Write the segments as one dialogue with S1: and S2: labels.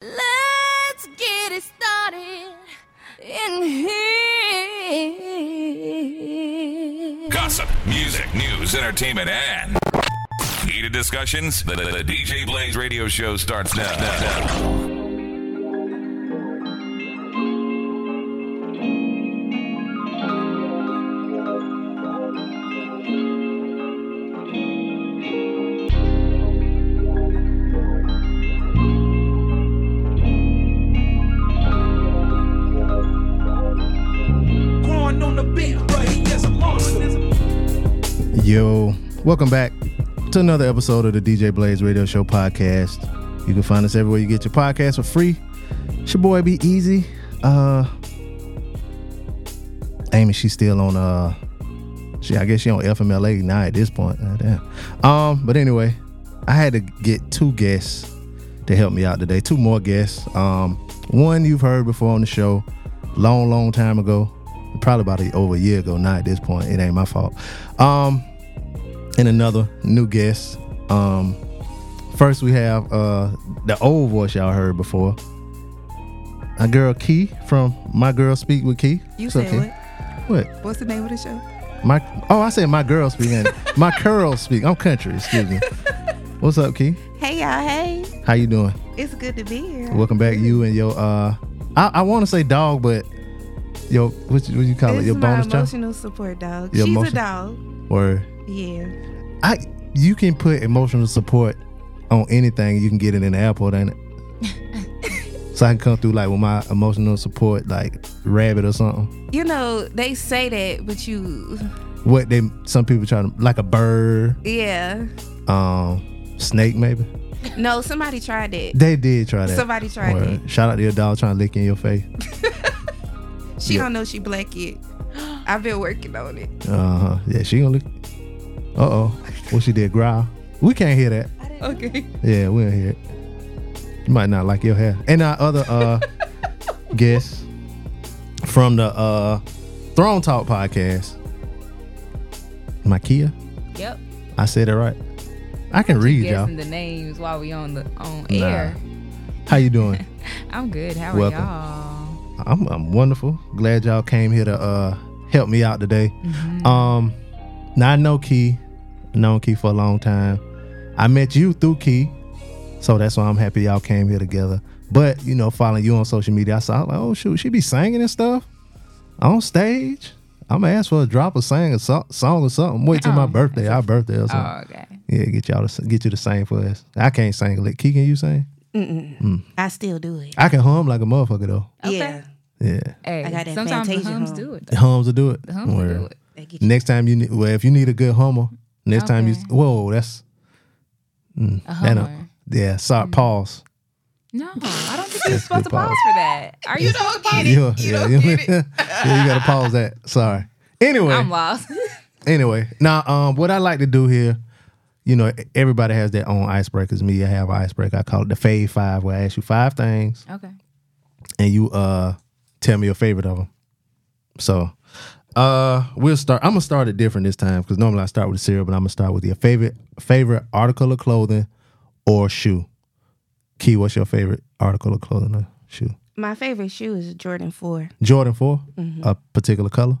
S1: Let's get it started in here.
S2: Gossip, music, news, entertainment, and heated discussions. The, the- the DJ Blaze radio show starts now.
S3: growing on the bench, but he is a monster.
S4: Yo, welcome back to another episode of the DJ Blaze Radio Show podcast. You can find us everywhere you get your podcast for free. It's your boy Be Easy. Uh Amy, she's still on uh she I guess she on FMLA now at this point. Ah, damn. Um, but anyway, I had to get two guests to help me out today. Two more guests. Um, one you've heard before on the show, long, long time ago. Probably about a, over a year ago now at this point. It ain't my fault. Um, and another new guest. Um, first we have uh the old voice y'all heard before. My girl Key from My Girl Speak with Key.
S5: You
S4: What's up,
S5: said
S4: Key?
S5: what?
S4: What?
S5: What's the name of the show?
S4: My oh, I said my girl speak. man. my curls speak. I'm country. Excuse me. What's up, Key?
S5: Hey y'all, hey.
S4: How you doing?
S5: It's good to be here.
S4: Welcome back, you and your uh, I, I want to say dog, but yo, what you, what you call
S5: This
S4: it? Your
S5: is my
S4: bonus child.
S5: emotional support dog.
S4: Your
S5: She's
S4: emotion-
S5: a dog.
S4: Or
S5: Yeah.
S4: I, you can put emotional support on anything. You can get it in the airport, ain't it? so I can come through like with my emotional support, like rabbit or something.
S5: You know, they say that, but you
S4: What they some people try to like a bird,
S5: yeah.
S4: um, snake maybe.
S5: No, somebody tried that.
S4: They did try that.
S5: Somebody tried
S4: Word. Shout out to your dog trying to lick in your face.
S5: She
S4: Yeah.
S5: don't know she black yet. I've been working on it.
S4: Uh huh. Yeah, she gonna lick. Uh oh. What she did? Growl. We can't hear that.
S5: Okay.
S4: Yeah, we don't hear it. You might not like your hair. And our other uh guest from the uh Throne Talk podcast. Makia.
S6: Yep.
S4: I said it right. I can read y'all.
S6: Guessing the names while we on the on
S4: Nah.
S6: air.
S4: How you doing?
S6: I'm good. How are
S4: Welcome.
S6: y'all?
S4: I'm, I'm wonderful. Glad y'all came here to uh help me out today.
S6: Mm-hmm.
S4: Um now I know Key, known Key for a long time. I met you through Key, so that's why I'm happy y'all came here together. But you know, following you on social media, I saw like, oh shoot, she be singing and stuff on stage. I'ma ask for a drop of sing a so- song or something. Wait till my
S6: Oh,
S4: birthday, our birthday or something.
S6: Oh, okay.
S4: yeah, get y'all to s- get you to sing for us. I can't sing. Like, Key, can you sing?
S5: I still do it.
S4: I can hum like a motherfucker though.
S5: Yeah.
S4: Yeah,
S6: Hey,
S5: I got that
S6: sometimes the
S5: Fantasia
S6: hums
S5: hum.
S6: do it.
S4: the hums will do it.
S6: Eh, The hums will do
S4: Word.
S6: it.
S5: They get you.
S4: Next time you need, well, if you need a good hummer, next time you
S6: Okay.
S4: whoa, that's mm,
S6: A
S4: that don't-
S6: hummer.
S4: yeah. Sorry, pause.
S6: No, I don't think you're
S4: It's
S6: supposed to
S4: good
S6: pause
S4: pause.
S6: for that. Are you supposed to pause?
S4: Yeah, yeah, yeah, yeah, you gotta pause that. Sorry. Anyway,
S6: I'm lost.
S4: anyway, now um, what I like to do here, you know, everybody has their own icebreakers. Me, I have an icebreaker. I call it the fave five, where I ask you five things
S6: okay.
S4: and you uh tell me your favorite of them. So uh we'll start. I'm gonna start it different this time because normally I start with the cereal, but I'm gonna start with your favorite favorite article of clothing or shoe. Key, what's your favorite article of clothing or shoe?
S5: My favorite shoe is Jordan 4.
S4: Jordan 4 a particular color.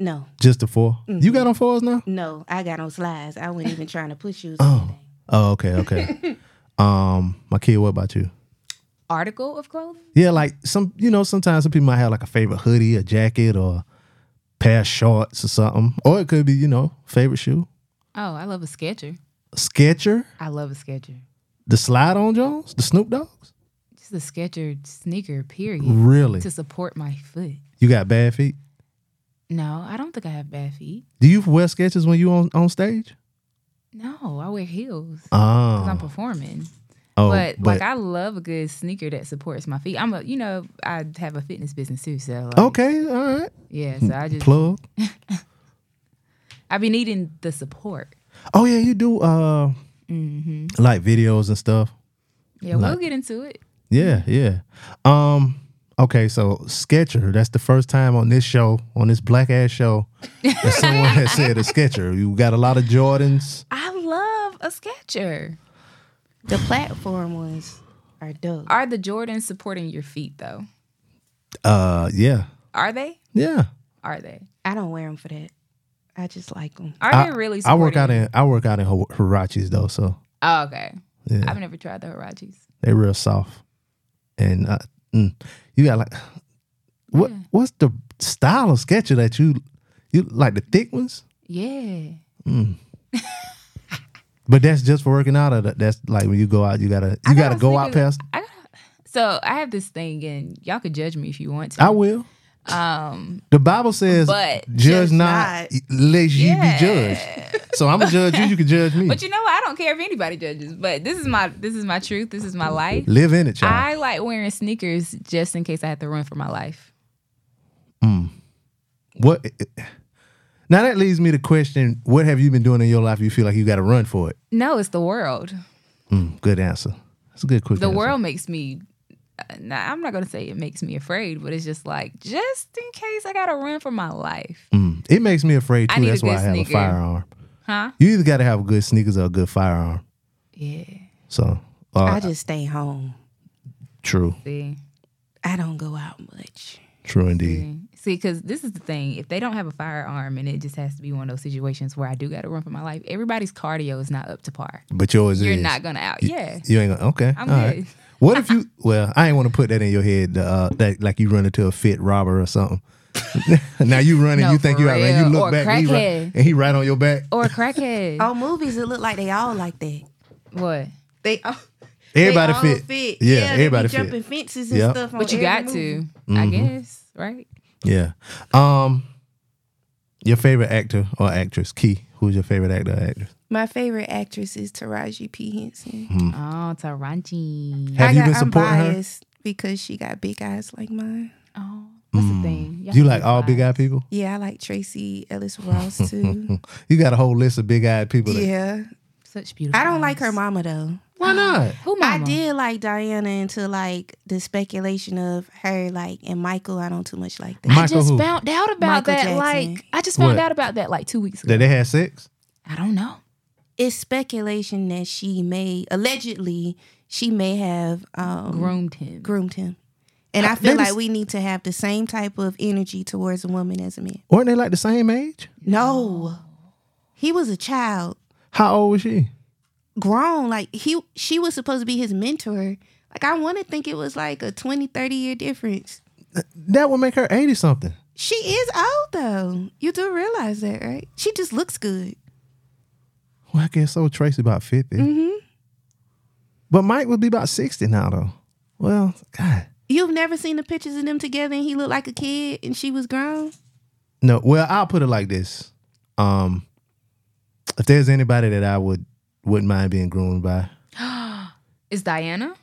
S7: No,
S4: Just the 4 You got on fours now?
S7: no, I got on slides. I wasn't even trying to push you.
S4: Oh. Oh, okay, okay. um, my kid, what about you?
S6: Article of clothing?
S4: Yeah, like some you know, sometimes some people might have like a favorite hoodie, a jacket, or pair of shorts or something. Or it could be, you know, favorite shoe.
S6: Oh, I love a sketcher.
S4: Sketcher,
S6: I love a sketcher.
S4: the slide on Jones, the Snoop Dogs.
S6: Just a sketcher sneaker, period.
S4: Really?
S6: To support my foot.
S4: You got bad feet?
S6: No, I don't think I have bad feet.
S4: Do you wear sketches when you on, on stage?
S6: No, I wear heels
S4: Oh,
S6: because I'm performing.
S4: oh
S6: but, like I love a good sneaker that supports my feet. I'm a you know I have a fitness business too, so like,
S4: okay, Hmm. all right.
S6: yeah. So I just
S4: Plug.
S6: I be needing the support.
S4: Oh yeah, you do uh
S6: Mm-hmm.
S4: like videos and stuff.
S6: Yeah, we'll get into it.
S4: Yeah, yeah. Um, okay, so Sketcher, that's the first time on this show, on this black ass show, that someone has said a Sketcher. You got a lot of Jordans.
S6: I love a sketcher.
S7: The platform ones are dope.
S6: Are the Jordans supporting your feet though?
S4: Uh yeah.
S6: Are they?
S4: Yeah.
S6: Are they?
S7: I don't wear them for that. I just like them.
S6: Are
S4: I,
S6: they really?
S4: I
S6: Supporting
S4: work out
S6: you?
S4: in I work out in Hi- Hirachis though, so
S6: Oh, okay.
S4: Yeah.
S6: I've never tried the Hirachis.
S4: they real soft. And uh, mm, you got like what what's the style of Sketcher that you you like the thick ones?
S6: Yeah.
S4: But that's just for working out or that- that's like when you go out you gotta you gotta
S6: a
S4: go out
S6: sneaker-
S4: past
S6: I got. So I have this thing, and y'all could judge me if you want to.
S4: I will. Um, the Bible says,
S6: but
S4: "Judge
S7: judge
S4: not,
S7: not.
S4: lest ye be judged." So I'm gonna judge you. You can judge me.
S6: But you know, what? I don't care if anybody judges. But this is my this is my truth. This is my life.
S4: Live in it, child.
S6: I like wearing sneakers just in case I have to run for my life.
S4: what? Now that leads me to question: What have you been doing in your life? You feel like you got to run for it.
S6: No, it's the world.
S4: Mm, good answer. That's a good quick.
S6: The
S4: answer.
S6: world makes me. uh, Nah, I'm not gonna say it makes me afraid, but it's just like just in case I gotta run for my life,
S4: Mm, it makes me afraid
S6: I
S4: too.
S6: need a
S4: That's why I
S6: good
S4: have
S6: sneaker.
S4: a firearm.
S6: huh?
S4: You either got to have good sneakers or a good firearm.
S6: Yeah.
S4: So, uh,
S7: I just stay home.
S4: true,
S6: See,
S7: I don't go out much.
S4: true indeed.
S6: see, because this is the thing. If they don't have a firearm, and it just has to be one of those situations where I do gotta run for my life, everybody's cardio is not up to par.
S4: But yours
S6: You're
S4: is.
S6: not gonna out.
S4: You-
S6: Yeah.
S4: You ain't gonna okay.
S6: I'm
S4: all right.
S6: good.
S4: What if you well, I ain't wanna put that in your head, uh that like you run into a fit robber or something. now you running,
S6: No,
S4: you think
S6: for
S4: you out there, you
S6: real.
S4: look
S6: Or
S4: back and he, right,
S6: crackhead. Oh,
S4: and he right on your back.
S6: Or a crackhead.
S7: On Oh, movies, it look like they all like that.
S6: What?
S7: They all,
S4: Everybody
S7: they all
S4: fit. Yeah,
S7: they be
S4: everybody fit.
S7: jumping fences and
S4: Yep.
S7: stuff. on
S6: But you
S7: every movie.
S6: got to, I
S4: Mm-hmm.
S6: guess, right?
S4: Yeah. Um your favorite actor or actress, Key. Who's your favorite actor or actress?
S7: My favorite actress is Taraji P Henson.
S4: Mm-hmm.
S6: Oh, Taraji.
S4: Have
S7: I
S4: you
S7: got,
S4: been
S7: I'm
S4: supporting her?
S7: biased because she got big eyes like mine.
S6: Oh, what's the thing? Y'all
S4: Mm-hmm. You
S6: can
S4: like
S6: be
S4: all big
S6: quiet.
S4: eyed people? Hmm.
S7: Yeah, I like Tracy Ellis Ross too.
S4: You got a whole list of big eyed people. that-
S7: yeah,
S6: Such beautiful.
S7: I don't
S6: eyes.
S7: like her mama though.
S4: Why not?
S6: Who
S7: I
S6: mama?
S7: did like Diana until like the speculation of her like and Michael. I don't too much like that.
S6: I
S4: Michael
S6: just
S4: who?
S6: found out about
S7: Michael
S6: that.
S7: Jackson.
S6: Like, I just found
S4: What?
S6: out about that like two weeks ago.
S4: That they had sex?
S6: I don't know.
S7: It's speculation that she may allegedly she may have um,
S6: Groomed him.
S7: groomed him, and I
S4: they
S7: feel like
S4: just-
S7: we need to have the same type of energy towards a woman as a man.
S4: Weren't they like the same age?
S7: No, he was a child.
S4: How old was she?
S7: grown like he she was supposed to be his mentor like i want to think it was like a 20 30 year difference
S4: That would make her eighty something.
S7: she is old though you do realize that right she just looks good
S4: Well, I guess old Tracy about 50.
S7: Mm-hmm.
S4: But Mike would be about 60 now, though. Well, God.
S7: you've never seen the pictures of them together and he looked like a kid and she was grown
S4: No, well, I'll put it like this. Um, if there's anybody that I would wouldn't mind being groomed by,
S6: Is Diana?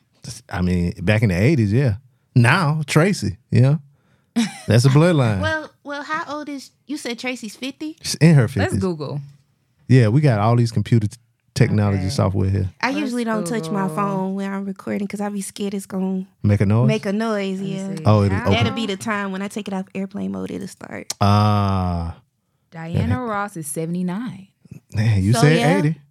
S4: I mean, back in the 80s, yeah. Now, Tracy, yeah. That's a bloodline.
S7: well well how old is you said tracy's 50
S4: She's in her 50s.
S6: Let's Google.
S4: Yeah, we got all these computer t- technology software here.
S7: i usually don't touch my
S6: Google.
S7: phone when i'm recording because i be scared it's gonna
S4: Make a noise.
S7: make a noise yeah
S4: oh, it is
S7: that'll
S4: open.
S7: be the time when i take it off airplane mode it'll start
S4: Ah,
S6: Diana Ross is seventy nine.
S4: man, you
S7: So,
S4: said
S7: yeah.
S4: 80.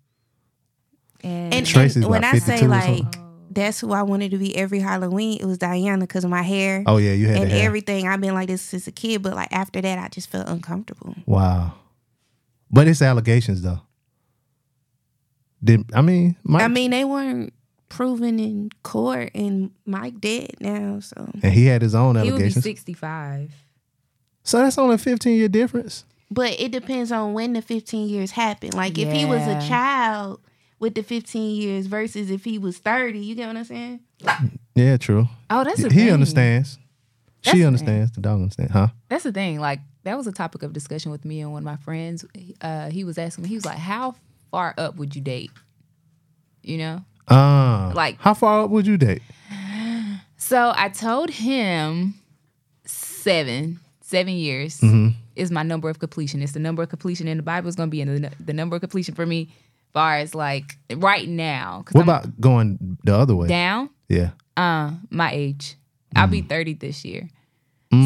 S6: And,
S7: and,
S4: Tracy's
S7: and when
S4: about
S7: i say
S4: 52 or
S7: like
S4: something.
S7: that's who I wanted to be every Halloween. It was Diana because of my hair
S4: Oh yeah, you had
S7: and
S4: the hair.
S7: everything. I've been like this since a kid, but like after that, I just felt uncomfortable.
S4: wow. But it's allegations though. Did I mean? Mike,
S7: I mean, they weren't proven in court, and Mike dead now, so
S4: and he had his own
S6: He would be
S4: allegations.
S6: 65.
S4: So that's only fifteen year difference.
S7: But it depends on when the 15 years happened. Like if he was a
S6: Yeah.
S7: child with the 15 years versus if he was 30, you get what I'm saying?
S4: Yeah, true.
S6: Oh, that's a
S4: he
S6: thing.
S4: understands.
S6: That's
S4: she
S6: the
S4: understands. The dog understands, huh?
S6: That's the thing. Like that was a topic of discussion with me and one of my friends. Uh, he was asking me. He was like, "How far up would you date?" You know.
S4: Ah,
S6: Like-
S4: how far up would you date?
S6: So I told him seven, seven years
S4: Mm-hmm.
S6: is my number of completion. It's the number of completion in the Bible is going to be in the, the number of completion for me, far as like right now. 'Cause
S4: What
S6: I'm
S4: about going the other way?
S6: down?
S4: Yeah.
S6: uh my age i'll
S4: Mm.
S6: be 30 this year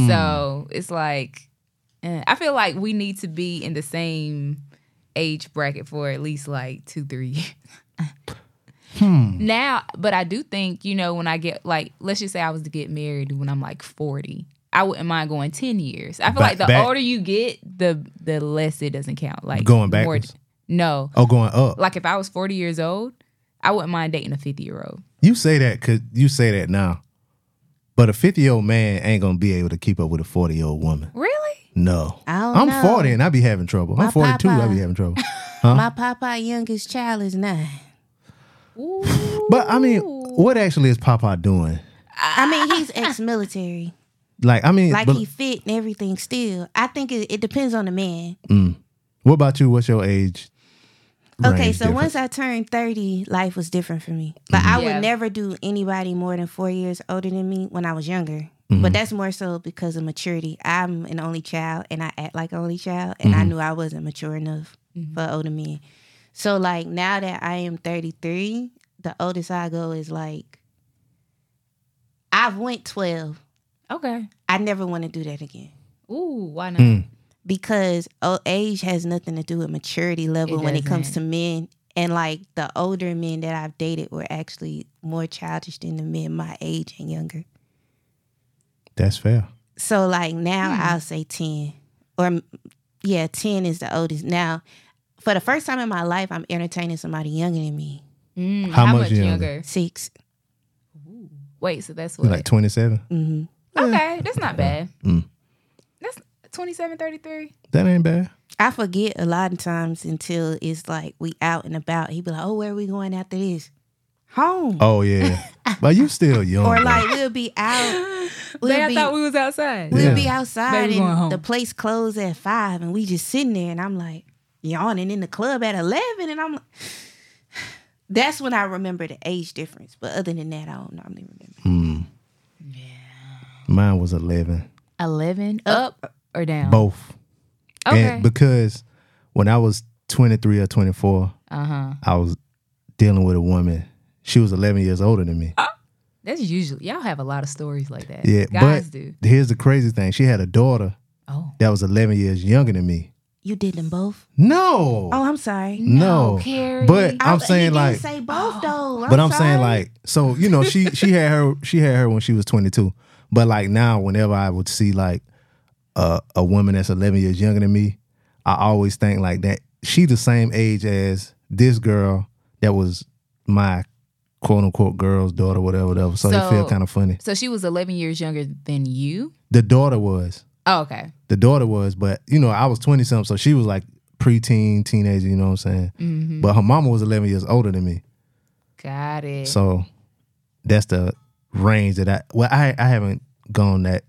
S6: so it's like eh, i feel like we need to be in the same age bracket for at least like two three years
S4: Hmm.
S6: now but i do think you know when i get like let's just say i was to get married when i'm like 40 i wouldn't mind going 10 years i feel
S4: Back-
S6: like the
S4: back-
S6: older you get the the less it doesn't count like
S4: Going
S6: the more-
S4: backwards?
S6: no
S4: Oh, going up.
S6: like if i was 40 years old i wouldn't mind dating a 50 year old
S4: You say that because you say that now, but a fifty year old man ain't gonna be able to keep up with a forty year old woman.
S6: really
S4: No,
S7: I don't
S4: I'm
S7: know.
S4: forty and I be having trouble. I'm
S7: My
S4: forty two. I
S7: papa.
S4: be having trouble. Oh.
S7: My Popeye youngest child is nine.
S4: But I mean, what actually is Papa doing?
S7: I mean, he's ex-military.
S4: Like, I mean,
S7: Like
S4: but-
S7: he fit and everything still. I think it, it depends on the man.
S4: what about you? What's your age?
S7: Okay,
S4: range
S7: so
S4: difference?
S7: once I turned 30, life was different for me. Like I
S6: Yeah.
S7: would never do anybody more than four years older than me when I was younger. But that's more so because of maturity. I'm an only child and I act like an only child and I knew I wasn't mature enough for older men. So like now that I am 33, the oldest I go is like I've went 12.
S6: okay
S7: I never want to do that again.
S6: Ooh, why not?
S7: because old age has nothing to do with maturity level
S6: It
S7: when it comes to
S6: doesn't.
S7: men. And like the older men that I've dated were actually more childish than the men my age and younger.
S4: That's fair.
S7: So like now
S6: Hmm.
S7: I'll say 10 or mm, yeah, 10 is the oldest. Now, for the first time in my life, I'm entertaining somebody younger than me.
S6: Mm,
S4: How much younger?
S7: Six.
S6: Wait, so that's
S4: You're
S6: what?
S4: like twenty seven.
S7: Mm.
S6: okay, that's not bad. That's 27, 33.
S4: That ain't bad.
S7: I forget a lot of times until it's like we out and about. He be like, oh, where are we going after this? Home.
S4: Oh yeah, but you still young.
S7: Or
S4: though.
S7: like we'll be out. We'll
S6: Man,
S7: be,
S6: I thought we was outside.
S7: We'll
S4: Yeah.
S7: be outside
S6: Baby going home.
S7: and the place closed at five, and we just sitting there, and I'm like yawning in the club at eleven, and I'm. like That's when I remember the age difference, but other than that, I don't normally remember.
S4: mine was eleven.
S6: 11 up or down?
S4: Both.
S6: Okay.
S4: And because when I was 23 or 24,
S6: uh-huh.
S4: I was dealing with a woman. She was 11 years older than me.
S7: Uh,
S6: That's usually y'all have a lot of stories like that.
S4: yeah, but
S6: Guys do.
S4: here's the crazy thing. She had a daughter
S6: Oh.
S4: that was 11 years younger than me.
S7: You did them both.
S4: No.
S7: Oh, I'm sorry.
S4: no.
S6: Carrie.
S4: but
S7: I-
S4: I'm
S7: he
S4: saying
S7: didn't
S4: like
S7: say both though.
S4: but I'm saying
S7: sorry.
S4: like so you know she she had her she had her when she was 22. But like now whenever I would see like a a woman that's 11 years younger than me, I always think like that she the same age as this girl that was my quote unquote girl's daughter whatever whatever. So, it feel
S6: So-
S4: kind of funny.
S6: So she was 11 years younger than you?
S4: The daughter was
S6: Oh, okay.
S4: the daughter was, but you know I was 20 something so she was like preteen teenager, you know what I'm saying?
S7: Mm-hmm.
S4: But her mama was 11 years older than me.
S6: Got it.
S4: So that's the range that I well I I haven't gone that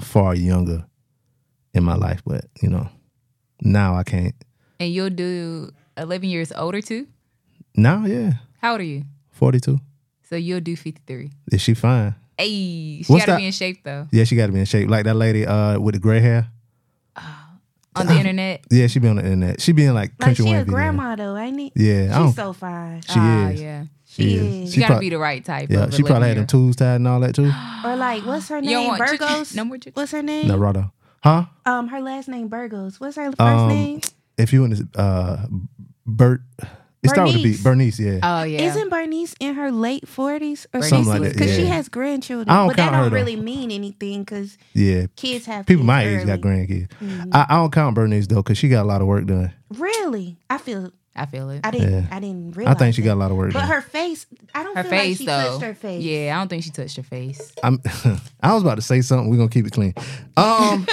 S4: far younger in my life, but you know now I can't.
S6: and you'll do 11 years older too?
S4: Now yeah,
S6: How old are you?
S4: forty two.
S6: So you'll do 53.
S4: Is she fine?
S6: Hey, she
S4: What's
S6: got to
S4: that-
S6: be in shape though.
S4: Yeah, she got to be in shape like that lady uh with the gray hair.
S6: On the internet.
S4: Yeah, she be on the internet. She be in like
S7: like
S4: country
S7: she a
S4: Wayne video.
S7: grandma though, ain't it?
S4: Yeah, I don't-
S7: she's so fine.
S4: She
S6: Ah,
S4: is.
S6: yeah.
S4: She
S7: she
S4: is.
S7: is.
S4: She
S6: You gotta
S4: prob-
S6: be the right type.
S4: yeah,
S6: of
S4: she probably had them
S6: 11-year-old.
S4: tubes tied and all that too.
S7: Or like, what's her
S6: You don't
S7: name?
S6: want chicken?
S7: Burgos.
S6: No more chicken.
S7: What's her name?
S4: no, Narada, huh?
S7: Um, her last name Burgos. What's her first
S4: Um,
S7: name?
S4: If you in this, uh, Bert It started with a B. Bernice, yeah.
S6: Oh yeah.
S7: Isn't Bernice in her late forties or
S4: Something like that,
S7: Because she
S4: yeah.
S7: has grandchildren,
S4: I don't
S7: but that
S4: count her,
S7: don't
S4: though.
S7: really mean anything because
S4: yeah.
S7: kids have
S4: People
S7: kids
S4: my age got
S7: early.
S4: grandkids. I, I don't count Bernice though, cause she got a lot of work done.
S7: Really, I feel
S6: I feel it.
S7: I didn't
S4: Yeah.
S7: I didn't
S4: I
S7: realize.
S4: think she
S7: that.
S4: got a lot of work
S7: But
S4: done.
S7: her face, I don't
S6: her
S7: feel
S6: face
S7: like she
S6: though.
S7: touched her face.
S6: Yeah, I don't think she touched her face.
S4: I'm, I was about to say something. We're gonna keep it clean. Um,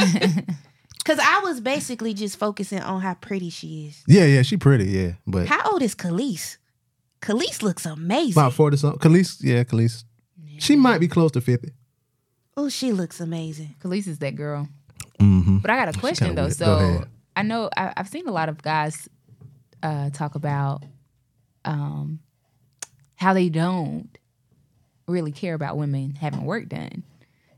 S7: Cause I was basically just focusing on how pretty she is.
S4: yeah, yeah, she pretty, yeah, but
S7: How old is Khalees? Khalees looks amazing.
S4: about forty something. Khalees, yeah, Khalees. She might be close to fifty.
S7: Oh, she looks amazing.
S6: Khalees is that girl.
S4: Mm-hmm.
S6: But I got a question
S4: kinda
S6: though.
S4: weird. Go
S6: So
S4: ahead.
S6: I know I, I've seen a lot of guys uh, talk about um, how they don't really care about women having work done.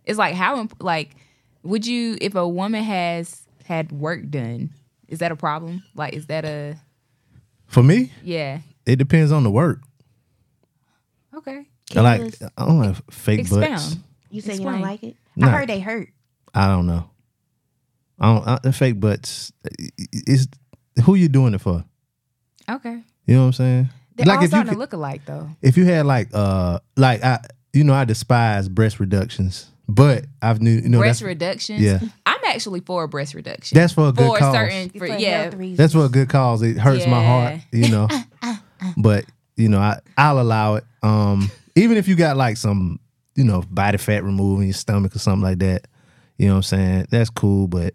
S6: It's like how imp- like would you if a woman has had work done, is that a problem? Like is that a
S4: For me,
S6: yeah?
S4: it depends on the work.
S6: Okay,
S7: Can
S4: like
S7: you,
S4: I don't have fake butts.
S6: expound.
S7: you say you
S6: explain.
S7: don't like it?
S4: Nah.
S7: I heard they hurt.
S4: I don't know. I don't. I, the fake butts. Is who you doing it for?
S6: Okay,
S4: You know what I'm saying?
S6: they all
S4: if you
S6: starting
S4: could-
S6: to look alike though.
S4: if you had like uh like I you know I despise breast reductions, but I've knew you know
S6: breast
S4: that's,
S6: reductions.
S4: yeah.
S6: I'm actually for a breast reduction.
S4: That's for a good
S6: for
S4: cause.
S6: certain for,
S7: For
S6: yeah
S7: health reasons.
S4: that's for a good cause. It hurts my
S6: Yeah.
S4: heart, you know. but you know I I'll allow it. Um, even if you got like some you know body fat removed in your stomach or something like that, you know what I'm saying? That's cool, but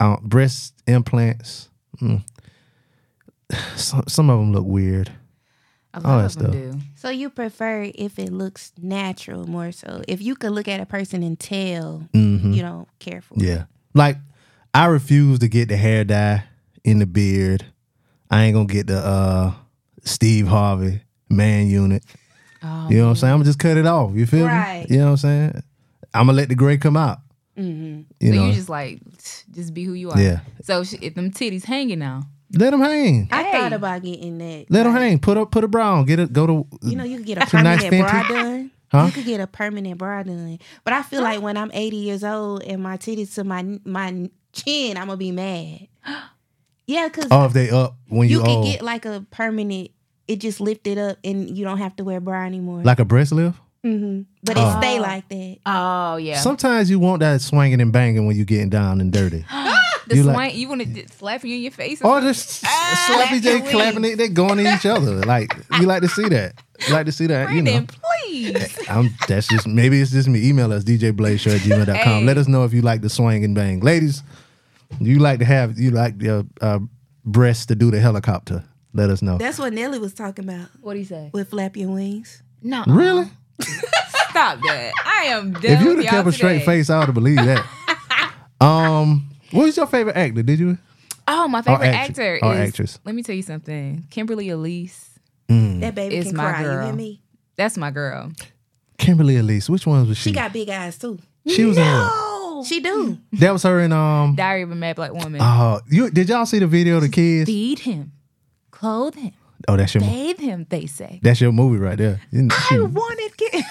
S4: um, breast implants. Mm, some some of them look weird.
S6: a
S4: all
S6: lot
S4: that stuff.
S6: of them do.
S7: So you prefer if it looks natural more so. If you could look at a person and tell you don't care for it.
S4: Mm-hmm. Yeah. Like I refuse to get the hair dye in the beard. I ain't gonna get the uh Steve Harvey man unit.
S6: Oh,
S4: You know what I'm saying? I'm gonna just cut it off. You feel
S7: Right.
S4: me? You know what I'm saying? I'm gonna let the gray come out. You
S6: so
S4: know,
S6: you just like just be who you are.
S4: Yeah.
S6: So sh- if them titties hanging now,
S4: let them hang.
S7: I
S6: Hey.
S7: thought about getting that.
S4: Let them
S7: like,
S4: hang. Put up, put a bra on. Get it. Go to.
S7: You know, you could get a
S4: Some nice
S7: permanent bra
S4: fenty.
S7: done.
S4: Huh?
S7: You could get a permanent bra done. But I feel like when I'm 80 years old and my titties to my my chin, I'm gonna be mad. Yeah, because
S4: oh, if they up when you,
S7: you can
S4: old,
S7: get like a permanent. It just lifted up and you don't have to wear a bra anymore.
S4: like a breast lift.
S7: hmm But it
S4: Oh.
S7: stay like that.
S6: oh yeah,
S4: Sometimes you want that swinging and banging when you getting down and dirty.
S6: the
S4: you
S6: you
S4: like-
S6: you want to slap you in your face.
S4: Or just Slappy J
S7: wings.
S4: clapping it, they going at each other. Like you like to see that. You like to see that. You know,
S6: Brandon, please.
S4: I'm that's just maybe it's just me. Email us djbladeshow at gmail.com.
S6: Hey.
S4: Let us know if you like the swing and bang, ladies. You like to have you like your uh, breasts to do the helicopter. Let us know.
S7: That's what Nelly was talking about
S6: What do you say?
S7: with flap your wings.
S6: No,
S4: really?
S6: stop that. I am done.
S4: If you'd
S6: with
S4: have
S6: y'all
S4: kept a straight
S6: today.
S4: face, I would have believed that. um, what was your favorite actor? Did you?
S6: Oh, my favorite
S4: actr-
S6: actor
S4: or
S6: is.
S4: actress.
S6: Let me tell you something. Kimberly Elise.
S7: That
S4: Mm.
S7: baby
S6: It's
S7: can
S6: my
S7: cry. You
S6: girl.
S7: hear me?
S6: That's my girl.
S4: Kimberly Elise. Which one was she?
S7: She got big eyes too.
S4: she was
S6: Oh.
S7: She do.
S6: Mm.
S4: in. That was her in um.
S6: Diary of a Mad Black Woman.
S4: Oh, you did y'all see the video of the kids?
S6: Feed him, clothe him,
S4: Oh, that's your mo-
S6: bathe him. They say.
S4: that's your movie right there. You- she-
S6: wanted kid.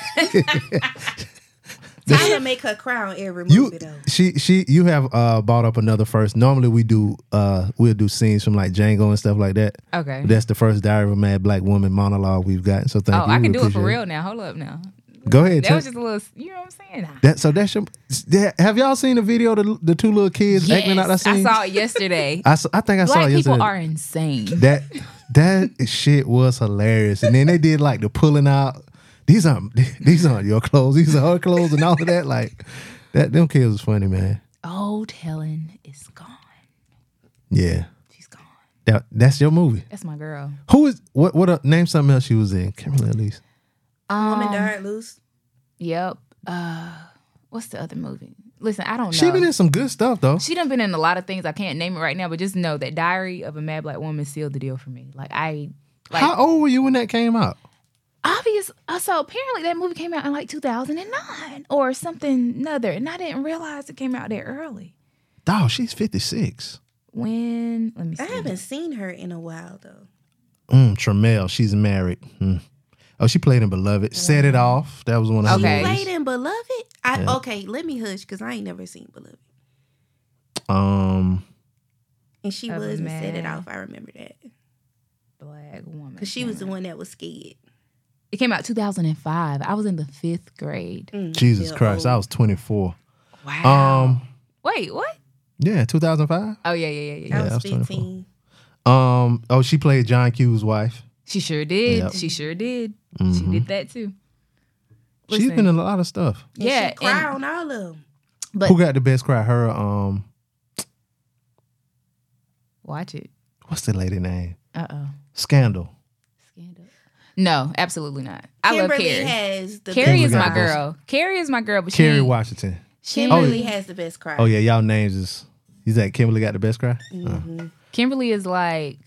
S7: Tyler make her cry on every movie
S4: you
S7: though.
S4: she she you have uh bought up another first. Normally we do uh we'll do scenes from like Django and stuff like that.
S6: Okay.
S4: That's the first Diary of a Mad Black Woman monologue we've gotten. So thank
S6: oh,
S4: you.
S6: I
S4: We
S6: can do it for
S4: appreciate
S6: real now. Hold up now.
S4: Go ahead.
S6: That
S4: tell-
S6: was just a little. You know what I'm saying?
S4: that so that's your. that- Have y'all seen the video? of The, the two little kids acting out that
S6: Yes, I
S4: scene.
S6: saw it yesterday.
S4: I, saw, I think I saw
S6: Black
S4: it
S6: people
S4: yesterday.
S6: are insane.
S4: that that shit was hilarious. And then they did like the pulling out. These aren't these aren't your clothes. These are her clothes and all of that. Like that. Them kids was funny, man.
S6: Old Helen is gone.
S4: Yeah.
S6: She's gone.
S4: That that's your movie.
S6: That's my girl.
S4: Who is what? What uh, name? Something else she was in? Kimberly Elise.
S6: Um,
S7: Woman died loose.
S6: Yep. Uh, what's the other movie? Listen, I don't know.
S4: She been in some good stuff though.
S6: She done been in a lot of things. I can't name it right now, but just know that Diary of a Mad Black Woman sealed the deal for me. Like I, like
S4: How old were you when that came out?
S6: obvious. uh, So apparently that movie came out in like 2009 or something another, and I didn't realize it came out that early.
S4: Dog, she's fifty six.
S6: When let me see.
S7: I haven't seen her in a while though.
S4: Mm, Tremel, she's married. Mm. Oh, she played in Beloved. Set it off. That was one of her
S6: Okay.
S7: Played
S4: movies.
S7: in Beloved. I okay. Let me hush because I ain't never seen Beloved.
S4: Um,
S7: And she
S6: Of
S7: was and set it
S6: Oh, man.
S7: off. I remember that.
S6: black woman.
S7: Cause she was the one that was scared.
S6: It came out 2005. I was in the fifth grade.
S4: Jesus
S7: Yeah,
S4: Christ, I was 24.
S6: Wow.
S4: Um,
S6: Wait, what?
S4: yeah, 2005.
S6: Oh yeah, yeah, yeah, yeah.
S4: Yeah,
S7: I
S4: I was
S7: was
S4: 24.
S7: fifteen.
S4: Um, oh, she played John Q's wife.
S6: She sure did.
S4: Yep. Mm-hmm.
S6: She sure did. She did that too.
S4: She's
S6: Listen.
S4: been in a lot of stuff.
S7: And
S6: Yeah,
S7: she cried on
S6: and-
S7: all of them.
S6: But-
S4: Who got the best cry? Her. Um,
S6: Watch it.
S4: what's the lady name?
S6: Uh oh.
S4: Scandal.
S6: Scandal. No, absolutely not. I love
S7: Kimberly
S6: Carrie.
S7: has the
S6: Carrie is
S4: Kimberly
S6: my
S4: got this.
S6: girl. Carrie is my girl. But
S4: Kerry
S6: she,
S4: Washington.
S6: she
S7: Kimberly has the best cry.
S4: Oh yeah, y'all names is. He's that Kimberly got the best cry. Uh,
S6: Mm-hmm. Kimberly is like,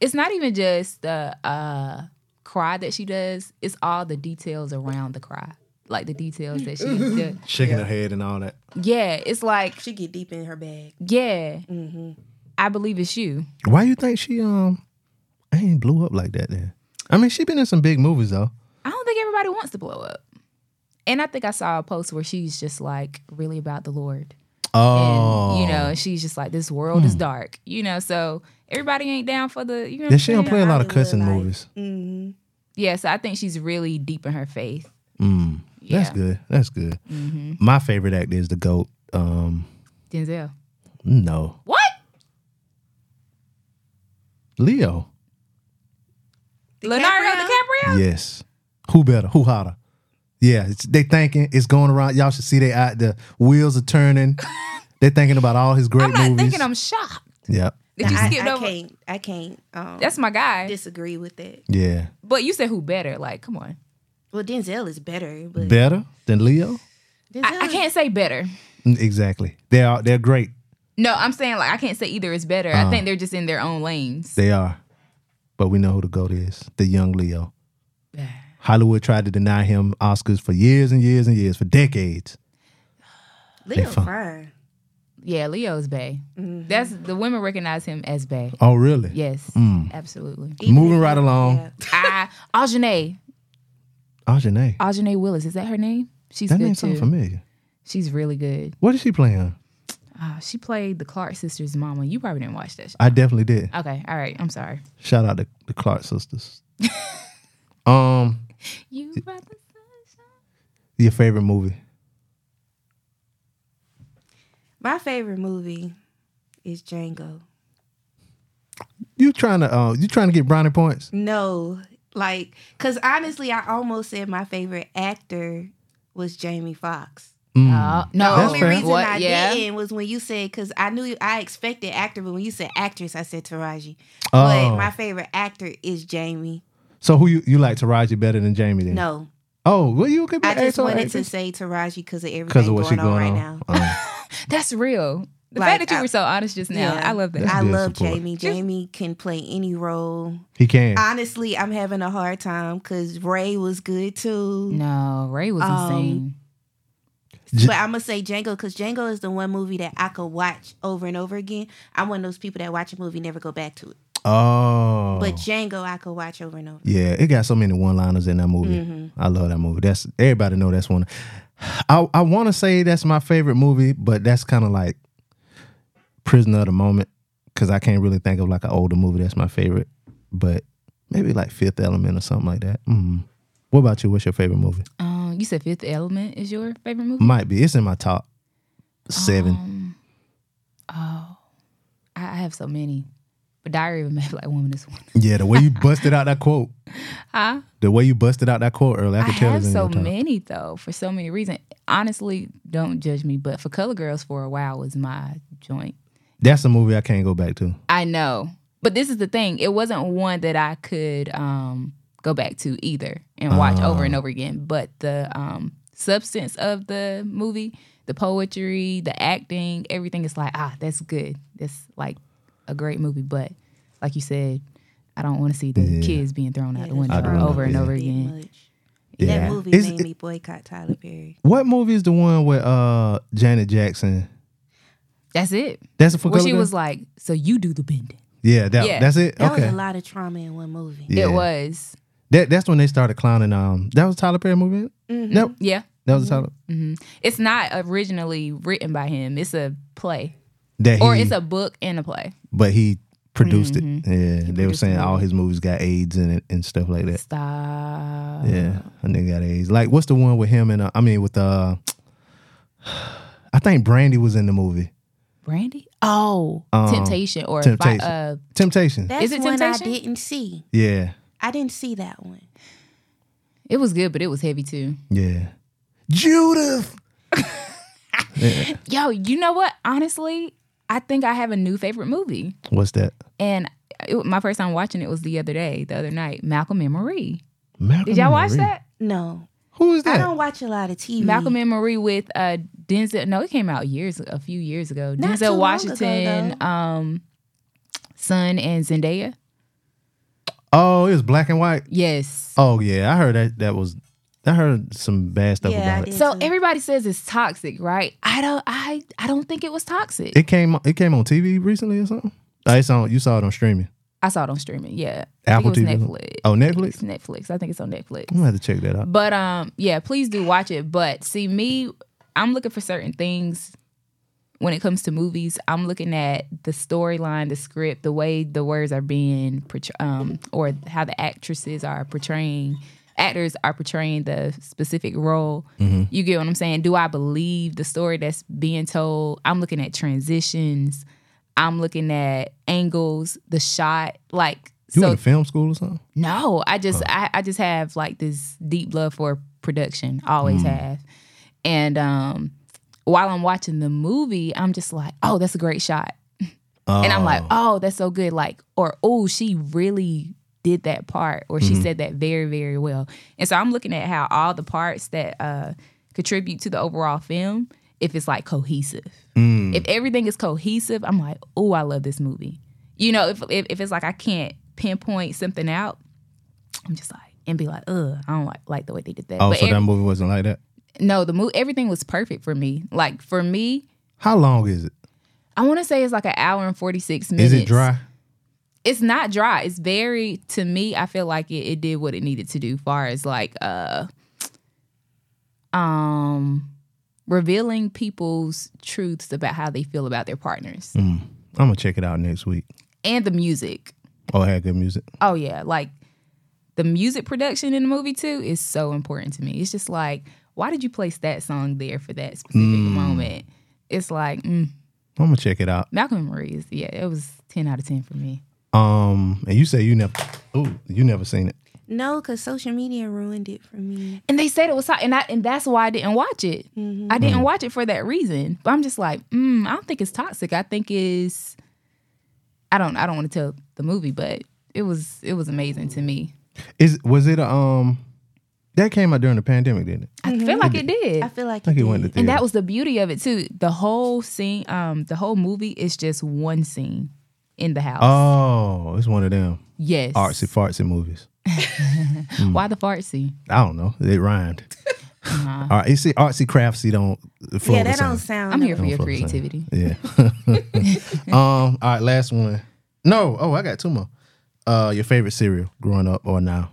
S6: it's not even just the uh, cry that she does. It's all the details around the cry, like the details that she does.
S4: shaking her head and all that.
S6: Yeah, it's like,
S7: She get deep in her bag.
S6: yeah,
S7: Mm-hmm.
S6: I believe it's you.
S4: Why you think she um ain't blew up like that then? I mean, she been in some big movies though.
S6: I don't think everybody wants to blow up. And I think I saw a post where she's just like really about the Lord.
S4: Oh, Hmm.
S6: And, you know, she's just like, this world is dark, you know, so everybody ain't down for the, you know, what
S4: yeah,
S6: I'm
S4: she don't
S6: saying?
S4: play a lot of
S7: Hollywood
S4: cussing
S7: life.
S4: movies.
S6: Yeah, so I think she's really deep in her faith.
S4: Mm, That's
S6: Yeah. Mm-hmm.
S4: good. That's good. My favorite actor is the goat. Um,
S6: Denzel.
S4: no,
S6: What?
S4: Leo.
S6: Leonardo DiCaprio?
S4: Yes. Who better? Who hotter? Yeah, it's, they thinking it's going around. Y'all should see they out. The wheels are turning. They're thinking about all his great
S6: I'm not
S4: movies.
S6: thinking I'm shocked.
S4: yep.
S6: That you
S7: I,
S6: skipped
S7: I
S6: over.
S7: can't. I can't. Um,
S6: That's my guy.
S7: disagree with that.
S4: Yeah.
S6: But you said who better? Like, come on.
S7: Well, Denzel is better, but
S4: Better than Leo?
S7: Denzel
S6: I, I
S7: is-
S6: can't say better.
S4: Mm, Exactly. They are. They're great.
S6: No, I'm saying like I can't say either is better.
S4: Uh.
S6: I think they're just in their own lanes.
S4: They are. But we know who the goat is. The young Leo. Hollywood tried to deny him Oscars for years and years and years, for decades.
S7: Leo
S4: fun.
S7: fine.
S6: Yeah, Leo's Bay.
S7: Mm-hmm.
S6: That's the women recognize him as Bay.
S4: Oh, really?
S6: Yes,
S4: Mm.
S6: absolutely.
S7: Even
S4: Moving
S7: if-
S4: right along.
S6: I Aljanae,
S4: Ajane.
S6: Aljanae Willis. Is that her name? She's
S4: That
S6: good
S4: name
S6: too.
S4: sounds familiar.
S6: She's really good.
S4: What is she playing?
S6: Uh, she played the Clark sisters' mama. You probably didn't watch that. sh-
S4: I definitely did.
S6: Okay, all right. I'm sorry.
S4: Shout out to the Clark sisters. um,
S6: You brought the sunshine.
S4: your favorite movie?
S7: My favorite movie is Django.
S4: You trying to uh, you trying to get brownie points?
S7: No, like, cause honestly, I almost said my favorite actor was Jamie Foxx.
S6: Uh, no,
S7: The
S4: Mm. That's
S7: only
S4: fair.
S7: reason
S6: What?
S7: I
S6: yeah.
S7: didn't was when you said because I knew I expected actor, but when you said actress, I said Taraji.
S4: Oh.
S7: But my favorite actor is Jamie.
S4: So who you, you like Taraji better than Jamie? Then
S7: No,
S4: Oh, well you could be
S7: I just
S4: actual
S7: wanted to
S4: actress.
S7: say Taraji because of everything
S4: 'Cause
S7: going,
S4: of what she
S7: on
S4: going
S7: right
S4: on.
S7: now.
S4: Uh,
S6: That's real. The
S7: Like,
S6: fact that you
S7: I-
S6: were so honest just now, I love that.
S4: That's
S7: I
S4: good
S7: love
S4: support.
S7: Jamie. Jamie can play any role.
S4: he can.
S7: Honestly, I'm having a hard time because Ray was good too.
S6: no, Ray was
S7: Um,
S6: insane.
S4: Mm. J-
S7: But I'm gonna say Django because Django is the one movie that I could watch over and over again. I'm one of those people that watch a movie never go back to it.
S4: oh,
S7: But Django, I could watch over and over.
S4: yeah, it got so many one liners in that movie.
S6: Mm-hmm.
S4: I love that movie. That's everybody know that's one. I I want to say that's my favorite movie, but that's kind of like prisoner of the moment because I can't really think of like an older movie that's my favorite. But maybe like Fifth Element or something like that. Mm. What about you? What's your favorite movie?
S6: Um, you said Fifth Element is your favorite movie.
S4: Might be. It's in my top seven.
S6: Um. I, I have so many, but Diary of a Mad Black Woman is one.
S4: Yeah, the way you busted out that quote.
S6: Huh?
S4: The way you busted out that quote earlier, I
S6: I
S4: could tell
S6: have
S4: it's in
S6: so
S4: your top.
S6: many though for so many reasons. Honestly, don't judge me, but for Color Girls for a while was my joint.
S4: That's a movie I can't go back to.
S6: I know, but this is the thing. It wasn't one that I could um go back to either and watch over and over again. But the um substance of the movie, the poetry, the acting, everything is like ah, that's good. That's like a great movie. But like you said. I don't want to see the kids being thrown out the window
S4: don't know,
S6: over and
S4: yeah.
S6: over
S7: Big
S6: again.
S7: much.
S4: Yeah.
S7: That movie
S4: Is
S7: made
S4: it-
S7: me boycott Tyler Perry.
S4: What movie is the one with uh Janet Jackson?
S6: That's it.
S4: That's for
S6: Where
S4: Color
S6: she
S4: Girl?
S6: was like, "So you do the bending."
S4: yeah, that,
S6: Yeah.
S4: that's it.
S7: That
S4: okay,
S7: was a lot of trauma in one movie.
S4: yeah.
S6: It was.
S4: That, that's when they started clowning. Um, that was a Tyler Perry movie.
S6: Mm-hmm.
S4: Nope,
S6: Yeah.
S4: that was a Tyler.
S6: It's not originally written by him. It's a play,
S4: That he,
S6: or it's a book and a play.
S4: but he produced it. Yeah, they were
S6: produced
S4: saying
S6: the
S4: all his movies got AIDS in it and stuff like that.
S6: Stop.
S4: Yeah, and they got AIDS. Like, what's the one with him and uh, I mean with uh, I think Brandy was in the movie.
S6: Brandy? Oh, temptation or fi-
S4: Um, Temptation.
S6: uh,
S4: Temptation.
S5: That's
S6: Is it
S5: one I
S6: Temptation?
S5: didn't see.
S4: Yeah,
S5: I didn't see that one.
S6: it was good, but it was heavy too.
S4: yeah. Judith.
S6: Yo, you know what? Honestly, I think I have a new favorite movie,
S4: What's that?
S6: and it, my first time watching it was the other day, the other night. Malcolm and Marie.
S4: Malcolm
S6: Did y'all
S4: and
S6: watch
S4: Marie.
S6: that?
S5: No,
S4: Who is
S5: I
S4: that?
S5: don't watch a lot of TV.
S6: Malcolm and Marie with uh Denzel. No, it came out years a few years ago.
S5: Not too
S6: Denzel
S5: long
S6: Washington,
S5: ago,
S6: um, son and Zendaya.
S4: Oh, it was black and white.
S6: Yes.
S4: Oh yeah, I heard that. That was. I heard some bad stuff
S5: Yeah, I
S4: about it.
S5: did.
S6: So
S5: too.
S6: everybody says it's toxic, right? I don't. I I don't think it was toxic.
S4: It came. It came on TV recently or something. Oh, it's on. You saw it on streaming.
S6: I saw it on streaming. Yeah,
S4: Apple
S6: I think it was
S4: TV?
S6: Netflix.
S4: Oh,
S6: I think
S4: Netflix?
S6: It's Netflix. I think it's on Netflix.
S4: I'm gonna have to check that out.
S6: But um, yeah, please do watch it. But see, me, I'm looking for certain things when it comes to movies. I'm looking at the storyline, the script, the way the words are being portray- um, or how the actresses are portraying, actors are portraying the specific role. You get what I'm saying? Do I believe the story that's being told? I'm looking at transitions. I'm looking at angles, the shot, like
S4: You
S6: so
S4: went to film school or something?
S6: no, I just I, I just have like this deep love for production. I Always have. And um while I'm watching the movie, I'm just like, oh, that's a great shot. And I'm like, oh, that's so good. Like, or oh, she really did that part, or
S4: Mm-hmm.
S6: she said that very, very well. And so I'm looking at how all the parts that uh contribute to the overall film, if it's like cohesive.
S4: Mm.
S6: If everything is cohesive, I'm like, oh, I love this movie. You know, if, if if it's like I can't pinpoint something out, I'm just like and be like, ugh, I don't like like the way they did that.
S4: Oh,
S6: but
S4: so
S6: ev-
S4: that movie wasn't like that.
S6: no, the movie everything was perfect for me. Like for me,
S4: How long is it?
S6: I want to say it's like an hour and 46 minutes.
S4: Is it dry?
S6: It's not dry. It's very to me, I feel like it, it did what it needed to do far as like uh um revealing people's truths about how they feel about their partners
S4: I'm gonna check it out next week.
S6: and the music.
S4: Oh, it had good music.
S6: Oh yeah, like the music production in the movie too is so important to me. It's just like, why did you place that song there for that specific moment? It's like mm,
S4: I'm gonna check it out.
S6: Malcolm and Marie is yeah, it was ten out of ten for me.
S4: Um, and you say you never. Oh, you never seen it.
S5: no, because social media ruined it for me.
S6: And they said it was hot, and I and that's why I didn't watch it.
S5: Mm-hmm.
S6: I
S4: Mm-hmm.
S6: didn't watch it for that reason. But I'm just like, mm, I don't think it's toxic. I think it's, I don't, I don't want to tell the movie, but it was, it was amazing to me.
S4: Is was it a um? That came out during the pandemic, didn't it? I
S6: I feel like it
S4: Mm-hmm.
S6: did.
S5: Mm-hmm. I feel like
S4: think
S5: it
S4: it went to
S5: did.
S4: theater.
S6: And that was the beauty of it too. The whole scene, um, the whole movie is just one scene in the house.
S4: oh, it's one of them
S6: yes.
S4: artsy fartsy movies.
S6: Why the fart scene?
S4: I don't know. It rhymed. All right, you see, artsy craftsy don't flow.
S5: yeah,
S4: the
S5: that
S4: same.
S5: don't sound.
S6: I'm here for
S4: Don't
S6: your
S4: flow the same.
S6: creativity.
S4: Yeah. um. All right. Last one. No. Oh, I got two more. Uh, your favorite cereal growing up or now?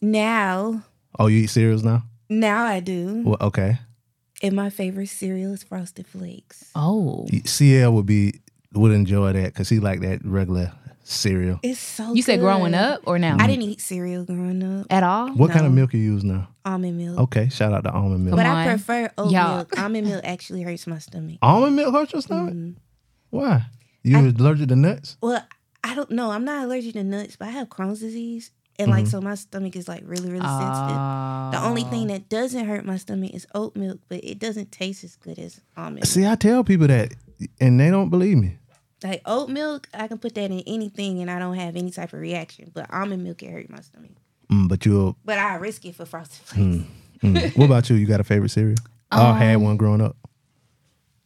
S5: now.
S4: Oh, you eat cereals now?
S5: Now I do.
S4: Well, okay.
S5: And my favorite cereal is Frosted Flakes.
S6: Oh,
S4: CL would be would enjoy that because he like that regular cereal.
S5: It's so.
S6: you said growing
S5: good.
S6: up Eh. or now?
S5: I didn't eat cereal growing up.
S6: at all.
S4: What kind of
S5: No.
S4: milk you use now?
S5: Almond milk.
S4: Okay, shout out to almond milk.
S5: But
S6: Come
S5: I
S6: Oh, on.
S5: prefer oat
S6: Y'all.
S5: milk. Almond milk actually hurts my stomach.
S4: Almond milk hurts your stomach?
S5: Mm.
S4: Why? You allergic to nuts?
S5: Well, I don't know. I'm not allergic to nuts, but I have Crohn's disease. And
S6: Mm-hmm.
S5: like, so my stomach is like really, really sensitive. The only thing
S6: Oh.
S5: that doesn't hurt my stomach is oat milk, but it doesn't taste as good as almond. milk.
S4: See, I tell people that, and they don't believe me.
S5: Like oat milk, I can put that in anything and I don't have any type of reaction. But almond milk, it hurt my stomach.
S4: Mm, but you,
S5: But I risk it for frosted flakes.
S4: mm. what about you? You got a favorite cereal?
S6: Um,
S4: I had one growing up.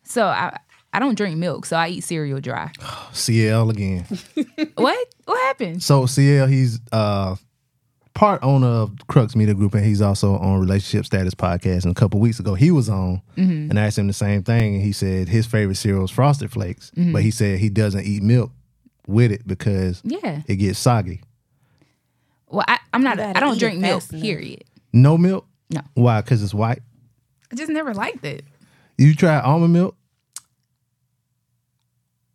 S6: So I, I don't drink milk, so I eat cereal dry.
S4: CL again.
S6: what? What happened?
S4: So CL, he's uh part owner of Crux Media Group, and he's also on Relationship Status Podcast. And a couple weeks ago, he was on,
S6: Mm-hmm.
S4: and I asked him the same thing, and he said his favorite cereal is Frosted Flakes,
S6: Mm-hmm.
S4: but he said he doesn't eat milk with it because
S6: Yeah.
S4: it gets soggy.
S6: Well, I, I'm not.
S5: You
S6: I
S5: gotta
S6: don't
S5: eat
S6: drink
S5: it
S6: milk.
S5: fast enough.
S6: Period.
S4: No milk.
S6: No.
S4: Why? Because it's white.
S6: I just never liked it.
S4: You try almond milk.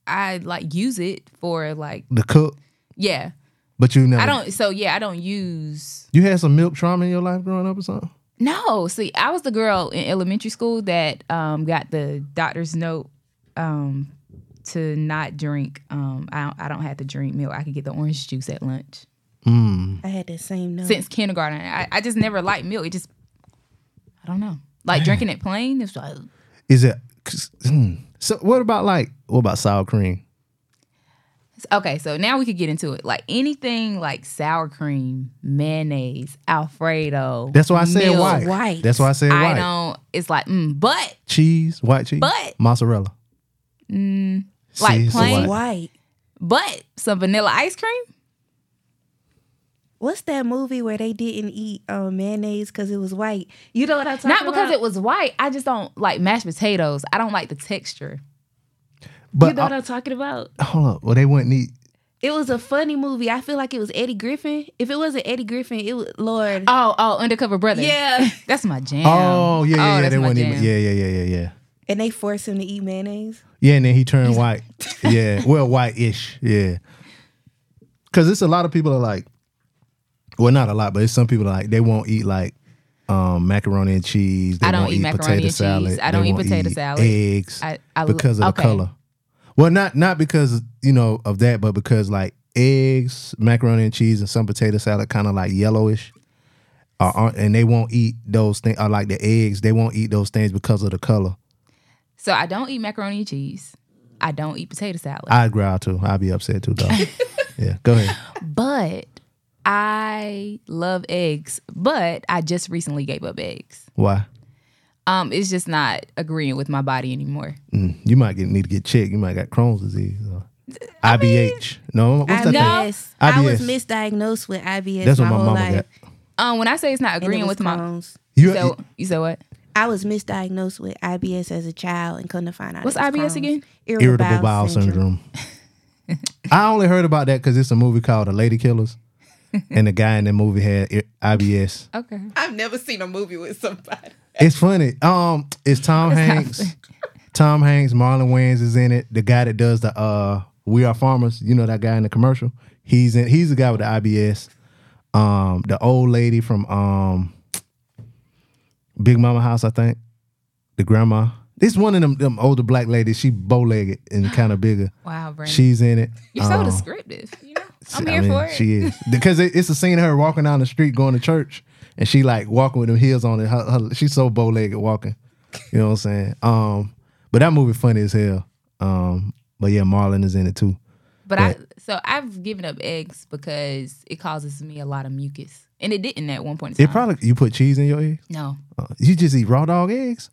S6: I like use it for like
S4: The cook,
S6: yeah.
S4: but you never.
S6: I don't. So yeah, I don't use.
S4: You had some milk trauma in your life growing up or something?
S6: No, see, I was the girl in elementary school that um, got the doctor's note um, to not drink. Um, I don't, I don't have to drink milk. I could get the orange juice at lunch.
S5: I had that same note.
S6: Since kindergarten, I, I just never liked milk. It just, I don't know. Like drinking it plain, uh, it's like
S4: Is it? 'cause- mm. So what about like what about sour cream?
S6: Okay, so now we could get into it. Like anything like sour cream, mayonnaise, Alfredo.
S4: That's why I said
S6: milk,
S4: white.
S5: White.
S4: That's why I said
S6: I
S4: white.
S6: don't. It's like, mm, but
S4: Cheese, white cheese,
S6: But-
S4: mozzarella. Mm,
S6: like plain-
S5: White.
S6: but some vanilla ice cream.
S5: What's that movie where they didn't eat uh, mayonnaise because it was white? You know what I'm talking
S6: Not
S5: about?
S6: because it was white. I just don't like mashed potatoes. I don't like the texture.
S4: But
S5: you know
S4: I-
S5: what I'm talking about?
S4: hold up, well they wouldn't eat.
S5: It was a funny movie. I feel like it was Eddie Griffin. If it wasn't Eddie Griffin, it was Lord.
S6: Oh, oh, undercover brother.
S5: Yeah.
S6: that's my jam.
S4: Oh yeah, yeah, yeah
S6: that's
S4: they
S6: my
S4: wouldn't
S6: jam.
S4: eat. Yeah, yeah, yeah, yeah, yeah.
S5: And they forced him to eat mayonnaise.
S4: Yeah, and then he turned white. yeah, well, white-ish. Yeah, because it's a lot of people are like, well, not a lot, but it's some people are like they won't eat like um, macaroni and cheese. They
S6: I don't
S4: won't
S6: eat macaroni
S4: potato
S6: and cheese.
S4: salad.
S6: I
S4: They
S6: don't eat
S4: won't
S6: potato
S4: eat
S6: salad.
S4: Eggs
S6: I- I lo-
S4: because of
S6: okay.
S4: the color. Well, not not because you know of that, but because like eggs, macaroni and cheese, and some potato salad kind of like yellowish. Are, are, and they won't eat those things. Are like the eggs. They won't eat those things because of the color.
S6: So I don't eat macaroni and cheese. I don't eat potato salad.
S4: I'd growl too. I'd be upset too, dog. yeah, go ahead.
S6: but I love eggs. But I just recently gave up eggs.
S4: Why?
S6: Um, it's just not agreeing with my body anymore.
S4: Mm, you might get need to get checked. You might got Crohn's disease. Or IBH. no, what's that thing?
S5: IBS. I was
S4: IBS.
S5: misdiagnosed with IBS
S4: That's
S5: my
S4: what my
S5: whole
S4: mama
S5: life.
S4: got.
S6: Um, when I say it's not
S5: And it
S6: agreeing
S5: was
S6: with my,
S5: Crohn's.
S4: You,
S6: you, so you said what?
S5: I was misdiagnosed with IBS as a child and come to find out.
S6: What's
S5: it was
S6: IBS
S5: Crohn's.
S6: again?
S5: Irritable,
S4: irritable bowel syndrome. I only heard about that because it's a movie called The Lady Killers, and the guy in that movie had I- IBS.
S6: Okay.
S5: I've never seen a movie with somebody.
S4: It's funny. Um, it's Tom Hanks. Tom Hanks, Marlon Wayans is in it. The guy that does the uh We Are Farmers, you know that guy in the commercial. He's in he's the guy with the IBS. Um, the old lady from um Big Mama House, I think. The grandma. This one of them, them older black ladies, she bow legged and kind of bigger.
S6: Wow, Brandon.
S4: She's in it.
S6: You're so
S4: Um,
S6: descriptive. You know, I'm
S4: I
S6: here
S4: mean,
S6: for it.
S4: She is because it, it's a scene of her walking down the street going to church, and she like walking with them heels on. And her, her- she's so bow legged walking. You know what I'm saying? Um, but that movie funny as hell. Um, but yeah, Marlon is in it too.
S6: but I, so I've given up eggs because it causes me a lot of mucus, and it didn't at one point. In
S4: It
S6: time.
S4: probably you put cheese in your eggs.
S6: no.
S4: Uh, you just eat raw dog eggs.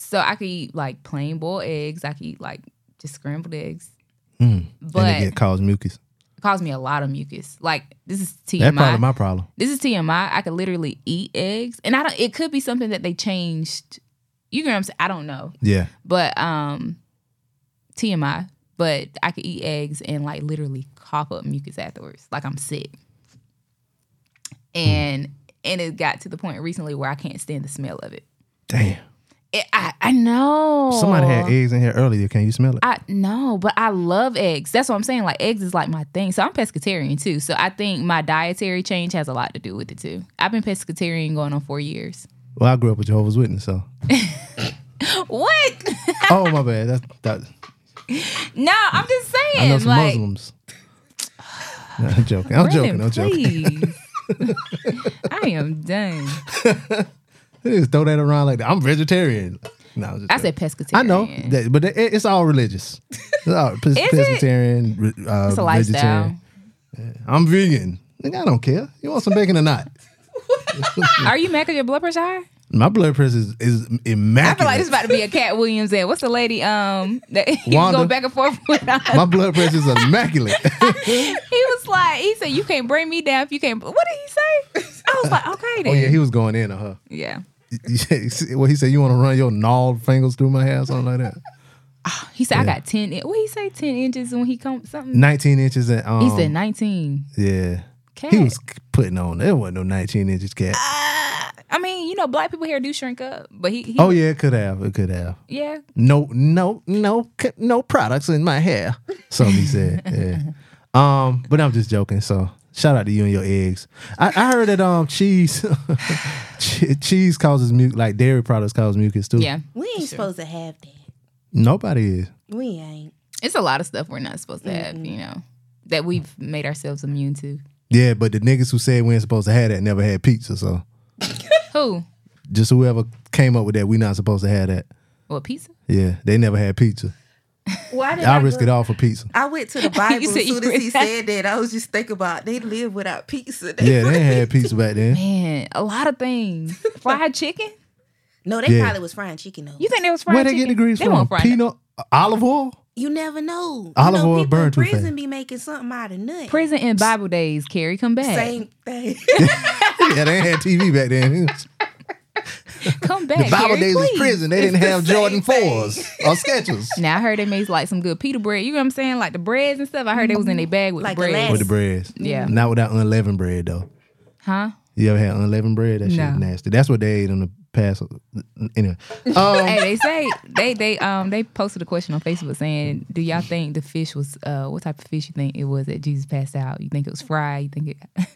S6: So I could eat like plain boiled eggs. I could eat like just scrambled eggs.
S4: Hmm. and
S6: But
S4: it get caused mucus.
S6: it caused me a lot of mucus. Like this is TMI.
S4: That's probably my problem.
S6: this is TMI. I could literally eat eggs, and I don't. It could be something that they changed. You know what I'm saying? I don't know,
S4: Yeah,
S6: but um, TMI. But I could eat eggs and like literally cough up mucus afterwards, like I'm sick. And and it got to the point recently where I can't stand the smell of it.
S4: damn.
S6: It- I I know
S4: Somebody had eggs in here earlier. Can you smell it?
S6: I no, but I love eggs. That's what I'm saying. Like eggs is like my thing. So I'm pescatarian too. So I think my dietary change has a lot to do with it too. I've been pescatarian going on four years.
S4: well, I grew up with Jehovah's Witness, so
S6: What?
S4: oh my bad. That's that,
S6: no, I'm just saying.
S4: I know some
S6: like,
S4: Muslims. No, I'm joking. I'm joking. I'm joking.
S6: please. I am done.
S4: They just throw that around like that. I'm vegetarian. No, I'm just
S6: I
S4: joking.
S6: said pescatarian.
S4: I know, that, but it, it's all religious. It's all pes-
S6: it?
S4: pescatarian, re- uh,
S6: It's a lifestyle.
S4: vegetarian. I'm vegan. Nigga, I don't care. You want some bacon or not?
S6: Are you mad 'cause your blood pressure high?
S4: My blood pressure is, is
S6: I feel
S4: immaculate.
S6: like this is about to be a Cat Williams and what's the lady um that he was
S4: Wanda.
S6: going back and forth with? Uh,
S4: My blood pressure is immaculate. Oh,
S6: he was like, he said, "You can't bring me down if you can't." What did he say? I was like, okay
S4: oh
S6: then.
S4: yeah, he was going in on her.
S6: yeah.
S4: well, he said you want to run your gnarled fingers through my hair, or something like that.
S6: He said, "I got ten. in- What he say? Ten inches when he come something."
S4: Nineteen inches and um,
S6: he said nineteen.
S4: yeah,
S6: Cat.
S4: he was putting on. There wasn't no nineteen inches cat.
S6: I mean, mean, you know, black people hair do shrink up, but he, he
S4: Oh yeah, it could have. It could have.
S6: yeah,
S4: No, no, no, c- no products in my hair. Something he said. Yeah. Um, but I'm just joking. So shout out to you and your eggs. I, I heard that um cheese, che- cheese causes mucus. Like dairy products cause mucus too.
S6: yeah.
S7: We ain't supposed to have that.
S4: Nobody is.
S7: We ain't.
S6: It's a lot of stuff we're not supposed to have, you know, that we've made ourselves immune to.
S4: Yeah, but the niggas who said we ain't supposed to have that never had pizza. So
S6: Who?
S4: just whoever came up with that, we not supposed to have that.
S6: What pizza?
S4: Yeah, they never had pizza.
S7: Why did
S4: I risk it all for pizza.
S7: I went to the Bible
S6: You
S7: as
S6: said you
S7: soon as he
S6: risked that.
S7: said that. I was just thinking about they live without pizza. They
S4: Yeah, they ain't had pizza back then.
S6: Man, a lot of things. Fried chicken?
S7: No, they
S4: Yeah.
S7: probably was frying chicken though.
S6: You think there was fried
S4: Where they
S6: chicken?
S4: get the grease
S6: they
S4: from?
S6: want fried.
S4: Peanut olive oil.
S7: You never know.
S4: Olive
S7: you know,
S4: oil
S7: people in
S4: burn too
S7: prison
S4: fast.
S7: be making something out of nothing.
S6: Prison and Bible days. Carrie, come back.
S7: Same thing.
S4: yeah, they ain't had TV back then.
S6: Come back.
S4: The Bible
S6: Carrie,
S4: days was
S6: please.
S4: prison. They didn't
S7: It's the
S4: have Jordan
S7: same
S4: fours or Skechers.
S6: Now I heard they made like some good pita bread. You know what I'm saying? Like the breads and stuff. I heard they was in their bag with
S7: Like
S6: the bread.
S7: Alaska.
S4: With the breads.
S6: Yeah.
S4: Not without unleavened bread though.
S6: Huh?
S4: You ever had unleavened bread? That shit
S6: No.
S4: nasty. That's what they ate on the past. Anyway, um,
S6: hey, they say they they um they posted a question on Facebook saying, "Do y'all think the fish was uh what type of fish you think it was that Jesus passed out? You think it was fried? You think it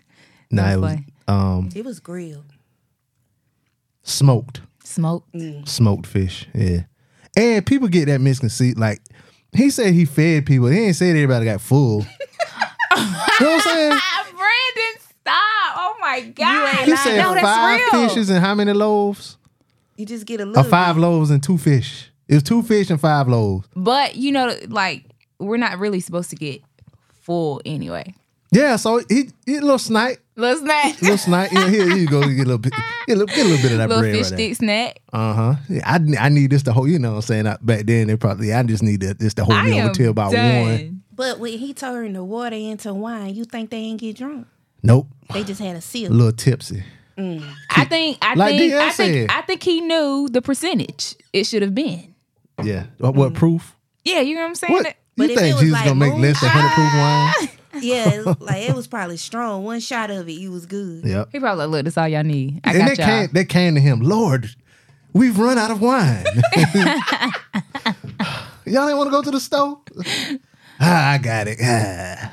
S4: nah, it was
S6: like-
S4: um,
S7: it was grilled.
S4: smoked,
S6: smoked?"
S4: Mm. smoked fish. Yeah, and people get that misconceived. Like he said, he fed people. He ain't said everybody got full. you know what I'm saying?
S6: Brandon, stop! Oh my
S7: You
S6: god!
S7: ain't
S4: He
S7: Nah,
S4: said
S6: no, that's
S4: five
S6: real.
S4: fishes and how many loaves?
S7: You just get a little.
S4: Or five loaves and two fish. It was two fish and five loaves.
S6: But you know, like we're not really supposed to get full anyway.
S4: Yeah, so he, he little snipe,
S6: Little snack,
S4: little snipe. Yeah, here you go, get a little bit, get a little, get a little bit of that
S6: little
S4: bread
S6: fish
S4: right
S6: stick snack.
S4: there. Uh huh. Yeah, I I need this to hold. You know what I'm saying? I, back then they probably I just need that this to hold
S6: I
S4: me
S6: am
S4: over till about
S6: done.
S4: one.
S7: But when he turned the water into wine, you think they ain't get drunk?
S4: Nope,
S7: They just had a
S4: a
S7: sip.
S4: little tipsy.
S6: I think I
S4: Like
S6: think
S4: DL
S6: I
S4: said.
S6: think I think he knew the percentage it should have been.
S4: Yeah. What, what proof?
S6: Yeah, you know what I'm saying?
S4: What
S7: But
S4: you
S7: if Mm. it
S4: think
S7: was
S4: Jesus
S7: like ah!"
S4: gonna make less than hundred proof wine?
S7: Yeah, it was- like it was probably strong. One shot of it, you was good.
S4: Yep.
S6: He probably like, look, that's all y'all need. I
S4: and
S6: got
S4: they
S6: y'all.
S4: came, they came to him, Lord, we've run out of wine. Y'all didn't want to go to the store? ah, I got it. Ah.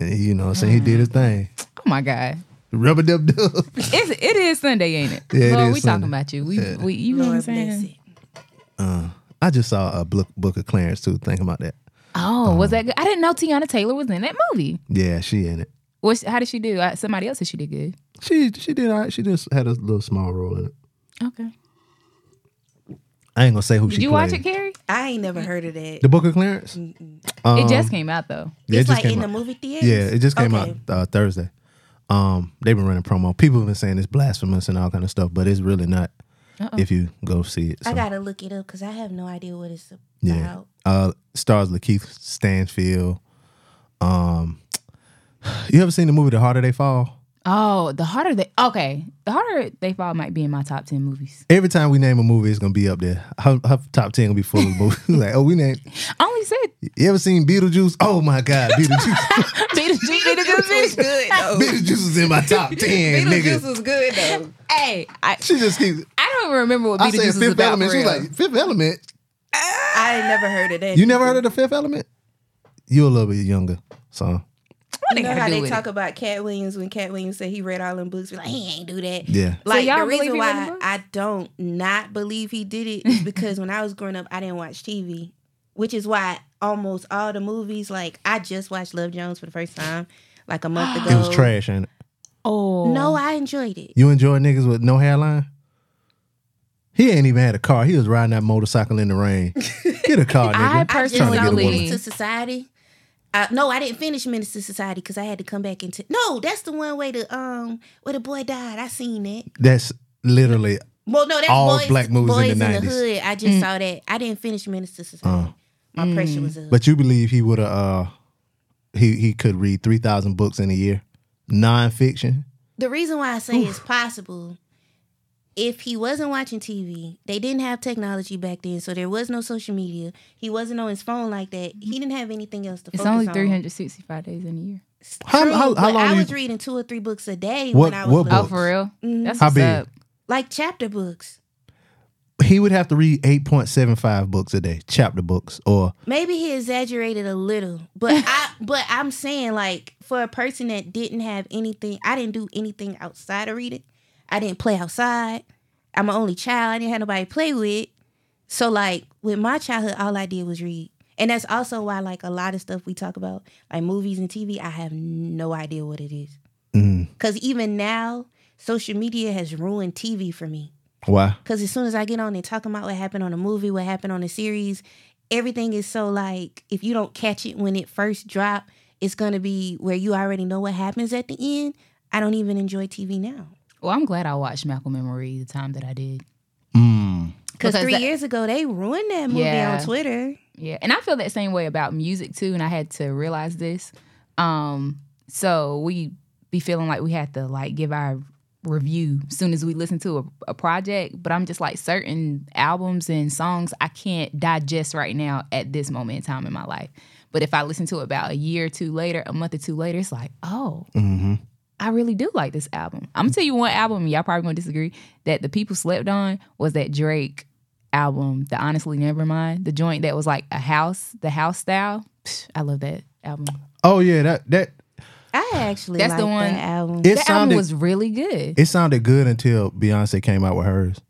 S4: And You know what I'm saying? He did
S7: Mm-hmm.
S4: his thing.
S6: Oh my God.
S4: Rubber dub dub.
S6: It's it is Sunday, ain't it?
S4: Yeah, it
S6: Lord,
S4: is
S6: we
S4: Sunday.
S6: talking about you. We we you know what I'm
S7: Lord bless
S6: saying?
S7: it.
S4: I just saw a book, book of Clarence too, thinking about that.
S6: Oh,
S4: Um,
S6: was that good? I didn't know Tiana Taylor was in that movie.
S4: Yeah, she in it.
S6: What's how did she do? I, somebody else said she did good.
S4: She she did all right. She just had a little small role in it.
S6: Okay.
S4: I ain't gonna say who
S6: Did
S4: she
S6: you
S4: played.
S6: watch it, Carrie?
S7: I ain't never heard of that.
S4: The Book of Clarence? Um,
S6: it just came out though.
S4: yeah, it
S7: it's
S4: just
S7: like
S4: came
S7: in
S4: out.
S7: the movie theater.
S4: Yeah, it just came
S7: Okay.
S4: out uh, Thursday. Um, they've been running promo. People have been saying it's blasphemous and all kind of stuff, but it's really not.
S6: Uh-uh.
S4: If you go see it,
S7: I
S4: so,
S7: gotta look it up because I have no idea what it's about.
S4: yeah. Uh, stars Lakeith Stansfield. Um, you ever seen the movie The Harder They Fall?
S6: Oh, the harder they okay. The harder they fall might be in my top ten movies.
S4: Every time we name a movie, it's gonna be up there. Her, her top ten gonna be full of movies. like, oh, we named.
S6: I only said
S4: You ever seen Beetlejuice? Oh my God, Beetlejuice!
S6: Beetlejuice, Beetlejuice,
S7: was good though.
S4: Beetlejuice is in my top ten,
S7: Beetlejuice
S4: nigga.
S7: was good though.
S6: Hey, I,
S4: She just keeps.
S6: I don't even remember what
S4: I said
S6: Beetlejuice was
S4: Fifth
S6: about.
S4: Element.
S6: for
S4: She was
S6: real.
S4: like Fifth Element.
S7: I ain't never heard of that.
S4: You never heard of the Fifth Element? You a little bit younger, so
S7: You know
S6: gotta
S7: how
S6: do
S7: they
S6: with
S7: talk about Cat Williams when Cat Williams said he read all them books. Be like he ain't do that.
S4: yeah.
S7: Like
S6: y'all
S7: the
S6: believe
S7: reason
S6: he read
S7: why
S6: the book?
S7: I don't not believe he did it is because when I was growing up, I didn't watch TV, which is why almost all the movies. Like I just watched Love Jones for the first time, like a month ago.
S4: It was trash, ain't it?
S6: oh
S7: No, I enjoyed it.
S4: You enjoy niggas with no hairline? He ain't even had a car. He was riding that motorcycle in the rain. Get a car,
S6: I
S4: nigga.
S7: I just
S6: Personally,
S4: Trying to
S7: saw
S4: get a woman.
S7: Minutes to Society. Uh, no, I didn't finish Minutes to Society because I had to come back into. No, that's the one way to um where the boy died. I seen that.
S4: That's literally
S7: Well, no, that's
S4: All
S7: boys,
S4: black movies in
S7: boys
S4: the
S7: in the,
S4: 90s.
S7: hood. I
S6: Mm.
S7: just saw that. I didn't finish Minutes to
S4: Uh.
S7: Society. My pressure was
S6: Mm.
S7: up.
S4: But you believe he would have uh he he could read 3,000 books in a year. Nonfiction.
S7: the reason why I say it's possible, if he wasn't watching TV, they didn't have technology back then, so there was no social media. He wasn't on his phone like that. He didn't have anything else to
S6: It's
S7: focus
S6: only
S7: on.
S6: 365 days in a year.
S4: How-
S7: True,
S4: how- how
S7: but
S4: long
S7: I
S4: you-
S7: was reading two or three books a day
S4: What-
S7: when I
S4: what
S7: was
S4: book?
S6: Oh,
S7: little.
S4: Books.
S6: for real? That's
S4: How
S6: what's
S4: big?
S6: up.
S7: like chapter books.
S4: He would have to read 8.75 books a day, chapter books, or
S7: Maybe he exaggerated a little, but I but I'm saying like for a person that didn't have anything, I didn't do anything outside of reading. I didn't play outside. I'm an only child. I didn't have nobody to play with. So like with my childhood, all I did was read. And that's also why like a lot of stuff we talk about, like movies and TV, I have no idea what it is. Cause even now, social media has ruined TV for me.
S4: why?
S7: Because as soon as I get on and talking about what happened on a movie, what happened on a series, everything is so like if you don't catch it when it first drop, it's gonna be where you already know what happens at the end. I don't even enjoy TV now.
S6: Well, I'm glad I watched Malcolm and Marie the time that I did.
S7: Because
S6: Because
S7: three
S6: that-
S7: years ago they ruined that movie
S6: Yeah.
S7: on Twitter.
S6: Yeah, and I feel that same way about music too, and I had to realize this. Um, so we be feeling like we had to like give our review soon as we listen to a, a project, but I'm just like certain albums and songs I can't digest right now at this moment in time in my life. But if I listen to it about a year or two later, a month or two later, it's like, oh, I really do like this album. I'm gonna tell you one album, y'all probably gonna disagree, that the people slept on was that Drake album, the Honestly Nevermind, the joint that was like a house, the house style. Psh, I love that album.
S4: Oh yeah, that that
S7: I actually
S6: That's
S7: that's
S6: the
S7: the
S6: one-
S7: that album.
S4: it
S6: that
S4: sounded
S6: album was really good.
S4: it sounded good until Beyonce came out with hers.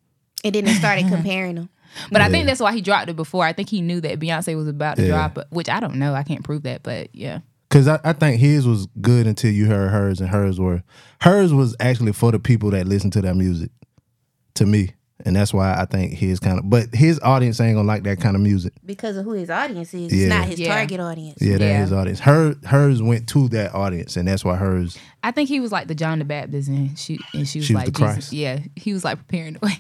S7: And then they started comparing them.
S6: But I think that's why he dropped it before. I think he knew that Beyonce was about to drop it, which I don't know. I can't prove that, but yeah.
S4: Cause I, I think his was good until you heard hers, and hers were hers was actually for the people that listen to that music, to me, and that's why I think his kind of. But his audience ain't gonna like that kind of music.
S7: Because of who his audience is.
S4: Yeah.
S7: It's not his
S6: Yeah.
S7: target audience.
S4: Yeah, that
S6: Yeah.
S4: his audience. Her hers went to that audience, and that's why hers.
S6: I think he was like the John the Baptist and she and she was
S4: She was
S6: like
S4: the
S6: Jesus.
S4: Christ.
S6: Yeah. He was like preparing the way.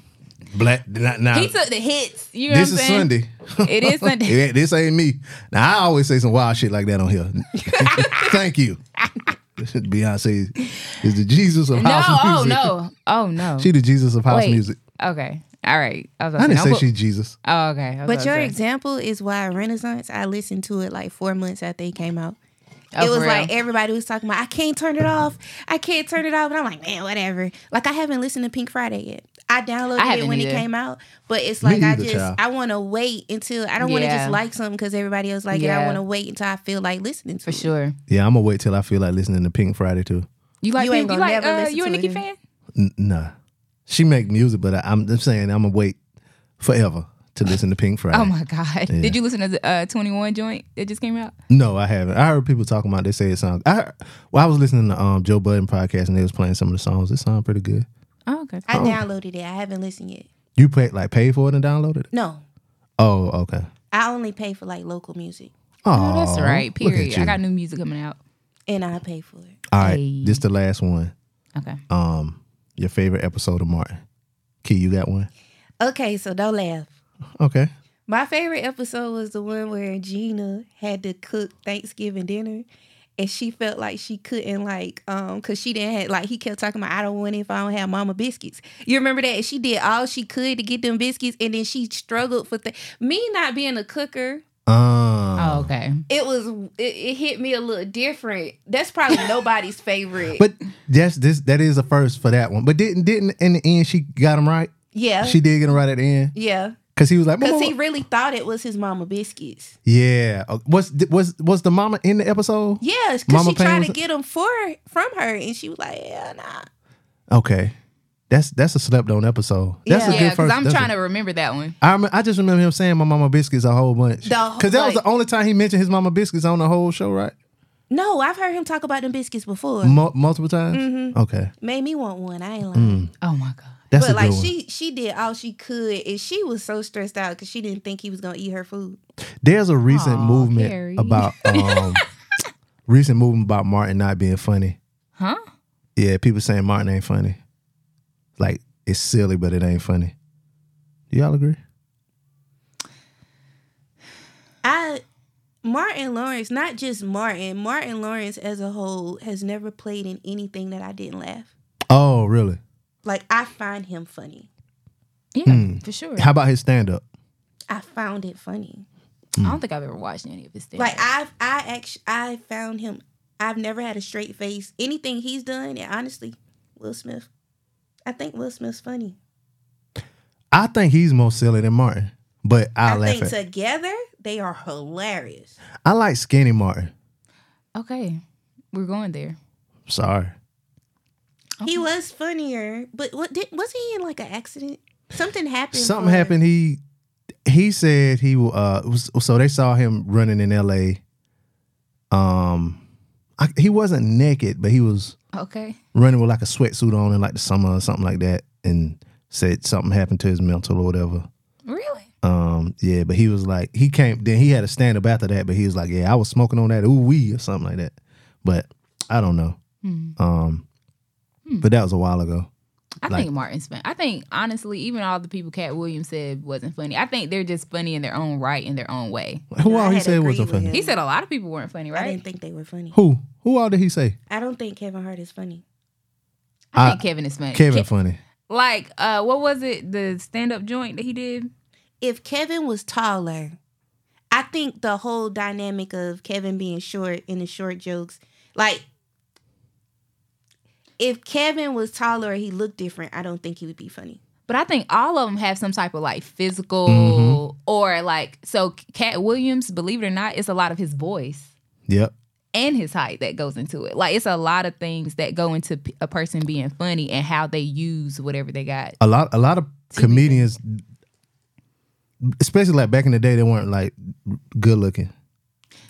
S4: Black now. now
S6: He took the hits. You know
S4: this
S6: what
S4: is
S6: I'm saying?
S4: Sunday.
S6: It is Sunday.
S4: It ain't- this ain't me. Now I always say some wild shit like that on here. Thank you. Beyonce is the Jesus of
S6: No,
S4: house
S6: oh
S4: music.
S6: no. Oh no.
S4: She the Jesus of house
S6: Wait.
S4: music.
S6: Okay. All right. I, was about
S4: I
S6: to
S4: didn't say
S6: I'm-
S4: she Jesus.
S6: Oh, okay. I was about
S7: But
S6: to
S7: your
S6: say.
S7: example is why Renaissance, I listened to it like four months after it came out.
S6: Oh,
S7: it was
S6: for real?
S7: like everybody was talking about, I can't turn it off. I can't turn it off. And I'm like, man, whatever. Like, I haven't listened to Pink Friday yet. I downloaded
S6: I
S7: it when
S6: haven't
S7: it
S6: either.
S7: came out, but it's like, I
S4: either,
S7: just,
S4: child.
S7: I want to wait until, I don't want to
S6: Yeah.
S7: just like something because everybody else like it.
S6: Yeah.
S7: I want to wait until I feel like listening to
S6: for
S7: it.
S6: sure.
S4: Yeah, I'm gonna wait till I feel like listening to Pink Friday too.
S6: You like
S7: You
S6: you,
S7: ain't
S6: you
S7: gonna
S6: like
S7: never
S6: uh,
S7: listen
S6: you a
S7: to it
S6: Nicki
S7: anyway.
S6: fan?
S4: N- nah, she make music, but I, I'm just saying I'm gonna wait forever to listen to Pink Friday.
S6: Oh my god! Did you listen to the uh, Twenty One joint that just came out?
S4: No, I haven't. I heard people talking about. They say it sounds. I well, I was listening to um Joe Budden podcast and they was playing some of the songs. It sounded pretty good.
S6: Oh okay.
S7: I downloaded it. I haven't listened yet.
S4: You paid like paid for it and downloaded it.
S7: No,
S4: Oh, okay.
S7: I only pay for like local music
S4: Oh,
S6: Oh, that's right.
S4: look at
S6: Period.
S4: you.
S6: I got new music coming out.
S7: and I pay for it.
S4: All right,
S6: Hey.
S4: this the last one.
S6: Okay.
S4: Um, your favorite episode of Martin. Key, you got one?
S7: Okay, so don't laugh.
S4: Okay.
S7: My favorite episode was the one where Gina had to cook Thanksgiving dinner and she felt like she couldn't like um cause she didn't have like he kept talking about I don't want it if I don't have mama biscuits. You remember that? And she did all she could to get them biscuits and then she struggled for th- me not being a cooker.
S4: Um,
S6: Oh okay.
S7: It was it, it hit me a little different. That's probably nobody's favorite.
S4: but that's this that is a first for that one. But didn't didn't in the end she got him right?
S7: yeah.
S6: Uh,
S4: She did get him right at the end
S7: yeah.
S4: because he was like,
S7: Cause
S4: "Mama,
S7: he really thought it was his mama biscuits.
S4: yeah." Uh, Was was was the mama in the episode?
S7: Yeah, because
S4: Mama
S7: she
S4: Payne
S7: tried
S4: was-
S7: to get them for from her, and she was like, "Yeah, nah."
S4: Okay, that's that's a slept on episode. That's a
S6: Yeah,
S4: good
S6: because
S4: first.
S6: I'm
S4: that's a-
S6: trying to remember that one.
S4: I, rem- I just remember him saying my mama biscuits a whole bunch.
S7: The whole-
S4: Because that was
S7: like-
S4: the only time he mentioned his mama biscuits on the whole show, right?
S7: No, I've heard him talk about them biscuits before.
S4: Mul multiple times. Okay,
S7: Made me want one. I ain't lying.
S6: Oh my
S4: Mm,
S6: god.
S4: that's
S7: Mm-hmm. But
S4: a good
S7: like
S4: one.
S7: she she did all she could, and she was so stressed out because she didn't think he was gonna eat her food.
S4: There's a recent
S6: Aw,
S4: movement
S6: Carrie.
S4: about um, recent movement about Martin not being funny.
S6: Huh?
S4: Yeah, people saying Martin ain't funny. Like it's silly, but it ain't funny. Do y'all agree?
S7: I Martin Lawrence, not just Martin, Martin Lawrence as a whole has never played in anything that I didn't laugh.
S4: Oh, really?
S7: Like I find him funny.
S6: Yeah, for sure.
S4: Hmm. How about his stand up?
S7: I found it funny.
S6: I don't think I've ever watched any of his things.
S7: Like I've I actually I found him. I've never had a straight face. Anything he's done, and honestly, Will Smith. I think Will Smith's funny.
S4: I think he's more silly than Martin, but I,
S7: I
S4: laugh
S7: think
S4: at.
S7: together they are hilarious.
S4: I like Skinny Martin.
S6: Okay, we're going there.
S4: Sorry,
S7: He was funnier, but what did was he in like an accident? Something happened.
S4: something
S7: for-
S4: happened. He he said he uh was, so they saw him running in L.A. Um, I, he wasn't naked, but he was
S6: Okay.
S4: running with like a sweatsuit on in like the summer or something like that, and said something happened to his mental or whatever.
S6: Really?
S4: Um, yeah, but he was like, he came, then he had a stand up after that, but he was like, yeah, I was smoking on that ooh wee or something like that. But I don't know.
S7: Hmm.
S4: Um, but that was a while ago.
S6: I
S4: Like-
S6: think Martin's funny. I think honestly, even all the people Cat Williams said wasn't funny. I think they're just funny in their own right in their own way.
S4: Who all
S7: I
S4: he
S7: had
S4: said wasn't
S7: agreed with
S4: funny?
S6: He said a lot of people weren't funny, right?
S7: I
S6: I,
S7: didn't think they were funny.
S4: Who? Who all did he say?
S7: I don't think Kevin Hart is funny.
S6: think Kevin is funny.
S4: Kevin
S6: Ke-
S4: funny.
S6: like, uh, what was it? The stand up joint that he did?
S7: If Kevin was taller, I think the whole dynamic of Kevin being short and the short jokes, like if Kevin was taller, he looked different. I don't think he would be funny.
S6: But I think all of them have some type of like physical
S4: Mm-hmm.
S6: or like so. Cat Williams, believe it or not, it's a lot of his voice
S4: Yep.
S6: and his height that goes into it. Like it's a lot of things that go into p- a person being funny and how they use whatever they got.
S4: A lot. A lot of comedians, especially like back in the day, they weren't like good looking.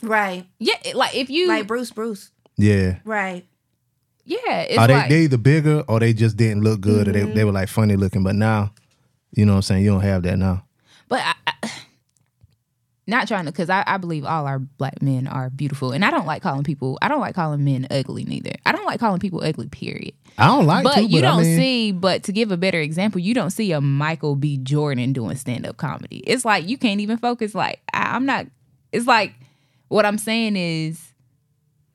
S7: Right.
S6: Yeah, like if you
S7: Like Bruce Bruce.
S4: Yeah.
S7: Right.
S6: yeah, it's
S4: Are they
S6: like Mm-hmm.
S4: they either bigger or they just didn't look good or they, they were like funny looking? But now, you know what I'm saying? You don't have that now.
S6: But I, I, not trying to, because I, I believe all our black men are beautiful, and I don't like calling people. I don't like calling men ugly neither. I don't like calling people ugly. Period.
S4: I don't like.
S6: But
S4: to,
S6: you
S4: but I
S6: don't
S4: mean-
S6: see. But to give a better example, you don't see a Michael B. Jordan doing stand up comedy. It's like you can't even focus. Like I, I'm not. It's like what I'm saying is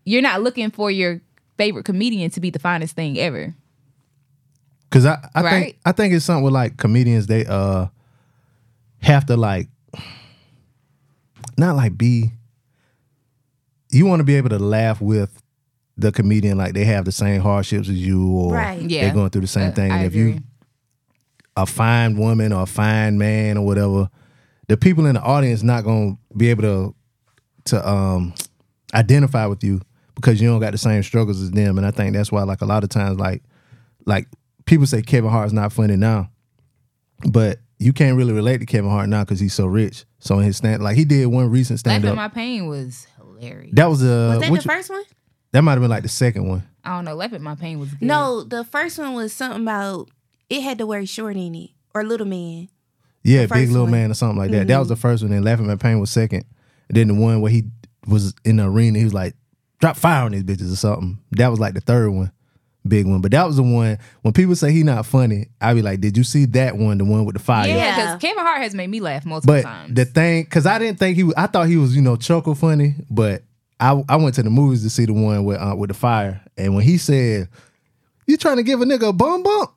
S6: you're not looking for your favorite comedian to be the finest thing ever.
S4: Cause I, I think
S6: Right?
S4: I think it's something with like comedians they uh have to like not like be you want to be able to laugh with the comedian like they have the same hardships as you or
S7: Right.
S6: Yeah.
S4: they're going through the same
S6: Uh,
S4: thing.
S6: I
S4: and if you
S6: agree.
S4: a fine woman or a fine man or whatever, the people in the audience not gonna be able to to um identify with you because you don't got the same struggles as them. And I think that's why like a lot of times like like people say Kevin Hart's not funny now, but you can't really relate to Kevin Hart now because he's so rich. So in his stand like he did one recent stand
S6: Laughing
S4: up.
S6: My Pain was hilarious.
S4: that was a
S7: Was that
S4: which-
S7: the first one?
S4: that might have been like the second one.
S6: I don't know. Laughing My Pain was good.
S7: No, the first one was something about it had the word short in it or little man.
S4: Yeah,
S7: first
S4: Big Little
S7: one. Mm-hmm.
S4: Man or something like that. That was the first one. Then Laughing at Pain was second. And then the one where he was in the arena, he was like, drop fire on these bitches or something. That was like the third one, big one. But that was the one when people say he not funny, I be like, did you see that one, the one with the fire?
S6: Yeah,
S7: Yeah.
S6: because Kevin Hart has made me laugh multiple
S4: But
S6: times.
S4: the thing, because I didn't think he was, I thought he was, you know, chuckle funny, but I, I went to the movies to see the one with, uh, with the fire. And when he said, you trying to give a nigga a bum bump?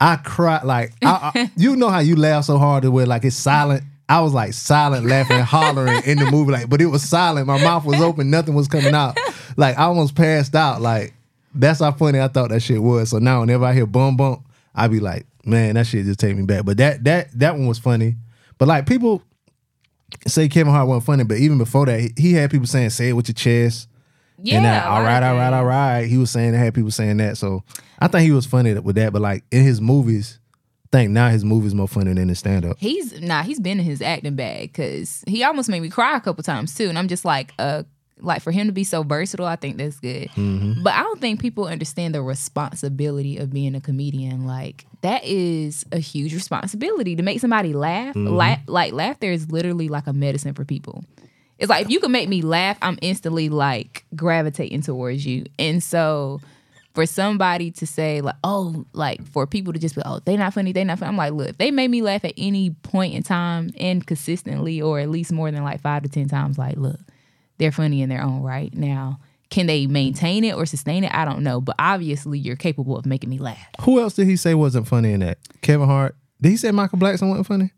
S4: I cried like I, I- you know how you laugh so hard to where like it's silent. I was like silent laughing, hollering in the movie, like, but it was silent. My mouth was open, nothing was coming out. Like I almost passed out. Like that's how funny I thought that shit was. So now whenever I hear bum bump, I be like, man, that shit just take me back. But that that that one was funny. But like people say Kevin Hart wasn't funny, but even before that, he, he had people saying say it with your chest.
S6: yeah,
S4: and that,
S6: a lot
S4: all
S6: of
S4: right, all right,
S6: things.
S4: all right. He was saying that, had people saying that. So I think he was funny with that, but like in his movies, I think now his movies more funny than his stand up.
S6: He's nah, he's been in his acting bag because he almost made me cry a couple times too, and I'm just like, uh, like for him to be so versatile, I think that's good.
S4: Mm-hmm.
S6: But I don't think people understand the responsibility of being a comedian. Like that is a huge responsibility to make somebody laugh.
S4: Mm-hmm.
S6: La- like laughter is literally like a medicine for people. It's like if you can make me laugh, I'm instantly like gravitating towards you. And so for somebody to say like, oh, like for people to just be, oh, they not funny, they not funny. I'm like, look, if they made me laugh at any point in time and consistently, or at least more than like five to ten times, like, look, they're funny in their own right. Now, can they maintain it or sustain it? I don't know. But obviously you're capable of making me laugh.
S4: Who else did he say wasn't funny in that? Kevin Hart. Did he say Michael Blackson wasn't funny?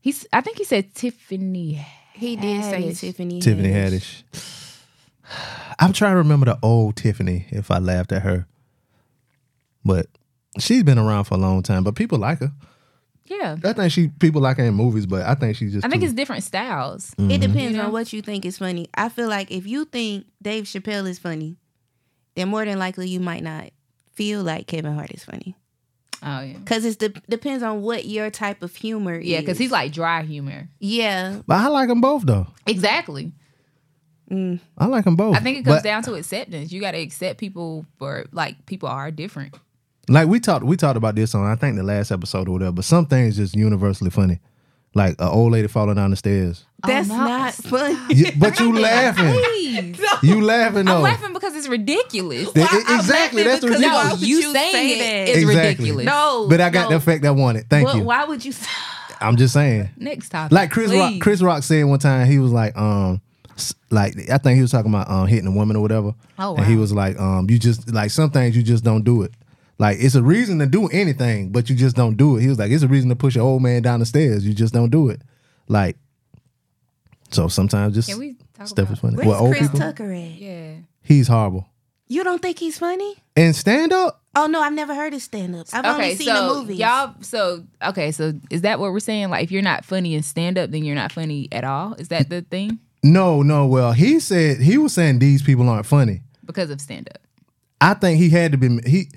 S6: He's I think he said Tiffany.
S7: He did say
S6: Haddish.
S7: Tiffany.
S4: Tiffany Haddish. I'm trying to remember the old Tiffany if I laughed at her. But she's been around for a long time, but people like her.
S6: Yeah.
S4: I think she people like her in movies, but I think she's just.
S6: I think
S4: too-
S6: it's different styles.
S4: Mm-hmm.
S7: It depends on what you think is funny. I feel like if you think Dave Chappelle is funny, then more than likely you might not feel like Kevin Hart is funny.
S6: Oh yeah.
S7: Cause it depends on what your type of humor is.
S6: Yeah, because he's like dry humor.
S7: yeah,
S4: But I like them both though.
S6: Exactly.
S4: I like them both.
S6: I think it comes
S4: But,
S6: down to acceptance. You got to accept people for like people are different.
S4: Like we talked, we talked about this on I think the last episode or whatever. But some things just universally funny, like an old lady falling down the stairs.
S7: that's
S6: no.
S7: not funny.
S4: You- but you laughing,
S6: Please.
S4: you laughing though.
S6: I'm laughing because it's ridiculous.
S4: Th- exactly, that's what
S7: laughing because
S6: No,
S7: why would
S6: you,
S7: you
S6: saying
S7: say
S6: it
S7: that?
S6: is
S4: Exactly.
S6: ridiculous.
S7: No,
S4: But I got the
S7: no.
S4: effect I wanted. Thank
S7: Well,
S4: you.
S7: why would you? Say-
S4: I'm just saying.
S6: Next topic.
S4: Like Chris Rock,
S6: please.
S4: Chris Rock said one time, he was like, um, s- like I think he was talking about um hitting a woman or whatever.
S6: Oh,
S4: And he
S6: wow.
S4: was like, um, you just like some things you just don't do it. Like it's a reason to do anything, but you just don't do it. He was like, it's a reason to push an old man down the stairs. You just don't do it. Like, so sometimes just
S6: Can we talk
S4: stuff
S6: about-
S4: is funny.
S7: Where's
S4: Well, old
S7: Chris
S4: people,
S7: Tucker at?
S6: Yeah.
S4: he's horrible.
S7: You don't think he's funny?
S4: And stand up,
S7: Oh no, I've never heard his stand up. I've only seen
S6: so
S7: the movies.
S6: y'all, so okay, so is that what we're saying? Like, if you're not funny in stand up, then you're not funny at all. Is that the thing?
S4: no, no. Well, he said he was saying these people aren't funny.
S6: Because of stand up.
S4: I think he had to be he.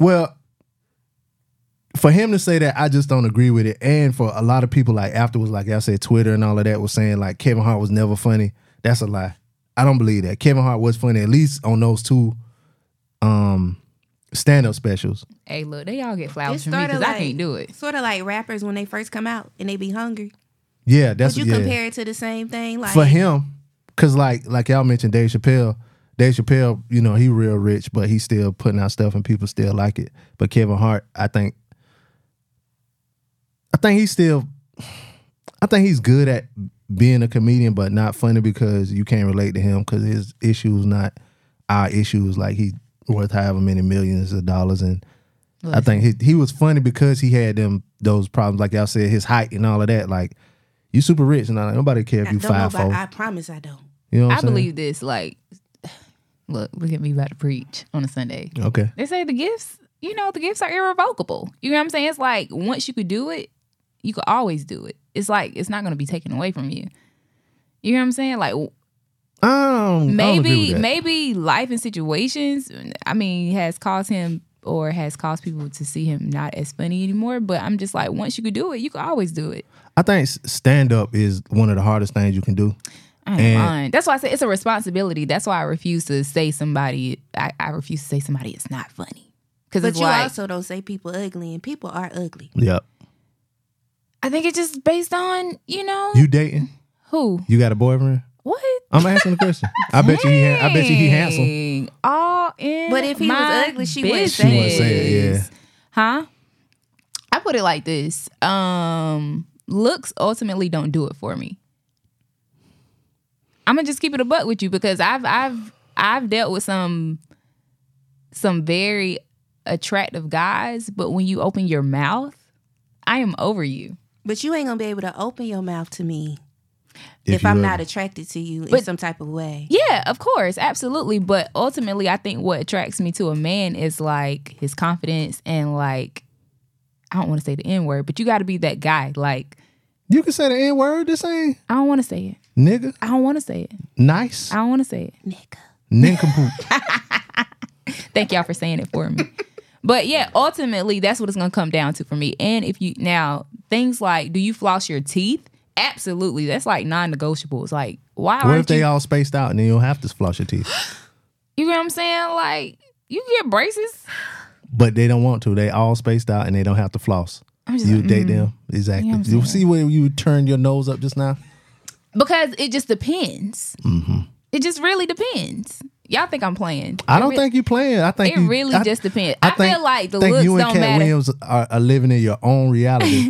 S4: Well, for him to say that, I just don't agree with it. And for a lot of people, like afterwards, like I said, Twitter and all of that was saying like Kevin Hart was never funny. That's a lie. I don't believe that. Kevin Hart was funny at least on those two um stand up specials.
S6: Hey, look, they all get flowers
S7: It's
S6: from me
S7: sorta
S6: because I
S7: like-
S6: can't do it.
S7: Sort of like rappers when they first come out and they be hungry.
S4: Yeah, that's
S7: Would you
S4: yeah.
S7: compare it to the same thing? Like
S4: for him, because like like y'all mentioned Dave Chappelle. Dave Chappelle, you know, he real rich, but he's still putting out stuff and people still like it. But Kevin Hart, I think, I think he's still, I think he's good at being a comedian, but not funny because you can't relate to him because his issues not our issues. Like he worth however many millions of dollars, and I think he he was funny because he had them those problems, like y'all said, his height and all of that. Like you super rich, and I, nobody care if
S7: I
S4: you
S7: don't know
S4: five
S7: about.
S4: four.
S7: I promise I don't.
S4: You know what
S6: I
S4: I'm saying?
S6: believe this. Like, look, look at me about to preach on a Sunday.
S4: Okay.
S6: They say the gifts, you know, the gifts are irrevocable. You know what I'm saying? It's like once you could do it, you could always do it. It's like it's not going to be taken away from you. You know what I'm saying? Like
S4: Um,
S6: maybe maybe life and situations i mean has caused him or has caused people to see him not as funny anymore but i'm just like once you could do it you could always do it
S4: I think stand up is one of the hardest things you can do.
S6: I
S4: And-
S6: ain't lying. That's why I say it's a responsibility. That's why I refuse to say somebody. I, I refuse to say somebody is not funny because
S7: But
S6: it's
S7: you
S6: like
S7: also don't say people ugly, and people are ugly.
S4: Yep.
S6: I think it's just based on you know
S4: You dating?
S6: who
S4: You got a boyfriend?
S6: what.
S4: I'm asking the question. I bet you he. ha- I bet you he handsome.
S6: Dang. All in.
S7: But if he was
S6: my
S7: ugly, she wouldn't
S6: business.
S7: say She
S4: wouldn't say it, yeah.
S6: Huh? I put it like this. Um, looks ultimately don't do it for me. I'm gonna just keep it a buck with you because I've I've I've dealt with some some very attractive guys, but when you open your mouth, I am over you.
S7: But you ain't gonna be able to open your mouth to me
S4: If
S7: if,
S4: you
S7: I'm
S4: ugly.
S7: not attracted to you in
S6: But-
S7: some type of way.
S6: Yeah, of course, absolutely. But ultimately, I think what attracts me to a man is like his confidence and like I don't want to say the n word, but you got to be that guy. Like
S4: You can say the n word. This ain't
S6: I don't want to say it.
S4: nigga.
S6: I don't want to say it.
S4: Nice
S6: I don't want to say it.
S4: nincompoop.
S6: Thank y'all for saying it for me. But yeah, ultimately, that's what it's gonna come down to for me. And if you now things like, do you floss your teeth? Absolutely, that's like non-negotiables. Like, why
S4: what if
S6: aren't
S4: they
S6: you?
S4: all spaced out and then you don't have to floss your teeth?
S6: you know what I'm saying? Like, you get braces.
S4: But they don't want to. They all spaced out and they don't have to floss.
S6: I'm just
S4: You
S6: like, mm-hmm.
S4: date them exactly.
S6: I'm
S4: you
S6: saying.
S4: see where you turned your nose up just now?
S6: Because it just depends. It just really depends. Y'all think I'm playing?
S4: Mm-hmm. I don't think you playing. I think
S6: It
S4: you,
S6: really
S4: I-
S6: just depends. I, feel like the
S4: think
S6: looks
S4: you and
S6: don't
S4: Cat
S6: matter.
S4: Williams are, are living in your own reality.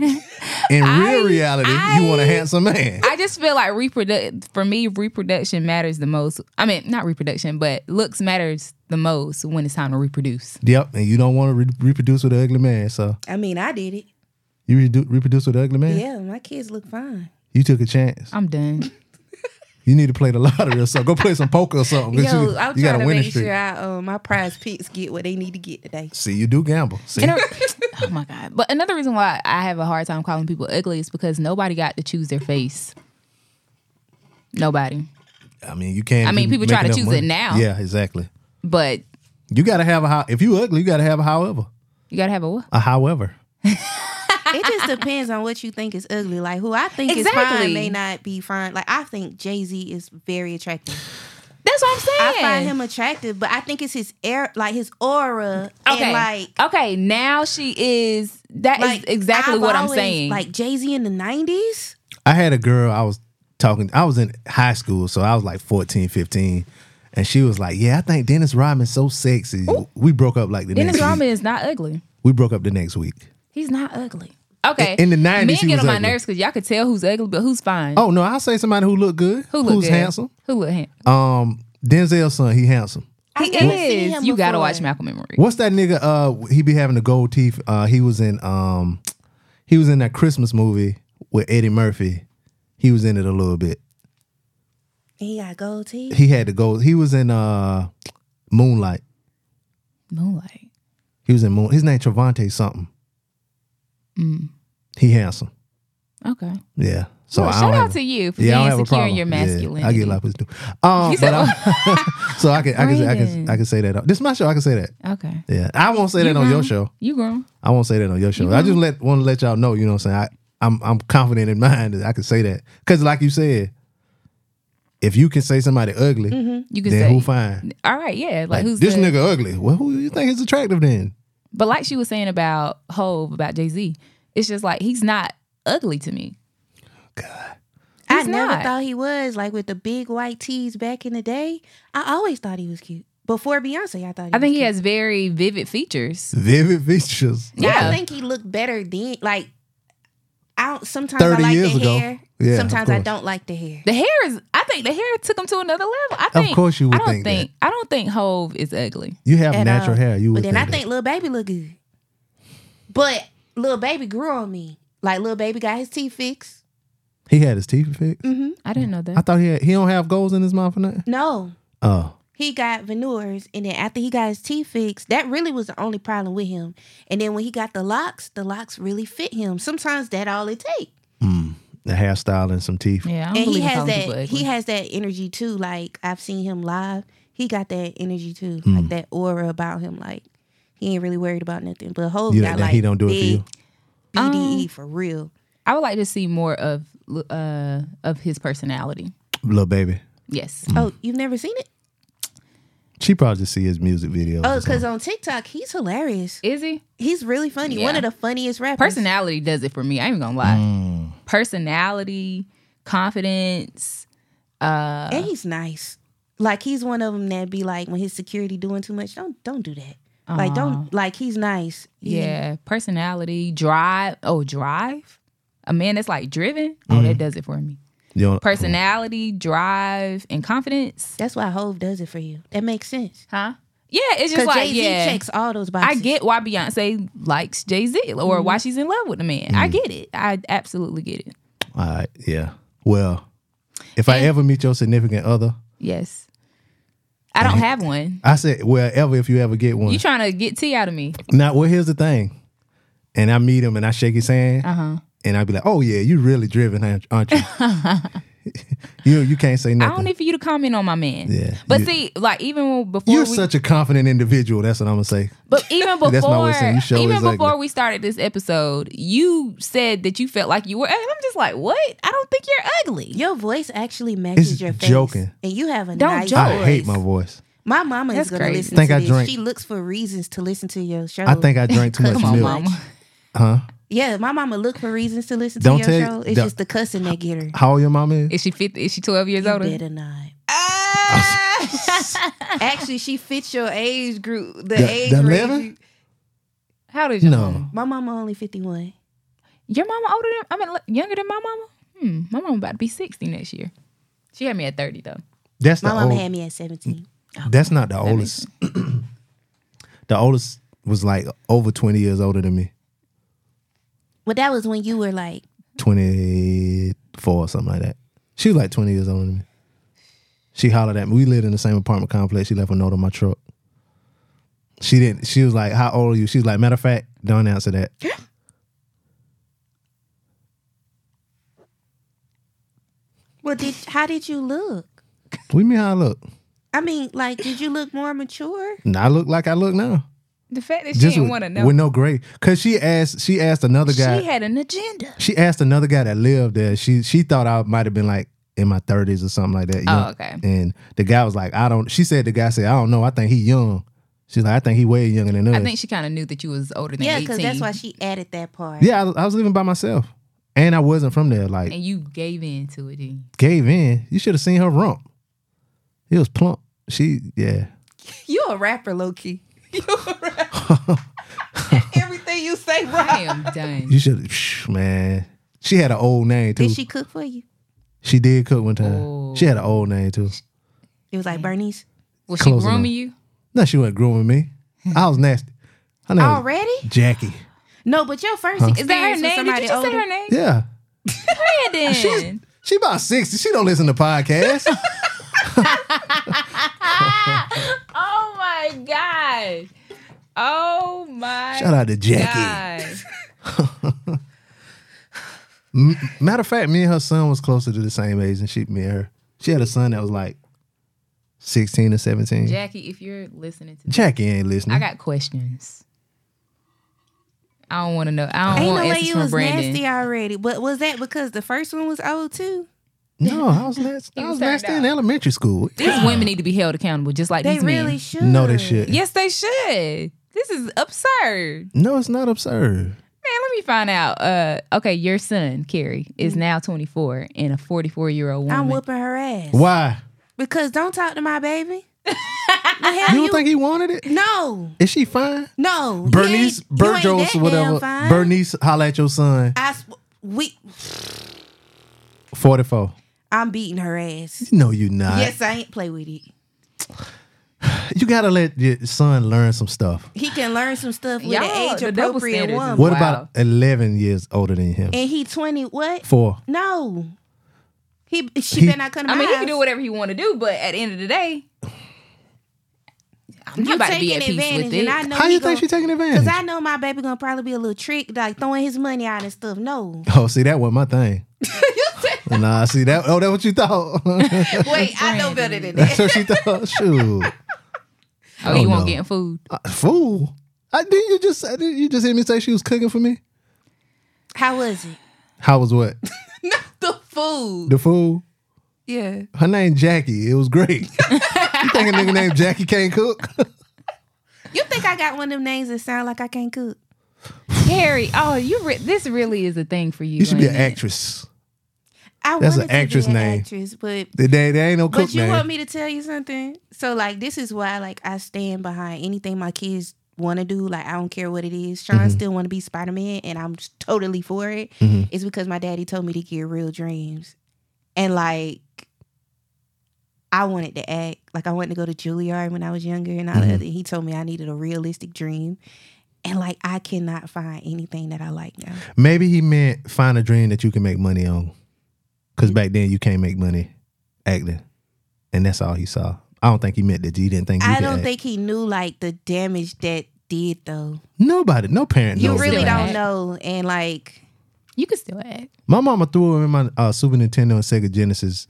S4: in real reality, you want a handsome man.
S6: I just feel like reproduct for me reproduction matters the most. I mean, not reproduction, but looks matters the most when it's time to reproduce.
S4: yep, and you don't want to re- reproduce with an ugly man. So
S7: I mean, I did it.
S4: you redu- reproduce with an ugly man.
S7: Yeah, my kids look fine.
S4: You took a chance.
S6: I'm done.
S4: You need to play the lottery or something. Go play some poker or something. 'cause
S7: Yo,
S4: you,
S7: I'm
S4: you got
S7: trying
S4: a
S7: to
S4: winning
S7: make
S4: streak.
S7: sure I, uh, my prize picks get what they need to get today.
S4: See, you do gamble. See,
S6: And I- Oh my god! But another reason why I have a hard time calling people ugly is because nobody got to choose their face. Nobody.
S4: I mean, you can't.
S6: I mean,
S4: be
S6: people try to
S4: making up
S6: choose
S4: money.
S6: it now.
S4: Yeah, exactly.
S6: But
S4: You gotta have a how. If you ugly, you gotta have a however.
S6: you gotta have a what?
S4: A however.
S7: It just depends on what you think is ugly. Like who I think is
S6: Exactly.
S7: fine may not be fine. Like I think Jay Z is very attractive.
S6: That's what I'm saying.
S7: I find him attractive, but I think it's his air, like his aura,
S6: okay.
S7: and like
S6: okay, now she is. That is
S7: like,
S6: exactly
S7: I've
S6: what I'm
S7: always-
S6: saying.
S7: Like Jay Z in the nineties.
S4: I had a girl I was talking I was in high school, so I was like 14, 15. And she was like, Yeah, I think Dennis Rodman's so sexy. We broke up like the
S6: Dennis
S4: next
S6: Rodman
S4: week.
S6: is not ugly.
S4: We broke up the next week.
S6: He's not ugly. Okay.
S4: In- in the 90s,
S6: men
S4: he
S6: get
S4: was
S6: on my
S4: ugly.
S6: nerves because y'all could tell who's ugly, but who's fine.
S4: Oh no, I'll say somebody who looked good.
S6: who look
S4: who's
S6: good?
S4: handsome.
S6: Who look handsome?
S4: Um Denzel's son, he handsome.
S6: he
S7: never seen
S6: is.
S7: him
S6: You gotta
S7: before.
S6: watch Malcolm and Marie.
S4: What's that nigga? Uh he be having the gold teeth. Uh he was in um he was in that Christmas movie with Eddie Murphy. He was in it a little bit.
S7: He got gold teeth.
S4: He had the gold. He was in uh Moonlight.
S6: Moonlight.
S4: He was in Moon. His name Travante something. He handsome.
S6: Okay.
S4: Yeah. So
S6: Mm. Well,
S4: Oh, I
S6: shout
S4: don't
S6: out
S4: have a-
S6: to you for
S4: yeah, I don't have
S6: being
S4: a
S6: secure
S4: problem.
S6: in your
S4: Yeah,
S6: masculinity.
S4: I get a lot of pussy too. Um, but I, so I can I can, I can
S6: Brandon.
S4: I can say that. This is my show. I can say that.
S6: Okay.
S4: Yeah, I won't say that on your
S6: grown.
S4: show.
S6: You grown.
S4: I won't say that on your show. I just let want to let y'all know. You know what I'm saying? I, I'm I'm confident in mine that I can say that because, like you said, if you can say somebody ugly,
S6: You
S4: then
S6: can say
S4: who fine?
S6: All right, yeah. Like,
S4: Like,
S6: who's
S4: this
S6: the-
S4: nigga ugly? Well, who you think is attractive then?
S6: But like she was saying about Hove, about Jay Z, it's just like he's not ugly to me.
S7: I
S6: He's
S7: never
S6: not.
S7: thought he was like with the big white tees back in the day. I always thought he was cute. Before Beyonce, I thought. He
S6: I think
S7: was
S6: he
S7: cute.
S6: has very vivid features.
S4: Vivid features.
S6: Yeah.
S7: I think he looked better then. Like I don't, sometimes
S4: 30
S7: I like
S4: years
S7: the
S4: ago.
S7: hair.
S4: Yeah, of
S7: sometimes I
S4: course.
S7: don't like the hair.
S6: The hair is. I think the hair took him to another level. I think.
S4: course you would
S6: I don't
S4: think that.
S6: I don't think Hove is ugly.
S4: You have
S7: at
S4: natural
S7: all.
S6: uh,
S4: hair. You would
S7: But then I
S4: that.
S7: think little baby look good. But little baby grew on me. Like little baby got his teeth fixed.
S4: he had his teeth fixed.
S6: I didn't know that.
S4: I thought he had, he don't have goals in his mouth or nothing.
S7: No,
S4: Oh,
S7: he got veneers, and then after he got his teeth fixed, that really was the only problem with him. And then when he got the locks, the locks really fit him. Sometimes that all it take.
S4: the hairstyle and some teeth.
S6: yeah, I
S7: And
S6: don't
S7: he
S6: believe in
S7: has
S6: calling people
S7: that.
S6: ugly.
S7: He has that energy too. Like I've seen him live. He got that energy too.
S4: Mm.
S7: Like that aura about him. Like he ain't really worried about nothing. But Hov
S4: You
S7: got
S4: think
S7: like
S4: he don't do it for you? Mm.
S7: for you. BDE E
S6: Um,
S7: for real.
S6: I would like to see more of uh of his personality.
S4: Little baby.
S6: Yes.
S4: Mm.
S7: Oh, you've never seen it?
S4: She probably just see his music videos.
S7: Oh,
S4: or something.
S7: because on TikTok he's hilarious.
S6: Is he?
S7: He's really funny. One
S6: Yeah.
S7: of the funniest rappers.
S6: Personality does it for me. I ain't gonna lie.
S4: Mm.
S6: Personality, confidence.
S7: and he's nice. Like he's one of them that be like when his security doing too much. Don't don't do that. Like don't like he's nice. He-
S6: Yeah, personality, drive. Oh, drive. A man that's like driven. Oh, that
S4: Mm.
S6: does it for me.
S4: You don't-
S6: Personality, drive, and confidence.
S7: That's why Hove does it for you. That makes sense.
S6: Huh? Yeah, it's just
S7: Because
S6: like
S7: Jay Z
S6: yeah.
S7: checks all those
S6: I
S7: boxes.
S6: get why Beyonce likes Jay Z or
S4: Mm-hmm.
S6: why she's in love with the man.
S4: Mm.
S6: I get it. I absolutely get it.
S4: All right. Yeah. Well, if I ever meet your significant other,
S6: Yes. I don't have one.
S4: I said, well, ever if you ever get Mm-hmm. one.
S6: You trying to get tea out of me.
S4: now, well, here's the thing. And I meet him and I shake his hand,
S6: Uh-huh.
S4: and I'd be like, "Oh yeah, you really driven, aren't- aren't you? you you can't say
S6: I don't
S4: nothing.
S6: need for you to comment on my man.
S4: Yeah.
S6: But
S4: You-
S6: see, like even before
S4: You're
S6: we,
S4: such a confident individual. That's what I'm gonna say.
S6: But even
S4: That's my
S6: before,
S4: way of saying you show
S6: even
S4: is ugly.
S6: before we started this episode, you said that you felt like you were. And I'm just like, what? I don't think you're ugly.
S7: Your voice actually matches
S4: It's
S7: your face.
S4: joking.
S7: And you have a
S6: Don't
S7: nice
S6: joke.
S4: I
S7: voice.
S4: hate my voice.
S7: My mama
S6: That's
S7: is gonna
S6: crazy.
S7: listen
S4: Think
S7: to
S4: I
S7: this.
S4: drink-
S7: She looks for reasons to listen to your show.
S4: I think I drank too much
S6: Oh. Come on,
S4: milk.
S6: mama.
S7: Yeah, my mama look for reasons to listen
S4: Don't
S7: to your
S4: tell-
S7: show. It's
S4: don't-
S7: just the cussing that get her.
S4: How old your mom is?
S6: Is she 50? Is she 12 years
S7: You
S6: older? Ah,
S7: better not. Actually, she fits your age group. The,
S4: The-
S7: age
S4: the
S7: range.
S4: 11?
S6: How did you?
S4: No.
S7: My mama only fifty one.
S6: Your mama older than I mean le- younger than my mama? Hmm. My mama about to be 60 next year. She had me at 30 though.
S4: That's
S7: My
S4: the
S7: mama
S4: old.
S7: had me at seventeen.
S4: That's not the oldest. the oldest was like over 20 years older than me.
S7: But that was when you were like,
S4: 24 or something like that. She was like 20 years older than me. She hollered at me. We lived in the same apartment complex. She left a note on my truck. She didn't, she was like, How old are you? She was like, Matter of fact, Don't answer that.
S7: Well, did how did you look?
S4: What do you mean how I look?
S7: I mean, like, did you look more mature?
S4: Now I look like I look now.
S6: The fact that she didn't want to
S4: with,
S6: know.
S4: with no gray. Cause she asked she asked another guy.
S6: She had an agenda.
S4: She asked another guy that lived there. She she thought I might have been like in my thirties or something like that. you
S6: Oh,
S4: know?
S6: okay.
S4: And the guy was like, I don't. She said the guy said, I don't know. I think he young. She's like, I think he way younger than us.
S6: I think she kind of knew that you was older than
S7: Yeah,
S6: 18.
S7: because that's why she added that part.
S4: yeah, I, I was living by myself, and I wasn't from there. Like
S6: and you gave in to it. Didn't you?
S4: gave in. You should have seen her rump. It was plump. She yeah.
S7: You a rapper, Loki.
S6: Everything you say, right? I am done.
S4: You should psh, man. She had an old name too.
S7: Did
S4: She,
S7: she cook for you?
S4: did cook one time.
S6: Oh.
S4: She had an old name too.
S7: It was like Bernice.
S6: Was she
S4: Close enough.
S6: grooming you?
S4: No, she wasn't grooming me. I was nasty. Her name was
S7: Already?
S4: Jackie.
S7: No, but your first
S6: Is that
S7: experience with
S6: her name? Did
S7: somebody
S6: you just
S7: older.
S6: say her name?
S4: Yeah.
S6: Yeah, then.
S4: She about 60. She don't listen to podcasts.
S6: Oh my god. Oh my
S4: Shout out to Jackie.
S6: god.
S4: Matter of fact, me and her son was closer to the same age than she me and her. She had a son that was like 16 or 17.
S6: Jackie, if you're listening to this,
S4: Jackie ain't
S6: I
S4: listening.
S6: got questions. I don't want to know. I don't
S7: Ain't no
S6: want
S7: way
S6: answers
S7: you
S6: Oh, from
S7: was
S6: Brandon.
S7: nasty already. But was that because the first one was old too?
S4: no, I was last I
S6: He
S4: was
S6: was
S4: last
S6: turned
S4: in elementary school.
S6: These women need to be held accountable, just like
S7: They
S6: these
S7: really
S6: men.
S7: should.
S4: No, they should.
S6: Yes, they should. This is absurd, man.
S4: No, it's not absurd.
S6: Let me find out. Uh, okay, your son Carrie
S7: Mm.
S6: is now 24 and a 44 year old woman.
S7: I'm whooping her ass.
S4: Why?
S7: Because don't talk to my baby.
S4: You don't think he wanted it?
S7: No,
S4: Is she fine?
S7: no. You
S4: Bernice,
S7: ain't- you ain't
S4: Burjos,
S7: that
S4: whatever.
S7: damn fine.
S4: Bernice, holla at your son.
S7: I sw- we,
S4: 44.
S7: I'm beating her ass.
S4: No, you not.
S7: Yes, I ain't play with it.
S4: You gotta let your son learn some stuff.
S7: He can learn some stuff with
S6: Y'all,
S7: an age
S6: the double
S7: appropriate
S6: standards is-
S7: woman.
S4: What
S6: Wow.
S4: about 11 years older than him?
S7: And he twenty what?
S4: Four.
S7: No. He she
S4: He-
S7: better not come to
S6: I
S7: my
S6: mean, he can
S7: house.
S6: do whatever he want to do, but at the end of the day, I'm
S7: You
S6: not about to be
S7: taking
S6: at peace
S7: advantage,
S6: with
S7: and
S6: it.
S7: I know
S4: How
S7: he
S4: you think
S7: gon-
S4: she taking advantage?
S7: Cause I know my baby gonna probably be a little trick, like throwing his money out and stuff. No,
S4: oh, see, that wasn't my thing. nah, see that. Oh, that what you thought?
S7: wait, I know better than that.
S4: That's what she thought. Shoot,
S6: oh, you
S4: Oh,
S6: won't
S4: no.
S6: getting food.
S4: I- fool. I did. You just I, did you just hear me say she was cooking for me?
S7: How was it?
S4: How was what
S7: The food.
S4: the fool?
S7: Yeah.
S4: Her name Jackie. It was great. you think a nigga named Jackie can't cook?
S7: You think I got one of them names that sound like I can't cook?
S6: Harry, oh, you re- this really is a thing for you.
S4: you should be an
S6: ain't it?
S4: actress.
S7: I
S4: That's
S7: wanted
S4: an
S7: to be
S4: actress
S7: an
S4: name.
S7: actress, but
S4: There, there there ain't no cook
S7: but you
S4: name.
S7: want me to tell you something? So like this is why like I stand behind anything my kids want to do. Like I don't care what it is. Sean
S4: Mm-hmm.
S7: still want to be Spider Man, and I'm just totally for it. It's because my daddy told me to get real dreams, and like I wanted to act. Like I wanted to go to Juilliard when I was younger, and all
S4: Mm-hmm.
S7: that. And he told me I needed a realistic dream. And like I cannot find anything that I like now.
S4: Maybe he meant find a dream that you can make money on. Cause back then you can't make money acting. And that's all he saw. I don't think he meant that you didn't think you
S7: I
S4: could
S7: don't
S4: act.
S7: think he knew like the damage that did though.
S4: nobody, no parent
S7: You
S4: knows that.
S7: really don't
S6: Right.
S7: know, and like
S6: You can still act.
S4: My mama threw him in my uh, Super Nintendo and Sega Genesis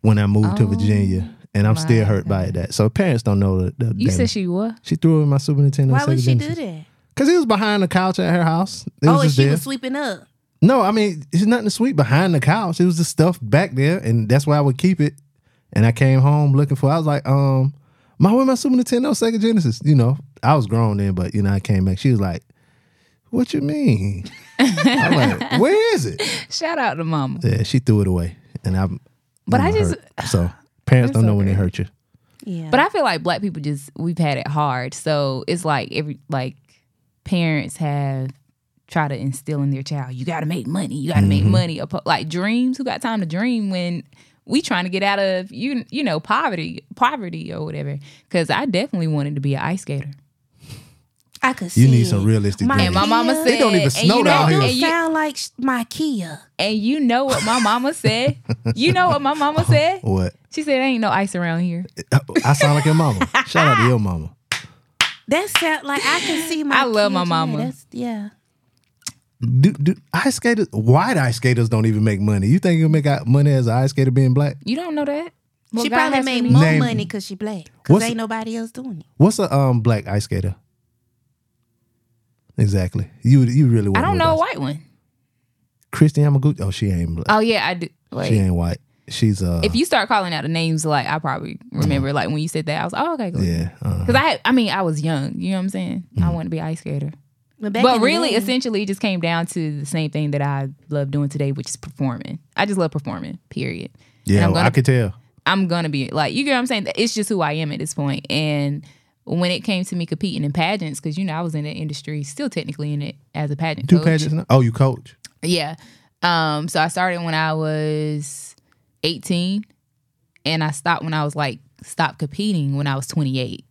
S4: when I moved
S7: Oh
S4: to Virginia. And I'm still hurt by that. So parents don't know that.
S6: You said she what?
S4: she threw him in my Super Nintendo.
S7: Why
S4: and Sega
S7: would she do
S4: Genesis.
S7: that?
S4: Cause he was behind the couch at her house. It
S7: Oh,
S4: was
S7: and
S4: just
S7: she
S4: there.
S7: was sweeping up.
S4: No, I mean, it's nothing sweet behind the couch. It was just stuff back there, and that's why I would keep it. And I came home looking for. I was like, um, my where my Super Nintendo, Sega Genesis. You know, I was grown then, but you know, I came back. She was like, "What you mean?" I'm like, "Where is it?"
S6: Shout out to mama.
S4: Yeah, she threw it away, and I'm.
S6: But I
S4: I'm
S6: just-
S4: hurt. so parents don't
S6: so
S4: know when they
S6: great.
S4: hurt you.
S7: Yeah.
S6: But I feel like black people just we've had it hard. So it's like every like parents have try to instill in their child, you gotta make money, you gotta make money. Apo- Like dreams, who got time to dream when we trying to get out of you you know, poverty poverty or whatever. Cause I definitely wanted to be an ice skater.
S7: I could see.
S4: You need
S7: it.
S4: some realistic.
S7: My-
S6: And
S4: dreams.
S6: my mama
S7: Yeah.
S6: said
S7: It
S4: don't even
S6: and
S4: snow
S6: you know,
S4: down
S7: That
S4: here.
S7: don't
S6: And you,
S7: sound like sh- my Kia.
S6: and you know what my mama said. You know what my mama said?
S4: What?
S6: She said ain't no ice around here.
S4: I sound like your mama. Shout out to your mama.
S7: That's sad. Like I can see my.
S6: I love my
S7: kids, yeah,
S6: mama.
S7: that's- yeah.
S4: Do, do ice skaters? White ice skaters don't even make money. You think you make out money as an ice skater being black?
S6: You don't know that.
S7: she
S6: God
S7: probably
S6: has
S7: made
S6: me-
S7: more
S4: Name-
S7: money because she black. Because
S4: What's-
S7: ain't nobody else doing it.
S4: What's a um black ice skater? Exactly. You you really?
S6: I
S4: wouldn't
S6: don't know a
S4: those.
S6: white one.
S4: Christy Yamaguchi. Oh, she ain't black.
S6: Oh yeah, I do. Like,
S4: she ain't white. She's uh.
S6: if you start calling out the names, like I probably remember, like when you said that, I was oh, okay, cool.
S4: yeah. Mm-hmm. Uh,
S6: Because I, had- I mean, I was young. You know what I'm saying? I wanted to be an ice skater.
S7: back in
S6: but
S7: the
S6: really,
S7: day-
S6: essentially, it just came down to the same thing that I love doing today, which is performing. I just love performing. Period. And
S4: yeah.
S6: I'm gonna,
S4: I could tell.
S6: I'm gonna be like you. Get what I'm saying? It's just who I am at this point. And when it came to me competing in pageants, because you know I was in the industry, still technically in it as a pageant
S4: Two
S6: coach.
S4: pageants. Now? Oh, you coach.
S6: Yeah. Um, so I started when I was 18 and I stopped when I was like stopped competing when I was 28.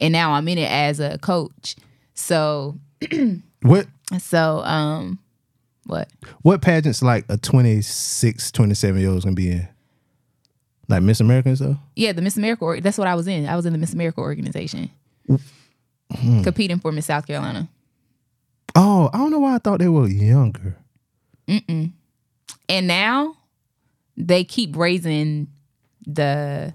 S6: And now I'm in it as a coach. So
S4: What
S6: so um what?
S4: what pageants like a 26, 27 year old's gonna be in? Like Miss America and stuff?
S6: Yeah, the Miss America or- that's what I was in. I was in the Miss America organization. Competing for Miss South Carolina.
S4: Oh, I don't know why I thought they were younger.
S6: And now they keep raising the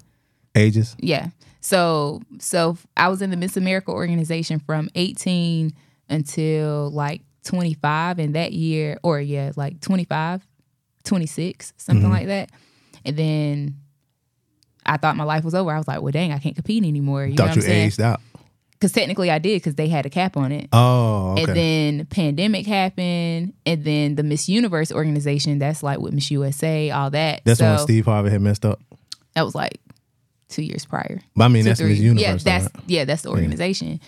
S4: Ages.
S6: Yeah. So so I was in the Miss America organization from 18 until like 25 and that year or yeah, like 25, 26, something
S4: Mm-hmm.
S6: like that. And then I thought my life was over. I was like, well, dang, I can't compete anymore. You know
S4: thought
S6: what I'm
S4: you
S6: saying?
S4: aged out.
S6: Because technically I did because they had a cap on it.
S4: Oh, okay.
S6: And then pandemic happened. And then the Miss Universe organization, that's like with Miss USA, all that.
S4: that's
S6: so
S4: when Steve Harvey had messed up.
S6: that was like two years prior.
S4: But I mean,
S6: two,
S4: that's Miss
S6: three.
S4: Universe.
S6: Yeah,
S4: though,
S6: that's
S4: right?
S6: yeah, that's the organization.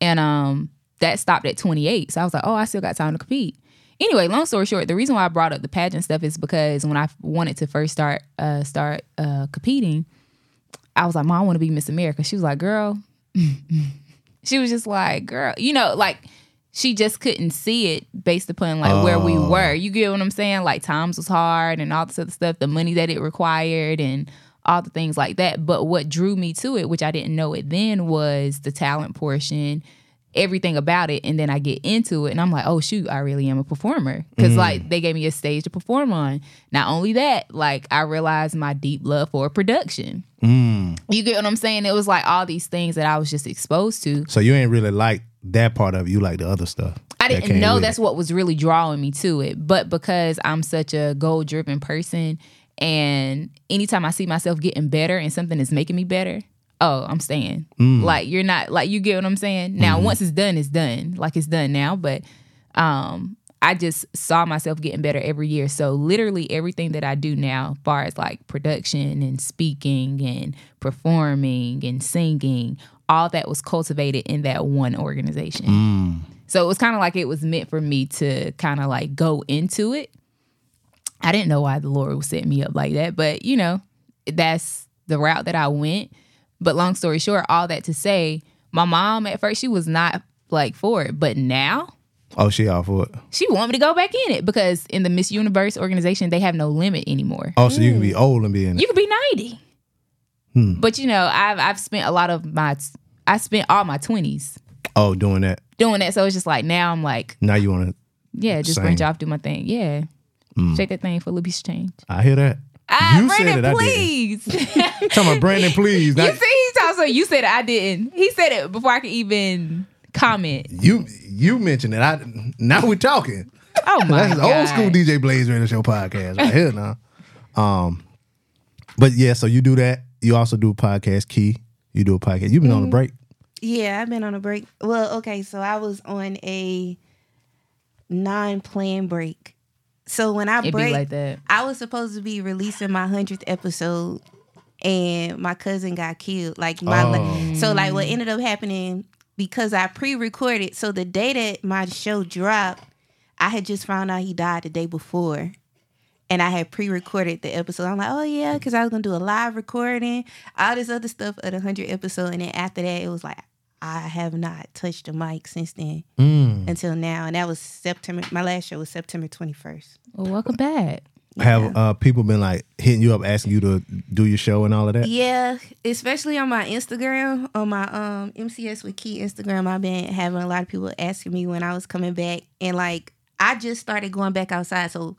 S6: And um that stopped at 28. So I was like, "Oh, I still got time to compete." Anyway, long story short, the reason why I brought up the pageant stuff is because when I wanted to first start uh start uh competing, I was like, "Mom, I want to be Miss America." She was like, "Girl." she was just like, "Girl, you know, like she just couldn't see it based upon like where we were. You get what I'm saying? Like times was hard and all this other stuff, the money that it required and all the things like that. But what drew me to it, which I didn't know it then, was the talent portion, everything about it. And then I get into it and I'm like, oh shoot, I really am a performer. Cause like they gave me a stage to perform on. Not only that, like I realized my deep love for production. You get what I'm saying? It was like all these things that I was just exposed to.
S4: So you ain't really like that part of it. You like the other stuff.
S6: I
S4: that
S6: didn't
S4: came
S6: know
S4: with
S6: that's
S4: it.
S6: what was really drawing me to it. But because I'm such a goal driven person, and anytime I see myself getting better and something is making me better, oh, I'm staying.
S4: Mm.
S6: Like you're not like you get what I'm saying. Now
S4: Mm-hmm.
S6: once it's done, it's done. Like it's done now. But um, I just saw myself getting better every year. So literally everything that I do now, far as like production and speaking and performing and singing, all that was cultivated in that one organization. So it was kind of like it was meant for me to kind of like go into it. I didn't know why the Lord would set me up like that, but you know, that's the route that I went. But long story short, all that to say, my mom at first she was not like for it, but now
S4: Oh, she all for it.
S6: she want me to go back in it because in the Miss Universe organization they have no limit anymore.
S4: Oh, so you can be old and be in it.
S6: Mm. You could be 90. But you know, I've I've spent a lot of my I spent all my 20s
S4: oh, doing that.
S6: doing that. So it's just like now I'm like
S4: Now you want to.
S6: Yeah, just
S4: Same.
S6: branch off, do my thing. Yeah. Shake that thing for a little piece of change.
S4: I hear that.
S6: Ah,
S4: you
S6: Brandon,
S4: said it.
S6: please. you see,
S4: I did. Talking about Brandon, please. Not,
S6: he talks so you said it, I didn't. He said it before I could even comment.
S4: you you mentioned it. I now we're talking.
S6: Oh my
S4: That's
S6: God.
S4: old school DJ Blaze Radio Show podcast right here now. Um, but yeah, so you do that. You also do a podcast. Key, you do a podcast. You've been
S6: Mm-hmm.
S4: on a break.
S7: Yeah, I've been on a break. Well, okay, so I was on a non-planned break. So when I
S6: It'd
S7: break,
S6: be like that.
S7: I was supposed to be releasing my hundredth episode, and my cousin got killed. Like my,
S4: Oh.
S7: so like what ended up happening because I pre-recorded. So the day that my show dropped, I had just found out he died the day before. And I had pre-recorded the episode. I'm like, oh yeah, because I was gonna do a live recording, all this other stuff of the hundred episode. And then after that, it was like I have not touched the mic since then until now. And that was September. My last show was September 21st.
S6: Well, welcome back.
S4: Have uh, people been like hitting you up asking you to do your show and all of that?
S7: Yeah, especially on my Instagram, on my um MCS with Key Instagram, I've been having a lot of people asking me when I was coming back, and like I just started going back outside, so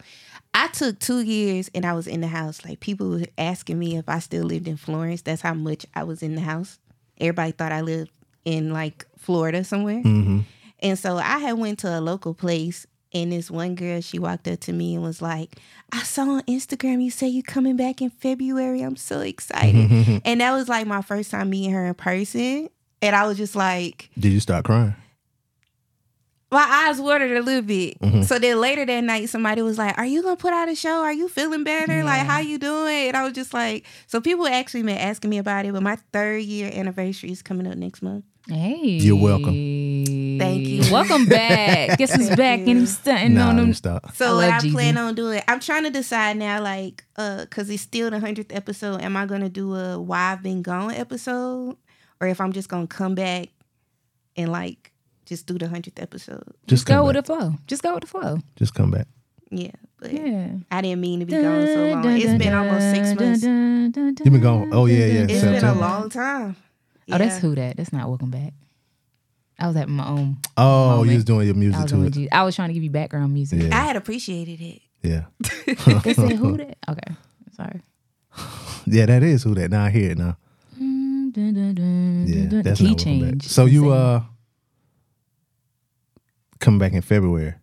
S7: I took two years and I was in the house. Like people were asking me if I still lived in Florence. That's how much I was in the house. Everybody thought I lived in like Florida somewhere, and so I had went to a local place. And this one girl, she walked up to me and was like, "I saw on Instagram you say you coming back in February. I'm so excited." and that was like my first time meeting her in person, and I was just like,
S4: Did you start crying?
S7: my eyes watered a little bit.
S6: Mm-hmm.
S7: So then later that night, somebody was like, "Are you gonna put out a show? Are you feeling better? Like, how you doing?" And I was just like, "So people actually been asking me about it, but my third year anniversary is coming up next month.
S6: Hey.
S4: You're welcome.
S7: Thank you.
S6: Welcome back. Guess who's back and he's stunting
S4: nah,
S6: on
S4: let me
S6: them.
S4: stop.
S7: So
S6: I
S7: what I
S6: love Jeezy.
S7: plan on doing, I'm trying to decide now, like, uh, cause it's still the hundredth episode. Am I gonna do a why I've been gone episode, or if I'm just gonna come back and like just do the hundredth episode?
S4: Just
S6: Go
S4: come
S6: with
S4: back.
S6: the flow. Just go with the flow.
S4: Just come back.
S7: Yeah, but
S6: Yeah.
S7: I didn't mean to be gone so long. It's been almost six months.
S6: months.
S4: You been gone? Oh yeah, yeah.
S7: It's been a
S4: September.
S7: long time.
S6: Oh, that's
S7: Yeah.
S6: who that. That's not welcome back. I was at my own.
S4: Oh, you
S6: moment.
S4: was doing your
S6: I
S4: music
S6: was,
S4: to
S6: on
S4: it.
S6: G- I was trying to give you background music.
S4: Yeah.
S7: I had appreciated it.
S4: Yeah.
S6: They said who that? Okay, sorry.
S4: Yeah, that is who that. Now I hear it now. Yeah,
S6: Yeah,
S4: that's
S6: key
S4: not welcome back.
S6: change.
S4: So you
S6: Insane.
S4: uh come back in February.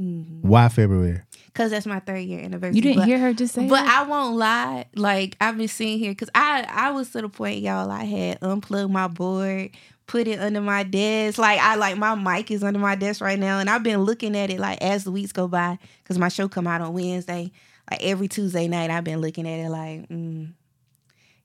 S7: Mm-hmm.
S4: Why February?
S7: Cause that's my third year anniversary.
S6: you didn't
S7: but,
S6: hear her just say,
S7: But
S6: that?
S7: I won't lie. Like I've been sitting here because I I was to the point, y'all. I had unplugged my board, put it under my desk. Like I like my mic is under my desk right now, and I've been looking at it like as the weeks go by because my show come out on Wednesday. Like every Tuesday night, I've been looking at it like. Mm,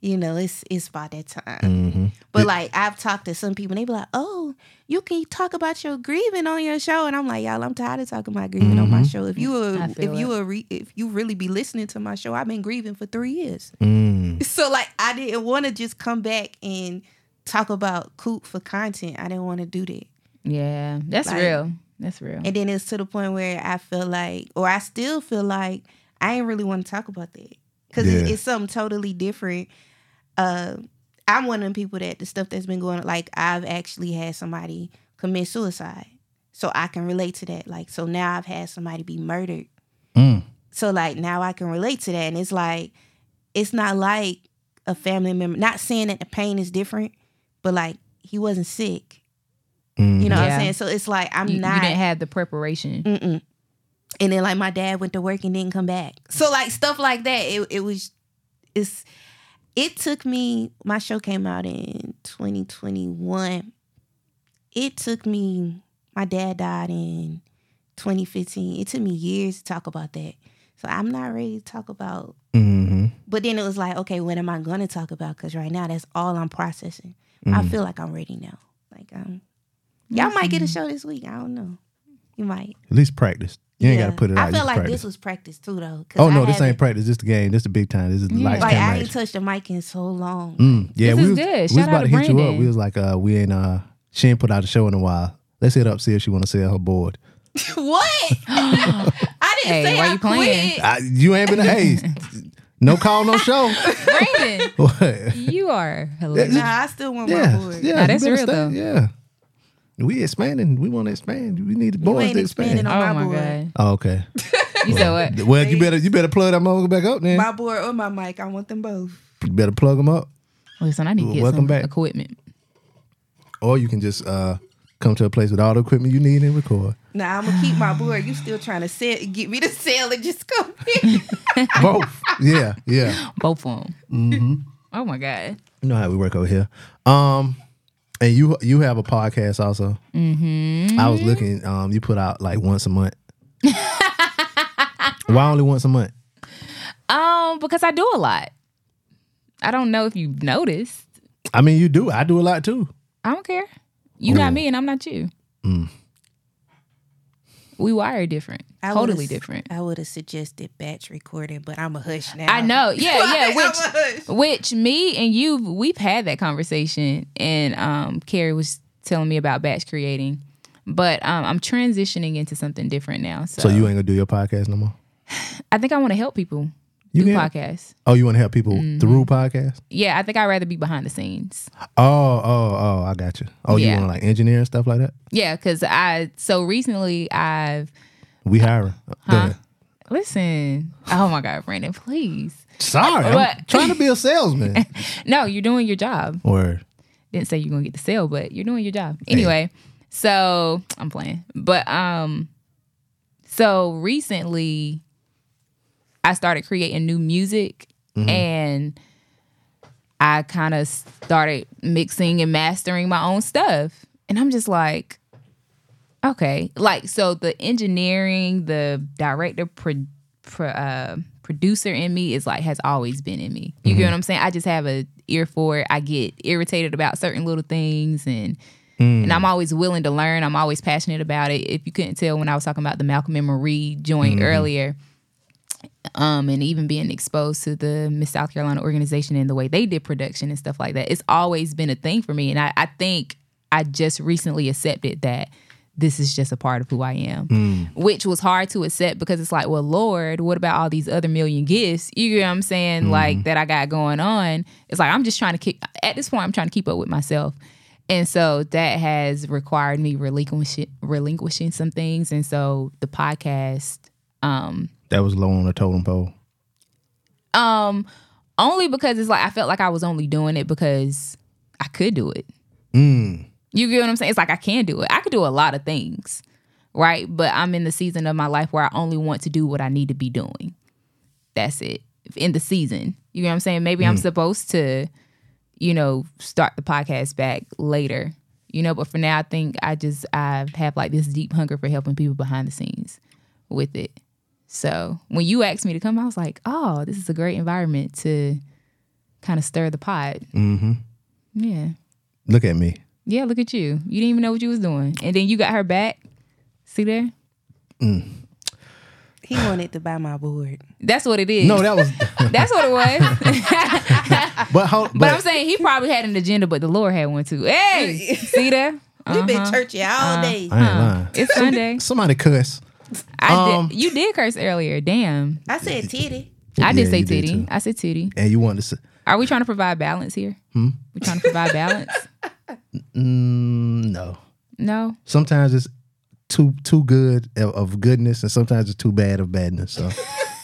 S7: you know, it's it's about that time. But like I've talked to some people, and they be like, "Oh, you can talk about your grieving on your show," and I'm like, "Y'all, I'm tired of talking about grieving on my show. If you
S6: I
S7: were, if
S6: feel
S7: you
S6: it.
S7: were, re- if you really be listening to my show, I've been grieving for three years.
S4: Mm.
S7: So like I didn't want to just come back and talk about coop for content. I didn't want to do that.
S6: yeah, that's
S7: like-
S6: real. That's real.
S7: And then it's to the point where I feel like, or I still feel like, I ain't really want to talk about that because it's,
S4: Yeah.
S7: it's something totally different. Uh, I'm one of them people that the stuff that's been going, like I've actually had somebody commit suicide, so I can relate to that. Like, so now I've had somebody be murdered,
S4: Mm.
S7: so like now I can relate to that, and it's like, it's not like a family member. Not saying that the pain is different, but like he wasn't sick.
S4: Mm.
S7: You know what
S6: Yeah.
S7: I'm saying? So it's like I'm
S6: you, you
S7: not.
S6: didn't have the preparation.
S7: Mm-mm. And then like my dad went to work and didn't come back. So like stuff like that. It it was it's it took me my show came out in 2021. It took me my dad died in 2015. It took me years to talk about that. So I'm not ready to talk about
S4: hmm
S7: but then it was like, okay, what am I gonna talk about? Because right now that's all I'm processing. I feel like I'm ready now. Like um, y'all might get a show this week. I don't know. You might.
S4: At least practice. You ain't got to put it out.
S7: I
S4: just
S7: feel like
S4: practice.
S7: this was practice too, though. 'cause
S4: Oh
S7: I
S4: no, this ain't
S7: haven't-
S4: practice. This the game. This the big time. This is lights
S7: Like I
S4: camera
S7: ain't
S4: action.
S7: touched the mic in so long.
S4: Mm. Yeah,
S6: This
S4: we
S6: is
S4: was,
S6: good.
S4: we was
S6: Shout out
S4: about
S6: to
S4: to hit you up.
S6: Brandon.
S4: We was like, uh, we ain't uh, she ain't put out a show in a while. Let's hit up see if she want to sell her board.
S7: what? I didn't
S6: Hey,
S7: say
S6: why
S7: I
S6: you playing?
S7: quit.
S4: I, you ain't been a hey, no call, no show.
S6: Brandon,
S4: What?
S6: you are hilarious.
S7: Nah, I still want
S4: Yeah,
S7: my board.
S4: yeah,
S6: Nah,
S4: you
S6: that's
S4: better
S6: real, though.
S4: Yeah, we expanding. We want to expand. We need the
S7: You
S4: boys
S7: ain't
S4: to expand.
S7: expanding
S6: oh
S7: on my
S6: my
S7: board.
S6: god,
S4: oh, okay.
S6: you said what?
S4: Well, you better you better plug that motherfucker back up then.
S7: My board or my mic. I want them both.
S4: You better plug them up,
S6: Listen, I need to get
S4: Welcome
S6: some
S4: back.
S6: equipment.
S4: or you can just uh, come to a place with all the equipment you need and record.
S7: Nah, I'm gonna keep my board. You still trying to sell? Get me to sell and just come here.
S4: Both. Yeah, yeah.
S6: Both of them.
S4: Mm-hmm.
S6: Oh my god.
S4: You know how we work over here. Um, and you you have a podcast also. Mm-hmm. I was looking. Um, you put out like once a month. Why only once a month?
S6: Um, because I do a lot. I don't know if you've noticed.
S4: I mean, you do. I do a lot too.
S6: I don't care. You
S4: Ooh.
S6: not me, and I'm not you.
S4: Mm.
S6: We wire different,
S7: I
S6: totally
S7: would've-
S6: different.
S7: I would have suggested batch recording, but I'm a hush now.
S6: I know. Yeah, yeah.
S7: I'm a
S6: Which,
S7: hush.
S6: which me and you, we've had that conversation, and um, Carrie was telling me about batch creating, but um, I'm transitioning into something different now. So,
S4: So you ain't gonna do your podcast no more.
S6: I think I want to help people
S4: You
S6: do Mm-hmm.
S4: can-
S6: podcasts.
S4: Oh, you want to help people through podcasts?
S6: Yeah, I think I'd rather be behind the scenes.
S4: Oh, oh, oh, I got you. Oh, you
S6: Yeah.
S4: want to like engineer and stuff like that?
S6: Yeah, because I so recently I've
S4: We hiring. Go ahead.
S6: listen. Oh my God, Brandon, please.
S4: Sorry, I'm
S6: What?
S4: trying to be a salesman.
S6: No, you're doing your job.
S4: or
S6: Didn't say you're gonna get the sale, but you're doing your job anyway. So I'm playing, but um, so recently I started creating new music and. I kind of started mixing and mastering my own stuff. And I'm just like, okay. Like, so the engineering, the director, pro, pro, uh, producer in me is like, has always been in me. You get what I'm saying? I just have a ear for it. I get irritated about certain little things and. And I'm always willing to learn. I'm always passionate about it. If you couldn't tell when I was talking about the Malcolm and Marie joint earlier, um, and even being exposed to the Miss South Carolina organization and the way they did production and stuff like that. It's always been a thing for me. And I, I think I just recently accepted that this is just a part of who I am, which was hard to accept because it's like, well, Lord, what about all these other million gifts? You get what I'm saying? Like that I got going on. It's like, I'm just trying to keep, at this point, I'm trying to keep up with myself. And so that has required me relinquishing, relinquishing some things. And so the podcast, um,
S4: that was low on the totem pole.
S6: um, only because it's like I felt like I was only doing it because I could do it. You get what I'm saying? It's like I can do it. I could do a lot of things, right? But I'm in the season of my life where I only want to do what I need to be doing. That's it. In the season. You know what I'm saying? Maybe I'm supposed to, you know, start the podcast back later. You know, but for now I think I just I have like this deep hunger for helping people behind the scenes with it. So when you asked me to come, I was like, oh, this is a great environment to kind of stir the pot. Mm-hmm. Yeah.
S4: Look at me.
S6: Yeah, look at you. You didn't even know what you was doing. And then you got her back. See there?
S5: He wanted to buy my board.
S6: That's what it is.
S4: No, that was.
S6: That's what it was.
S4: But how, but,
S6: but, I'm saying he probably had an agenda, but the Lord had one too. Hey, see there?
S5: We've
S7: Uh-huh.
S5: been churchy all day.
S4: I ain't lying.
S6: It's Sunday.
S4: Somebody cuss.
S6: I
S4: Um,
S6: did, you did curse earlier. Damn.
S5: I said titty.
S6: I did
S4: Yeah,
S6: say
S4: you did
S6: titty.
S4: too.
S6: I said titty.
S4: and you wanted to. Say,
S6: Are we trying to provide balance here? Hmm? We trying to provide balance?
S4: mm, no.
S6: no.
S4: Sometimes it's too too good of, of goodness, and sometimes it's too bad of badness.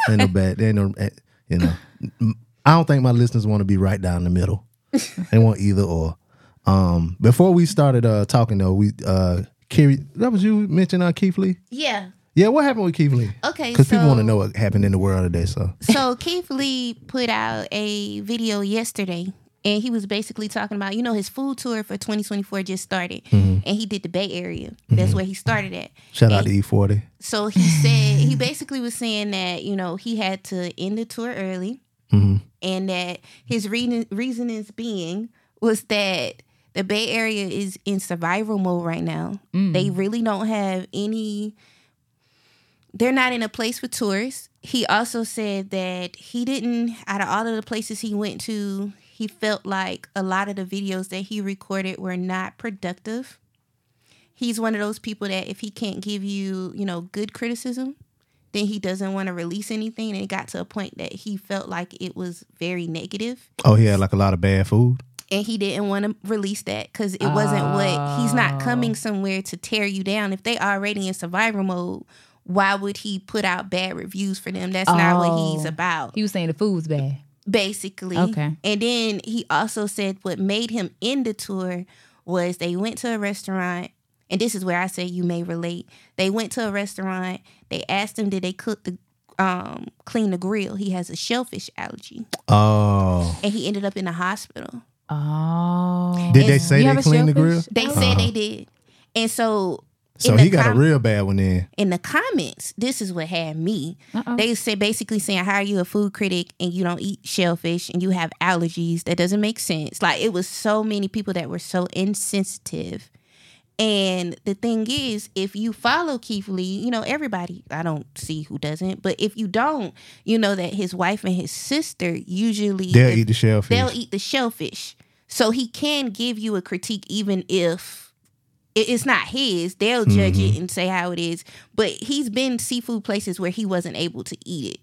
S4: So ain't no bad. Ain't no. eh, You know. Mm, I don't think my listeners want to be right down the middle. they want either or. Um, before we started uh talking though, we uh Kerry, that was you mentioned uh, Keith Lee.
S7: Yeah.
S4: Yeah, what happened with Keith Lee?
S7: Okay,
S4: because people
S7: so-
S4: want to know what happened in the world today. So
S7: So Keith Lee put out a video yesterday, and he was basically talking about you know his food tour for 2024 just started, and he did the Bay Area. That's where he started at.
S4: shout out to E forty.
S7: So he said he basically was saying that you know he had to end the tour early, and that his reason reasonings being was that the Bay Area is in survival mode right now. They really don't have any. They're not in a place for tourists. He also said that he didn't. Out of all of the places he went to, he felt like a lot of the videos that he recorded were not productive he's one of those people that if he can't give you, you know, good criticism, then he doesn't want to release anything. And it got to a point that he felt like it was very negative,
S4: Oh, he had like a lot of bad food.
S7: and he didn't want to release that because it wasn't what he's not coming somewhere to tear you down. If they already in survival mode, why would he put out bad reviews for them? That's not
S6: Oh.
S7: what he's about
S6: He was saying the food was bad.
S7: basically.
S6: Okay.
S7: And then he also said what made him end the tour was they went to a restaurant, and this is where I say you may relate. They went to a restaurant. They asked him, did they cook the um clean the grill? He has a shellfish allergy,
S4: Oh,
S7: and he ended up in the hospital.
S6: Oh.
S4: did they
S7: And
S4: say
S6: you
S4: they
S6: have a
S4: cleaned the grill? Uh-huh.
S6: shellfish?
S7: They said they did, and so.
S4: So
S7: in the
S4: he got
S7: com-
S4: a real bad one in.
S7: in the comments, this is what had me. They said basically saying, "How are you a food critic and you don't eat shellfish and you have allergies? That doesn't make sense." Like it was so many people that were so insensitive. And the thing is, if you follow Keith Lee, you know everybody. I don't see who doesn't, but if you don't, you know that his wife and his sister usually
S4: They'll
S7: if-
S4: eat the shellfish.
S7: They'll eat the shellfish. So he can give you a critique even if it- it's not his. They'll judge it and say how it is. But he's been seafood places where he wasn't able to eat it.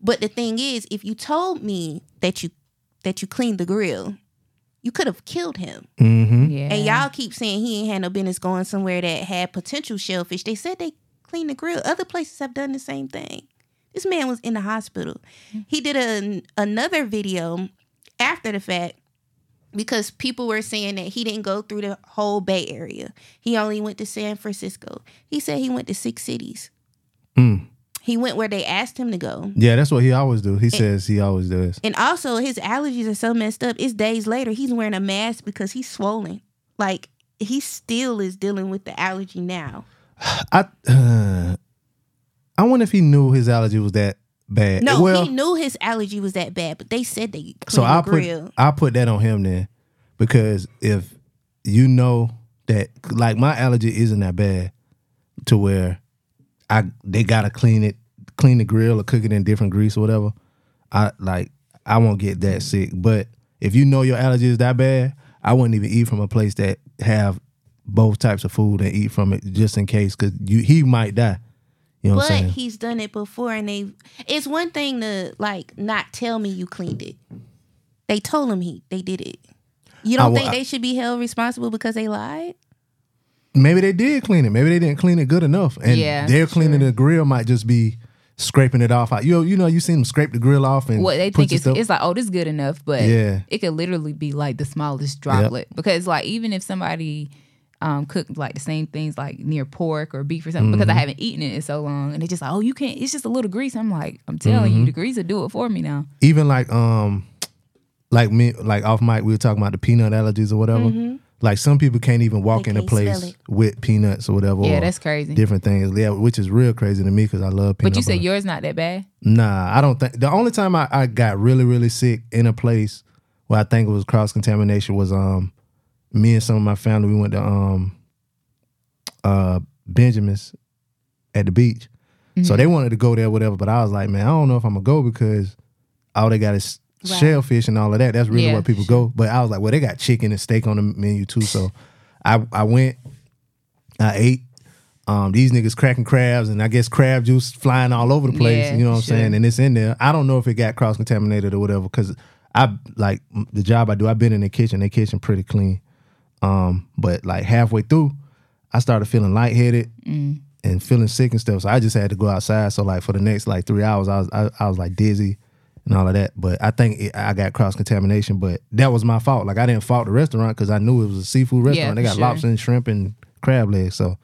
S7: But the thing is, if you told me that you that you cleaned the grill, you could have killed him.
S6: Yeah.
S4: Mm-hmm.
S7: And y'all keep saying he ain't had no business going somewhere that had potential shellfish. They said they cleaned the grill. Other places have done the same thing. This man was in the hospital. He did an, another video after the fact because people were saying that he didn't go through the whole Bay Area. He only went to San Francisco. He said he went to six cities. He went where they asked him to go.
S4: Yeah, that's what he always do. He says he always does.
S7: And also, his allergies are so messed up. It's days later. He's wearing a mask because he's swollen. Like he still is dealing with the allergy now.
S4: I uh, I wonder if he knew his allergy was that bad.
S7: No,
S4: well,
S7: he knew his allergy was that bad, but they said they cleaned
S4: so
S7: the
S4: I put
S7: grill.
S4: I put that on him then, because if you know that like my allergy isn't that bad, to where I they gotta clean it, clean the grill or cook it in different grease or whatever. I like I won't get that sick. But if you know your allergy is that bad, I wouldn't even eat from a place that have both types of food and eat from it just in case, because you he might die. You know what
S7: but
S4: I'm saying?
S7: he's done it before, and they. It's one thing to like not tell me you cleaned it. They told him he they did it. You
S4: I
S7: don't
S4: wa-
S7: think they should be held responsible because they lied?
S4: maybe they did clean it. Maybe they didn't clean it good enough, and
S6: Yeah,
S4: their cleaning the grill might just be scraping it off. You know, you know, you seen them scrape the grill off and
S6: what they
S4: put
S6: think
S4: your
S6: it's,
S4: stuff-
S6: it's like, oh, this is good enough, but
S4: Yeah.
S6: it could literally be like the smallest droplet. Because like even if somebody um, cooked like the same things like near pork or beef or something, because
S4: Mm-hmm.
S6: I haven't eaten it in so long, and they just like, oh, you can't. It's just a little grease. I'm like, I'm telling
S4: Mm-hmm.
S6: you, the grease will do it for me now.
S4: even like um like me like off mic we were talking about the peanut allergies or whatever.
S6: Mm-hmm.
S4: Like some people can't even walk
S7: They
S4: in a
S7: can't smell
S4: place
S7: it.
S4: with peanuts or whatever.
S6: Yeah,
S4: or
S6: that's crazy.
S4: Different things, yeah, which is real crazy to me because I love peanut.
S6: But you said
S4: butter.
S6: yours not that bad.
S4: Nah, I don't think the only time I, I got really, really sick in a place where I think it was cross contamination was um me and some of my family, we went to um uh Benjamin's at the beach. So they wanted to go there, whatever, but I was like, man, I don't know if I'm gonna go because all they got is shellfish and all of that. That's really
S6: Yeah,
S4: where people go. But I was like, well, they got chicken and steak on the menu too. So I I went, I ate. Um, these niggas cracking crabs and I guess crab juice flying all over the place.
S6: Yeah,
S4: you know what I'm
S6: sure.
S4: saying? And it's in there. I don't know if it got cross contaminated or whatever because I like m- the job I do. I've been in the kitchen. The kitchen pretty clean. Um, but like halfway through, I started feeling lightheaded
S6: Mm.
S4: and feeling sick and stuff. So I just had to go outside. So like for the next like three hours, I was I, I was like dizzy and all of that. But I think it, I got cross contamination. But that was my fault. Like I didn't fault the restaurant because I knew it was a seafood restaurant. they
S6: Yeah,
S4: got
S6: for
S4: lobster and shrimp and crab legs. So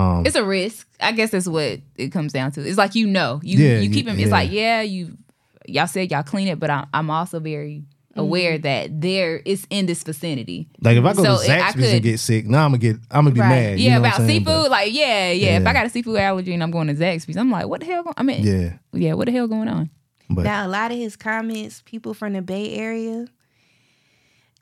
S6: it's a risk. I guess that's what it comes down to. It's like you know, you
S4: Yeah,
S6: you
S4: you-
S6: keep him. It's
S4: yeah.
S6: like yeah, you y'all said y'all clean it, but I'm I'm also very aware that there it's in this vicinity.
S4: like if I go
S6: So,
S4: to
S6: it- I
S4: Zaxby's and
S6: could-
S4: get sick, now I'm gonna get I'm gonna be
S7: Right.
S4: mad. you
S6: yeah,
S4: know what
S6: about
S4: I'm saying?
S6: seafood. like, yeah, yeah, If I
S4: Yeah.
S6: got a seafood allergy and I'm going to Zaxby's, I'm like, what the hell? Going- I
S4: But,
S6: mean, yeah.
S4: yeah,
S6: what the hell going on?
S4: but
S7: Now, a lot of his comments, people from the Bay Area,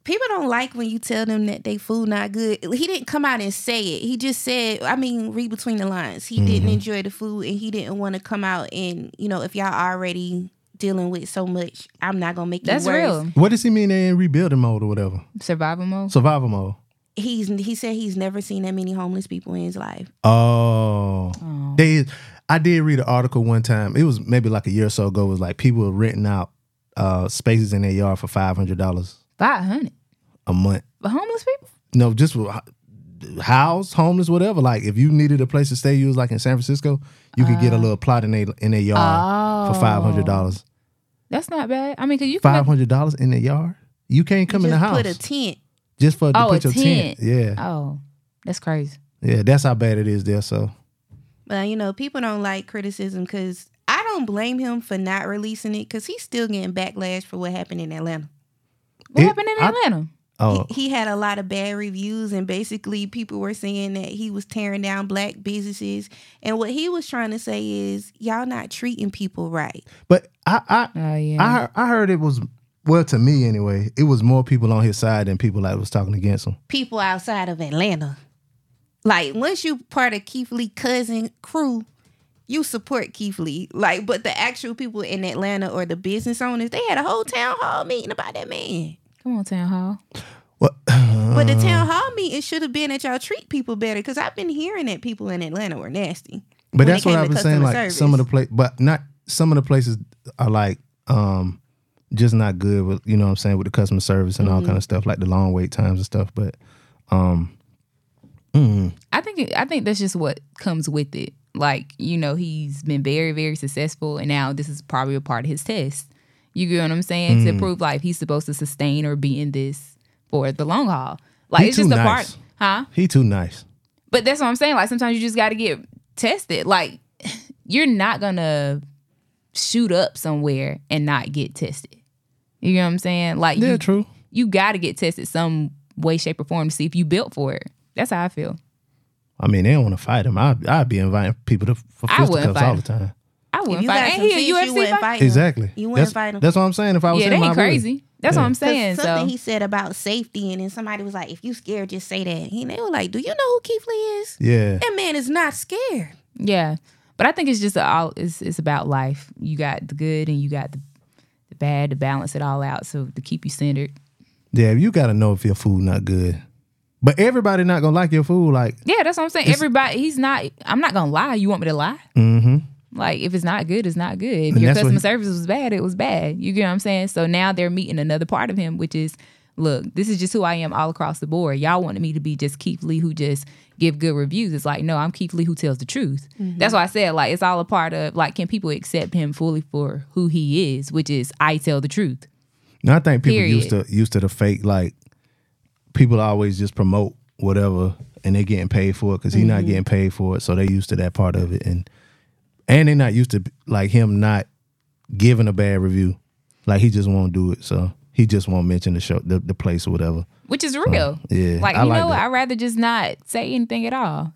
S7: people don't like when you tell them that they food not good. He didn't come out and say it. He just said, I mean, read between the lines. He
S4: Mm-hmm.
S7: didn't enjoy the food and he didn't want to come out and, you know, if y'all already dealing with so much, I'm not gonna make it
S6: That's
S7: worse.
S6: real
S4: what does he mean they in rebuilding mode or whatever?
S6: survival mode.
S4: Survival mode.
S7: He's he said he's never seen that many homeless people in his life.
S4: Oh, they. I did read an article one time. It was maybe like a year or so ago. It was like people were renting out uh, spaces in their yard for five hundred dollars
S6: Five hundred
S4: a month.
S6: for homeless people.
S4: No, just with h- house, homeless, whatever. Like if you needed a place to stay, you was like in San Francisco, you could get a little plot in a in a yard Uh, for
S6: Oh.
S4: five hundred dollars.
S6: That's not bad. I mean, cause you
S4: Five
S6: can.
S4: hundred dollars in a yard. You can't come in the
S7: Just
S4: house
S7: put a tent.
S4: just for
S6: Oh,
S4: to put
S6: a
S4: your tent.
S6: tent.
S4: Yeah,
S6: Oh, that's crazy.
S4: yeah. That's how bad it is there. So
S7: Well, you know, people don't like criticism because I don't blame him for not releasing it because he's still getting backlash for what happened in Atlanta.
S6: What
S4: It-
S6: happened in
S4: I-
S6: Atlanta?
S4: oh,
S7: he, he had a lot of bad reviews and basically people were saying that he was tearing down black businesses and what he was trying to say is y'all not treating people right
S4: but I I
S6: Oh yeah.
S4: I heard, I heard it was well to me anyway. It was more people on his side than people that was talking against him.
S7: people outside of atlanta like once you part of keith lee cousin crew you support keith lee like but the actual people in atlanta or the business owners they had a whole town hall meeting about that man
S6: Come on, town hall.
S4: Well,
S7: but the
S4: Uh.
S7: town hall meeting should have been that y'all treat people better because I've been hearing that people in Atlanta were nasty.
S4: But
S7: when it
S4: that's what
S7: came
S4: I've
S7: to
S4: been saying.
S7: customer
S4: Like
S7: service.
S4: some of the place, but not some of the places are like um just not good with you know what I'm saying with the customer service and all kind of stuff like the long wait times and stuff. But
S6: I think it, I think that's just what comes with it. Like you know, he's been very very successful, and now this is probably a part of his test. You get what I'm
S4: Mm.
S6: saying? To prove life, he's supposed to sustain or be in this for the long haul. Like
S4: He
S6: it's
S4: too
S6: just a
S4: nice.
S6: part, huh?
S4: he too nice.
S6: But that's what I'm saying. Like sometimes you just got to get tested. Like you're not gonna shoot up somewhere and not get tested. You know what I'm saying? Like
S4: Yeah,
S6: you,
S4: true.
S6: you got to get tested some way, shape, or form to see if you built for it. That's how I feel.
S4: I mean, they don't want to fight him. I I'd be inviting people to for
S6: I wouldn't
S4: fisticuffs
S6: fight
S4: all the
S6: him.
S4: time.
S6: I
S7: If
S6: wouldn't
S7: you
S6: fight.
S7: got
S6: Ain't
S7: some
S6: he a
S7: sense, you
S6: UFC
S7: wouldn't
S6: fighter?
S7: fight him.
S4: Exactly.
S7: You
S4: that's,
S7: wouldn't fight him.
S4: That's what I'm saying. If I was
S6: Yeah,
S4: him,
S6: they
S4: I
S6: ain't
S4: would.
S6: crazy. That's
S4: Yeah.
S6: what I'm
S7: 'Cause
S6: saying. So
S7: something he said about safety, and then somebody was like, "If you scared, just say that." He they were like, "Do you know who Keith Lee is?"
S4: Yeah.
S7: That man is not scared.
S6: yeah, but I think it's just a, all. It's it's about life. You got the good and you got the, the bad to balance it all out. So to keep you centered.
S4: Yeah, you gotta know if your food not good. But everybody not gonna like your food. Like,
S6: Yeah, that's what I'm saying. Everybody, he's not. I'm not gonna lie. You want me to lie? Mm-hmm. Like if it's not good, it's not good. If
S4: And
S6: your
S4: that's what
S6: customer
S4: he-
S6: service was bad, it was bad. You get what I'm saying? So now they're meeting another part of him, which is, look, this is just who I am all across the board. Y'all wanted me to be just Keith Lee who just give good reviews. It's like no, I'm Keith Lee who tells the truth. That's why I said like it's all a part of like can people accept him fully for who he is, which is I tell the truth.
S4: and I think people
S6: Period.
S4: used to used to the fake. Like, people always just promote whatever, and they getting paid for it because he's not getting paid for it. So they used to that part of it, and and they not used to like him not giving a bad review. Like he just won't do it. So he just won't mention the show, the, the place or whatever.
S6: which is real.
S4: Uh, yeah,
S6: Like,
S4: I
S6: you
S4: like
S6: know,
S4: that.
S6: I'd rather just not say anything at all.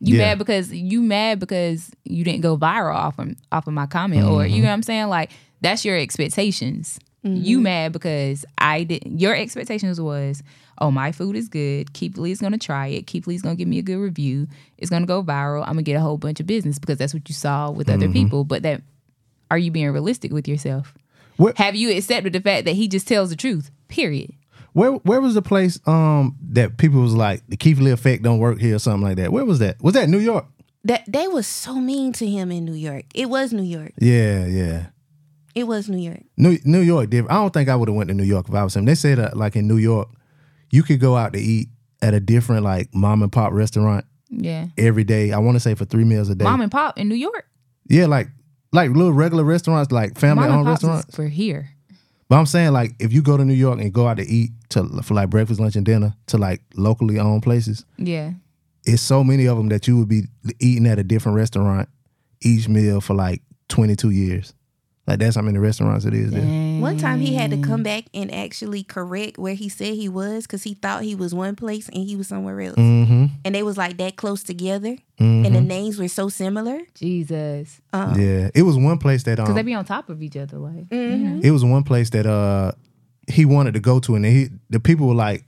S6: You
S4: Yeah.
S6: mad because you mad because you didn't go viral off of, off of my comment or
S4: Mm-hmm.
S6: you know what I'm saying? Like that's your expectations. You mad because I didn't your expectations was, oh my food is good. Keep Lee's gonna try it. Keep Lee's gonna give me a good review. It's gonna go viral. I'm gonna get a whole bunch of business because that's what you saw with
S4: Mm-hmm.
S6: other people. But that are you being realistic with yourself?
S4: What-
S6: Have you accepted the fact that he just tells the truth? Period.
S4: Where where was the place um that people was like the Keith Lee effect don't work here or something like that? Where was that? Was that New York?
S7: That they was so mean to him in New York. It was New York.
S4: Yeah, yeah.
S7: It was New York.
S4: New New York different. I don't think I would have went to New York if I was him. They said that like in New York, you could go out to eat at a different like mom and pop restaurant
S6: Yeah.
S4: every day. I want to say for three meals a day.
S6: mom and pop in New York.
S4: yeah, like like little regular restaurants, like family
S6: Mom and
S4: owned
S6: pops
S4: restaurants.
S6: is for here.
S4: But I'm saying like if you go to New York and go out to eat to for like breakfast, lunch, and dinner to like locally owned places,
S6: Yeah.
S4: it's so many of them that you would be eating at a different restaurant each meal for like 22 years. Like that's how many restaurants it is. There.
S7: One time he had to come back and actually correct where he said he was because he thought he was one place and he was somewhere else.
S4: Mm-hmm. Mm.
S7: And they was like that close together, and the names were so similar.
S6: Jesus.
S4: Yeah, it was one place that
S6: Because they
S4: um,
S6: be on top of each other. Like,
S7: Mm-hmm.
S4: it was one place that uh he wanted to go to, and he the people were like,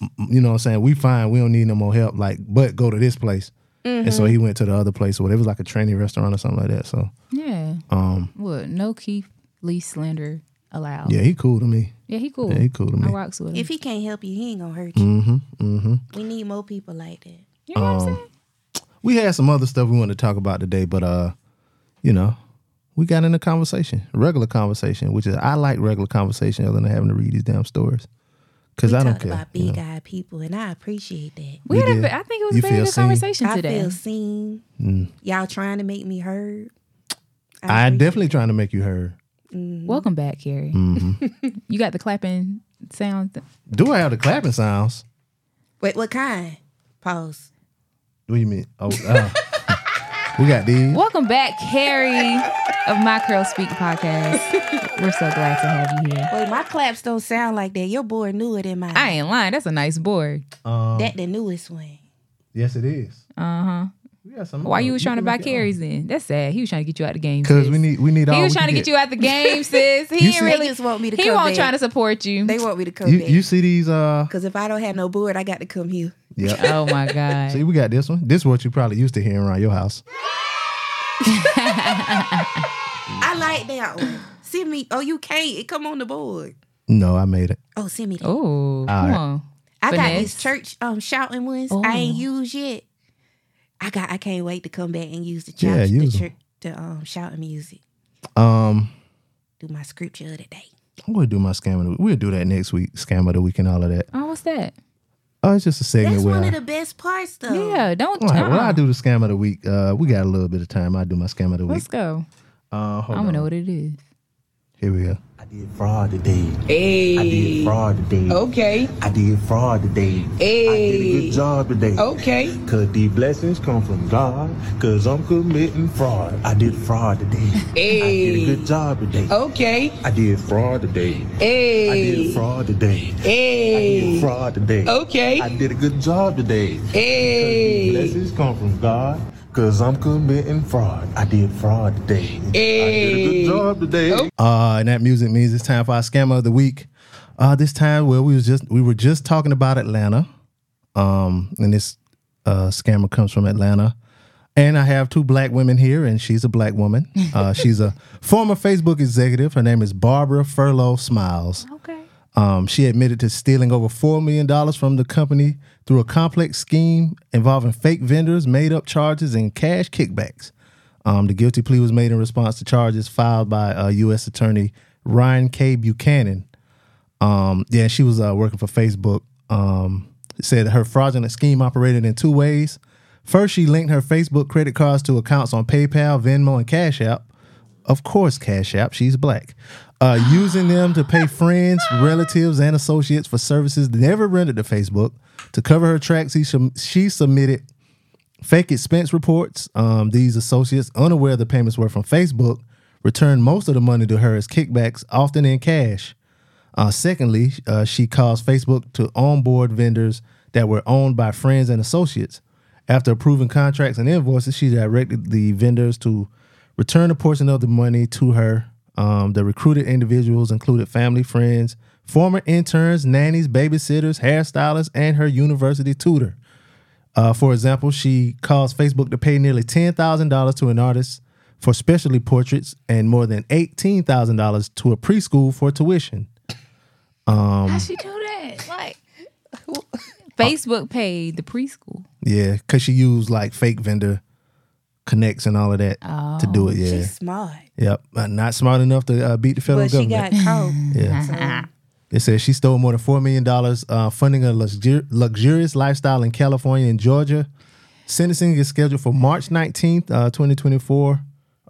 S4: m- you know, what I'm saying we fine, we don't need no more help. Like, but go to this place, and
S7: Mm-hmm.
S4: so he went to the other place or whatever. It was like a trendy restaurant or something like that. So
S6: yeah.
S4: um
S6: Look, no Keith Lee slander allowed.
S4: yeah, he cool to me.
S6: Yeah, he cool.
S4: Yeah, he cool to
S6: I
S7: Oh,
S4: me. Mm-hmm.
S6: rocks with him.
S7: If he can't help you, he ain't gonna hurt you.
S4: Mm.
S7: We need more people like that.
S6: you know what I'm
S4: Um,
S6: saying?
S4: we had some other stuff we wanted to talk about today, but uh, you know, we got in a conversation, regular conversation, which is I like regular conversation other than having to read these damn stories because
S7: We
S4: I don't
S7: talked
S4: care.
S7: about
S4: you
S7: big
S4: know.
S7: eyed people, and I appreciate that.
S6: We,
S4: We
S6: had
S4: did.
S6: a, I think it was
S4: You
S6: a very
S4: feel
S6: good
S4: seen?
S6: conversation
S7: I
S6: today.
S7: feel seen.
S4: Mm.
S7: Y'all trying to make me heard.
S4: I
S7: appreciate
S4: definitely trying to make you heard.
S6: Welcome back, Carrie.
S4: Mm-hmm.
S6: you got the clapping sound. th-
S4: Do I have the clapping sounds?
S7: Wait, what kind? Pause.
S4: What do you mean? Oh, uh, we got these.
S6: Welcome back, Carrie of My Curl Speak podcast. We're so glad to have you here.
S7: Wait, my claps don't sound like that. Your board newer than mine.
S6: I ain't lying. That's a nice board.
S7: that the newest one.
S4: Yes, it is. Uh huh. We got some.
S6: Uh-huh. Why you was trying to buy carries then? That's sad. He was trying to get you out of the game.
S4: Because
S6: sis.
S4: we need we need all.
S6: He was
S4: we
S6: trying to
S4: can
S6: get you out the game, sis. He ain't
S4: see-
S6: really
S7: They just want me to
S6: He
S7: come
S6: won't
S7: back.
S6: try to support you.
S7: They want me to come
S4: You,
S7: back.
S4: you see these? Uh,
S7: Cause if I don't have no board, I got to come here.
S4: yeah.
S6: oh my god.
S4: See, we got this one. This is what you probably used to hearing around your house.
S7: I like that one. Send me. Oh, you can't. It come on the board.
S4: No, I made it.
S7: Oh, send me that.
S6: Oh, come
S4: right.
S6: on.
S7: I got
S6: Finesse.
S7: these church um shouting ones I ain't used yet. I got I can't wait to come back and use the church
S4: Yeah, use
S7: the
S4: 'em.
S7: church the um shouting music.
S4: Um,
S7: Do my scripture of the day.
S4: I'm gonna do my scam of the week. We'll do that next week, scam of the week and all of that.
S6: Oh, what's that?
S4: Oh, it's just a segment
S7: That's
S4: where
S7: one
S4: I-
S7: of the best parts though.
S6: Yeah, don't.
S4: All right, well,
S6: uh-uh.
S4: I do the scam of the week. Uh, we got a little bit of time. I do my scam of the week.
S6: Let's go.
S4: Uh,
S6: I
S4: hold
S6: don't
S4: on. Uh,
S6: know what it is.
S4: Here we go.
S8: I did fraud today. Hey. I did fraud today. Okay. I did fraud today. Hey. I did a good job today. Okay. Cause the blessings come from God. Cause I'm committing fraud. I did fraud today. Hey. I did a good job today. Okay. I did fraud today. Hey. I did fraud today. Hey. I did fraud today. Okay. I did a good job today. Hey. The blessings come from God. Cause I'm committing fraud. I did fraud today. Hey. I did a good job today.
S4: Uh, and that music means it's time for our scammer of the week. Uh, this time where we was just we were just talking about Atlanta. Um, and this uh, scammer comes from Atlanta. And I have two black women here, and she's a black woman. Uh, she's a former Facebook executive. Her name is Barbara Furlow Smiles.
S6: Okay.
S4: Um, she admitted to stealing over $4 million from the company through a complex scheme involving fake vendors, made up charges, and cash kickbacks. Um, the guilty plea was made in response to charges filed by uh, U.S. Attorney Ryan K. Buchanan. Um, yeah, she was uh, working for Facebook. Um, it said her fraudulent scheme operated in two ways. First, she linked her Facebook credit cards to accounts on PayPal, Venmo, and Cash App. Of course, Cash App. She's black. Uh, using them to pay friends, relatives, and associates for services never rendered to Facebook. To cover her tracks, she, sum- she submitted fake expense reports. Um, these associates, unaware the payments were from Facebook, returned most of the money to her as kickbacks, often in cash. Uh, secondly, uh, she caused Facebook to onboard vendors that were owned by friends and associates. After approving contracts and invoices, she directed the vendors to return a portion of the money to her. Um, the recruited individuals included family, friends, former interns, nannies, babysitters, hairstylists, and her university tutor. Uh, for example, she caused Facebook to pay nearly ten thousand dollars to an artist for specialty portraits and more than eighteen thousand dollars to a preschool for tuition.
S6: How she do that? Like, Facebook paid the preschool.
S4: Yeah, because she used like fake vendor connects and all of that to do it. Yeah,
S7: Oh. She's smart.
S4: yep. Uh, not smart enough to uh, beat the federal
S7: But she
S4: government.
S7: got caught.
S4: Yeah.
S7: So
S4: It says she stole more than four million dollars, uh, funding a luxur- luxurious lifestyle in California and Georgia. Sentencing is scheduled for March nineteenth, uh, twenty twenty four,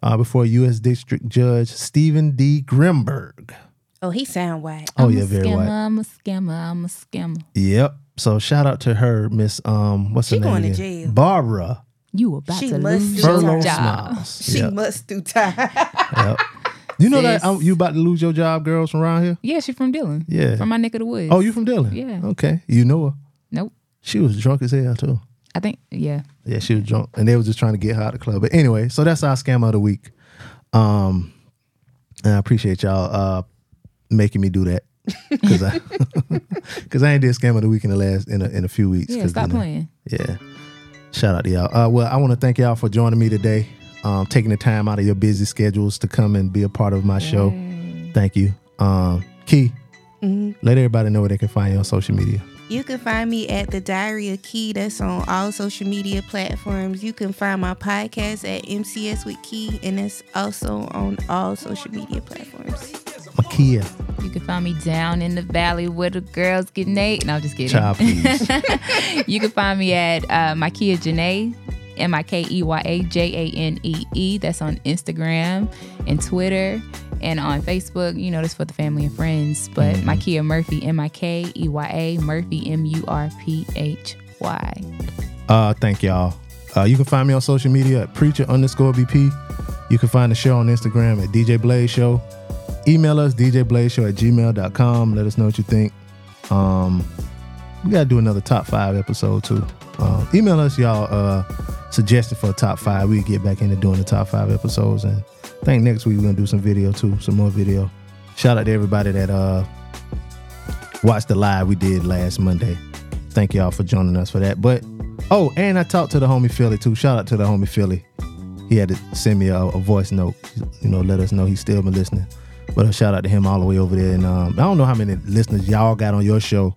S4: uh, before U.S. District Judge Stephen D. Grimberg.
S7: oh he sound white.
S4: Oh
S6: I'm
S4: yeah,
S6: a
S4: very
S6: scammer,
S4: white.
S6: I'm a scammer. I'm a scammer.
S4: Yep. So shout out to her, Miss um, what's her
S7: She
S4: name?
S7: going to
S4: again?
S7: jail.
S4: Barbara
S6: You about
S7: She
S6: to
S7: must
S6: lose
S7: do
S6: your
S4: Furlough
S7: her
S6: job.
S4: Smiles.
S7: She
S4: Yep.
S7: must do time.
S4: You know that
S6: Sis.
S4: um, you about to lose your job, girls from around here.
S6: Yeah, she from Dillon.
S4: Yeah.
S6: From my neck of the woods.
S4: Oh, you from Dillon?
S6: Yeah.
S4: Okay, you know her.
S6: Nope.
S4: She was drunk as hell too.
S6: I think yeah.
S4: Yeah, she was drunk, and they were just trying to get her out of the club. But anyway, so that's our scam of the week. Um, and I appreciate y'all uh making me do that because I because I ain't did scam of the week in the last in a, in a few weeks.
S6: Yeah,
S4: 'cause,
S6: stop
S4: you know,
S6: playing.
S4: Yeah, shout out to y'all. Uh, well, I want to thank y'all for joining me today, um, taking the time out of your busy schedules to come and be a part of my show. Thank you, um, Key.
S6: Mm-hmm.
S4: Let everybody know where they can find you on social media.
S7: You can find me at the Diary of Key. That's on all social media platforms. You can find my podcast at MCS with Key, and that's also on all social media platforms.
S4: Makia,
S6: You can find me down in the valley where the girls get Nate. No, I'm just kidding.
S4: child, please.
S6: you can find me at uh, Mikea Janae, M I K E Y A J A N E E. That's on Instagram and Twitter and on Facebook. You know, that's for the family and friends. But Mikea Murphy, M I K E Y A Murphy, M U R P H Y.
S4: Uh, thank y'all. Uh, you can find me on social media at preacher underscore BP. You can find the show on Instagram at DJ Blaze Show. Email us djblazeshow at gmail.com. Let us know what you think. Um, we got to do another top five episode too. Um, email us y'all uh, suggestion for a top five. We get back into doing the top five episodes. And I think next week we're going to do some video too, some more video. Shout out to everybody that uh, watched the live we did last Monday. Thank y'all for joining us for that. But oh, and I talked to the homie Philly too. Shout out to the homie Philly. He had to send me a, a voice note, you know, let us know he's still been listening. But a shout out to him all the way over there. And um, I don't know how many listeners y'all got on your show,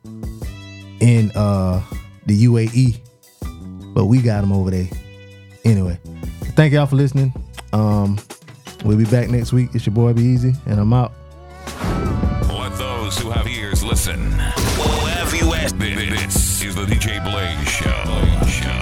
S4: in uh the UAE, but we got them over there. Anyway, thank y'all for listening. Um, we'll be back next week. It's your boy Be Easy, and I'm out.
S2: Let those who have ears listen. Whoever you ask, this is the DJ Blaze Show.